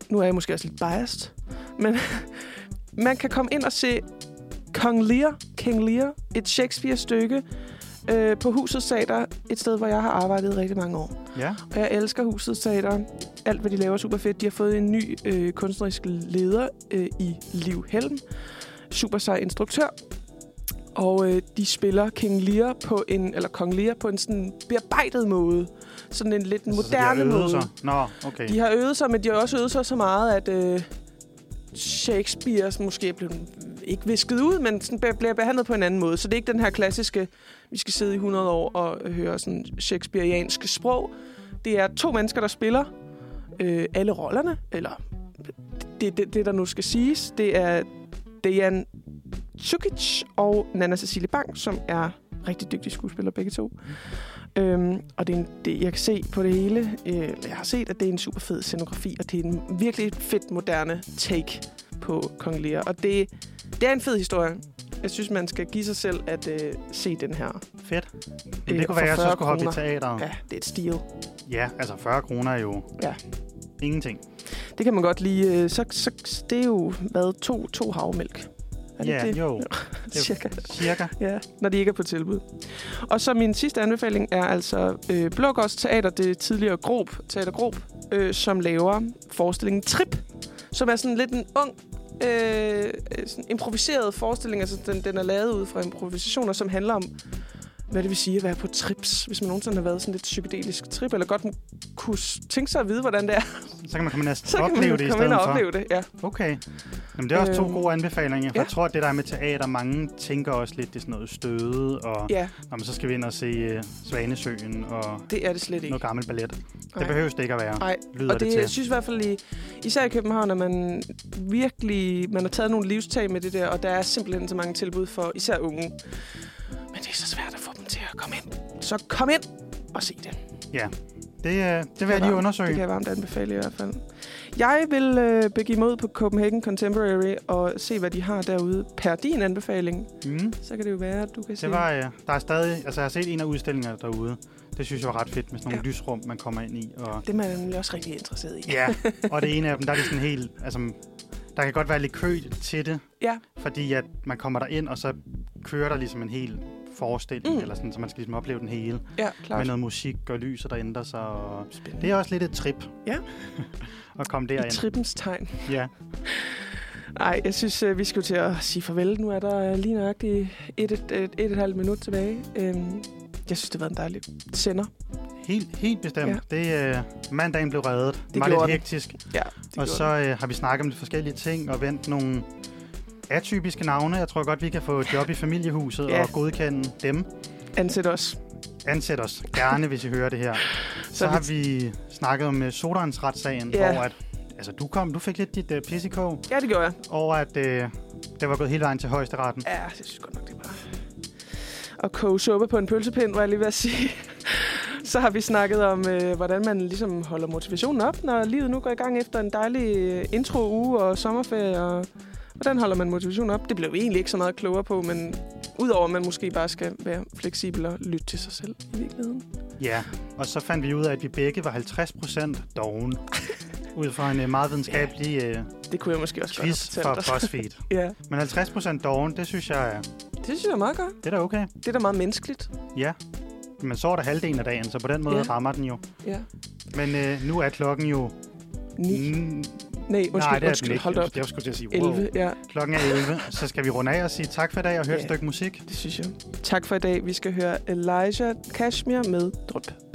B: Nu er jeg måske også lidt biased, men man kan komme ind og se Kong Lear, King Lear, et Shakespeare-stykke øh, på Husets Teater, et sted, hvor jeg har arbejdet i rigtig mange år.
A: ja.
B: Og jeg elsker Husets Teater. Alt, hvad de laver, er super fedt. De har fået en ny øh, kunstnerisk leder øh, i Liv Helm. Super sej instruktør. Og øh, de spiller King Lear på en, eller Kong Lear på en sådan bearbejdet måde. Sådan en lidt
A: Altså, så de har
B: moderne
A: øvet sig.
B: måde.
A: Nå, okay.
B: De har øvet sig, men de har også øvet sig så meget, at øh, Shakespeare sådan måske blev ikke visket ud, men sådan be- bliver behandlet på en anden måde. Så det er ikke den her klassiske, vi skal sidde i 100 år og høre sådan shakespearianske sprog. Det er to mennesker, der spiller øh, alle rollerne, eller det, det, det, der nu skal siges, det er Dejan Tsukic og Nana Cecilie Bang, som er rigtig dygtige skuespillere begge to. Øhm, og det er en, det, jeg kan se på det hele, øh, jeg har set, at det er en super fed scenografi, og det er en virkelig fedt moderne take på på Kong Lear. Og det, det er en fed historie. Jeg synes, man skal give sig selv at øh, se den her.
A: Fedt. Men
B: Øh,
A: det kunne være, at jeg
B: for
A: så
B: 40
A: skulle hoppe i
B: kroner.
A: teateret. Ja.
B: Ja, det er et stil.
A: ja, altså 40 kroner er jo
B: Ja.
A: ingenting.
B: Det kan man godt lige. øh, Så, så det er jo været to, to havmælk. Er det
A: Ja,
B: det?
A: jo. jo-
B: Cirka.
A: Cirka.
B: Ja, når de ikke er på tilbud. Og så min sidste anbefaling er altså øh, Blågårds Teater, det tidligere Grob, Teater Grob, øh, som laver forestillingen Trip, som er sådan lidt en ung, øh, øh, sådan improviseret forestilling. Altså, den, den er lavet ud fra improvisationer, som handler om, hvad det vil sige at være på trips, hvis man nogensinde har været sådan lidt psykedelisk trip, eller godt kunne s- tænke sig at vide, hvordan det er.
A: Så kan man komme næsten
B: Så kan
A: opleve det i
B: man
A: stedet
B: komme ind og
A: for.
B: opleve det. Ja.
A: Okay. Jamen, det er også to
B: Øhm,
A: gode anbefalinger. For
B: ja.
A: Jeg tror, at det der med teater, mange tænker også lidt, det er sådan noget støde, og ja.
B: ja,
A: jamen, så skal vi ind og se uh, Svanesøen og
B: det er det slet ikke.
A: noget gammelt ballet. Det
B: Nej.
A: behøves det ikke at være,
B: Nej,
A: lyder
B: Og det,
A: det
B: jeg
A: til.
B: synes i hvert fald, i, især i København, at man virkelig man har taget nogle livstag med det der, og der er simpelthen så mange tilbud for især unge. Men det er så svært at få dem til at komme ind. Så kom ind og se det.
A: Det, uh, det vil jeg lige
B: varmt-
A: undersøge.
B: Det kan jeg varmt anbefale i hvert fald. Jeg vil øh, begive mig ud på Copenhagen Contemporary og se, hvad de har derude per din anbefaling.
A: Mm.
B: Så kan det jo være, at du kan se.
A: Det var, uh, der er stadig, altså jeg har set en af udstillingerne derude. Det synes jeg var ret fedt med sådan nogle ja. lysrum, man kommer ind i. Og,
B: det er man nemlig også rigtig interesseret i.
A: ja, og det ene af dem, der er det sådan helt, altså der kan godt være lidt kø til det,
B: Ja.
A: fordi at man kommer der ind og så kører der ligesom en hel forestilling,
B: Mm.
A: mm. eller sådan, så man skal ligesom opleve den hele.
B: ja
A: med
B: klart.
A: noget musik og lys, og der ændrer sig. Og
B: Spændende.
A: det er også lidt et trip.
B: Ja.
A: at komme
B: I
A: derind.
B: trippens tegn.
A: Ja.
B: Nej, jeg synes, øh, vi skal jo til at sige farvel. Nu er der øh, lige nøjagtigt et, et, et, et, et halvt minut tilbage. Øhm, jeg synes, det har været en dejlig sender.
A: Helt, helt bestemt.
B: Ja.
A: Ja. Det, øh, mandagen blev reddet. Det var
B: gjorde
A: lidt
B: den.
A: hektisk.
B: Ja,
A: Og så øh, har vi snakket om lidt forskellige ting og vendt nogle atypiske navne. Jeg tror godt, vi kan få et job i familiehuset
B: Ja.
A: og godkende dem.
B: Ansæt os.
A: Ansæt os gerne, hvis I hører det her. Så,
B: Så
A: så har vi snakket om uh, Sodans retssagen,
B: Ja.
A: ja. hvor at, altså, du, kom, du fik lidt dit uh, pissekog
B: Ja, det gjorde jeg.
A: over, at uh, det var gået hele vejen til højesteretten.
B: Ja, jeg synes godt nok, det var... Og koge suppe på en pølsepind, var jeg lige ved at sige. Så har vi snakket om, øh, hvordan man ligesom holder motivationen op, når livet nu går i gang efter en dejlig øh, intro-uge og sommerferie. Og hvordan holder man motivationen op? Det blev vi egentlig ikke så meget klogere på, men udover at man måske bare skal være fleksibel og lytte til sig selv i virkeligheden.
A: Ja, og så fandt vi ud af, at vi begge var 50 procent doven. ud fra en øh, meget videnskabelig øh,
B: Det kunne jeg måske også godt
A: quiz
B: have
A: fra
B: fortalt dig.
A: BuzzFeed.
B: Ja,
A: Men 50 procent doven, det synes jeg, øh,
B: det synes jeg er meget godt.
A: det er da okay.
B: Det er da meget menneskeligt.
A: Ja, man sover der halvdelen af dagen, så på den måde
B: Ja.
A: ja. rammer den jo.
B: Ja.
A: Men øh, nu er klokken jo...
B: Ni.
A: Mm,
B: Nej, undskyld,
A: nej, det er den
B: undskyld.
A: ikke.
B: Hold da op.
A: Jeg skulle til at sige, wow.
B: 11, ja.
A: Klokken er 11, så skal vi runde af og sige tak for i dag og høre
B: Ja.
A: et stykke musik.
B: Det synes jeg. Tak for i dag. Vi skal høre Elijah Kashmir med Drup.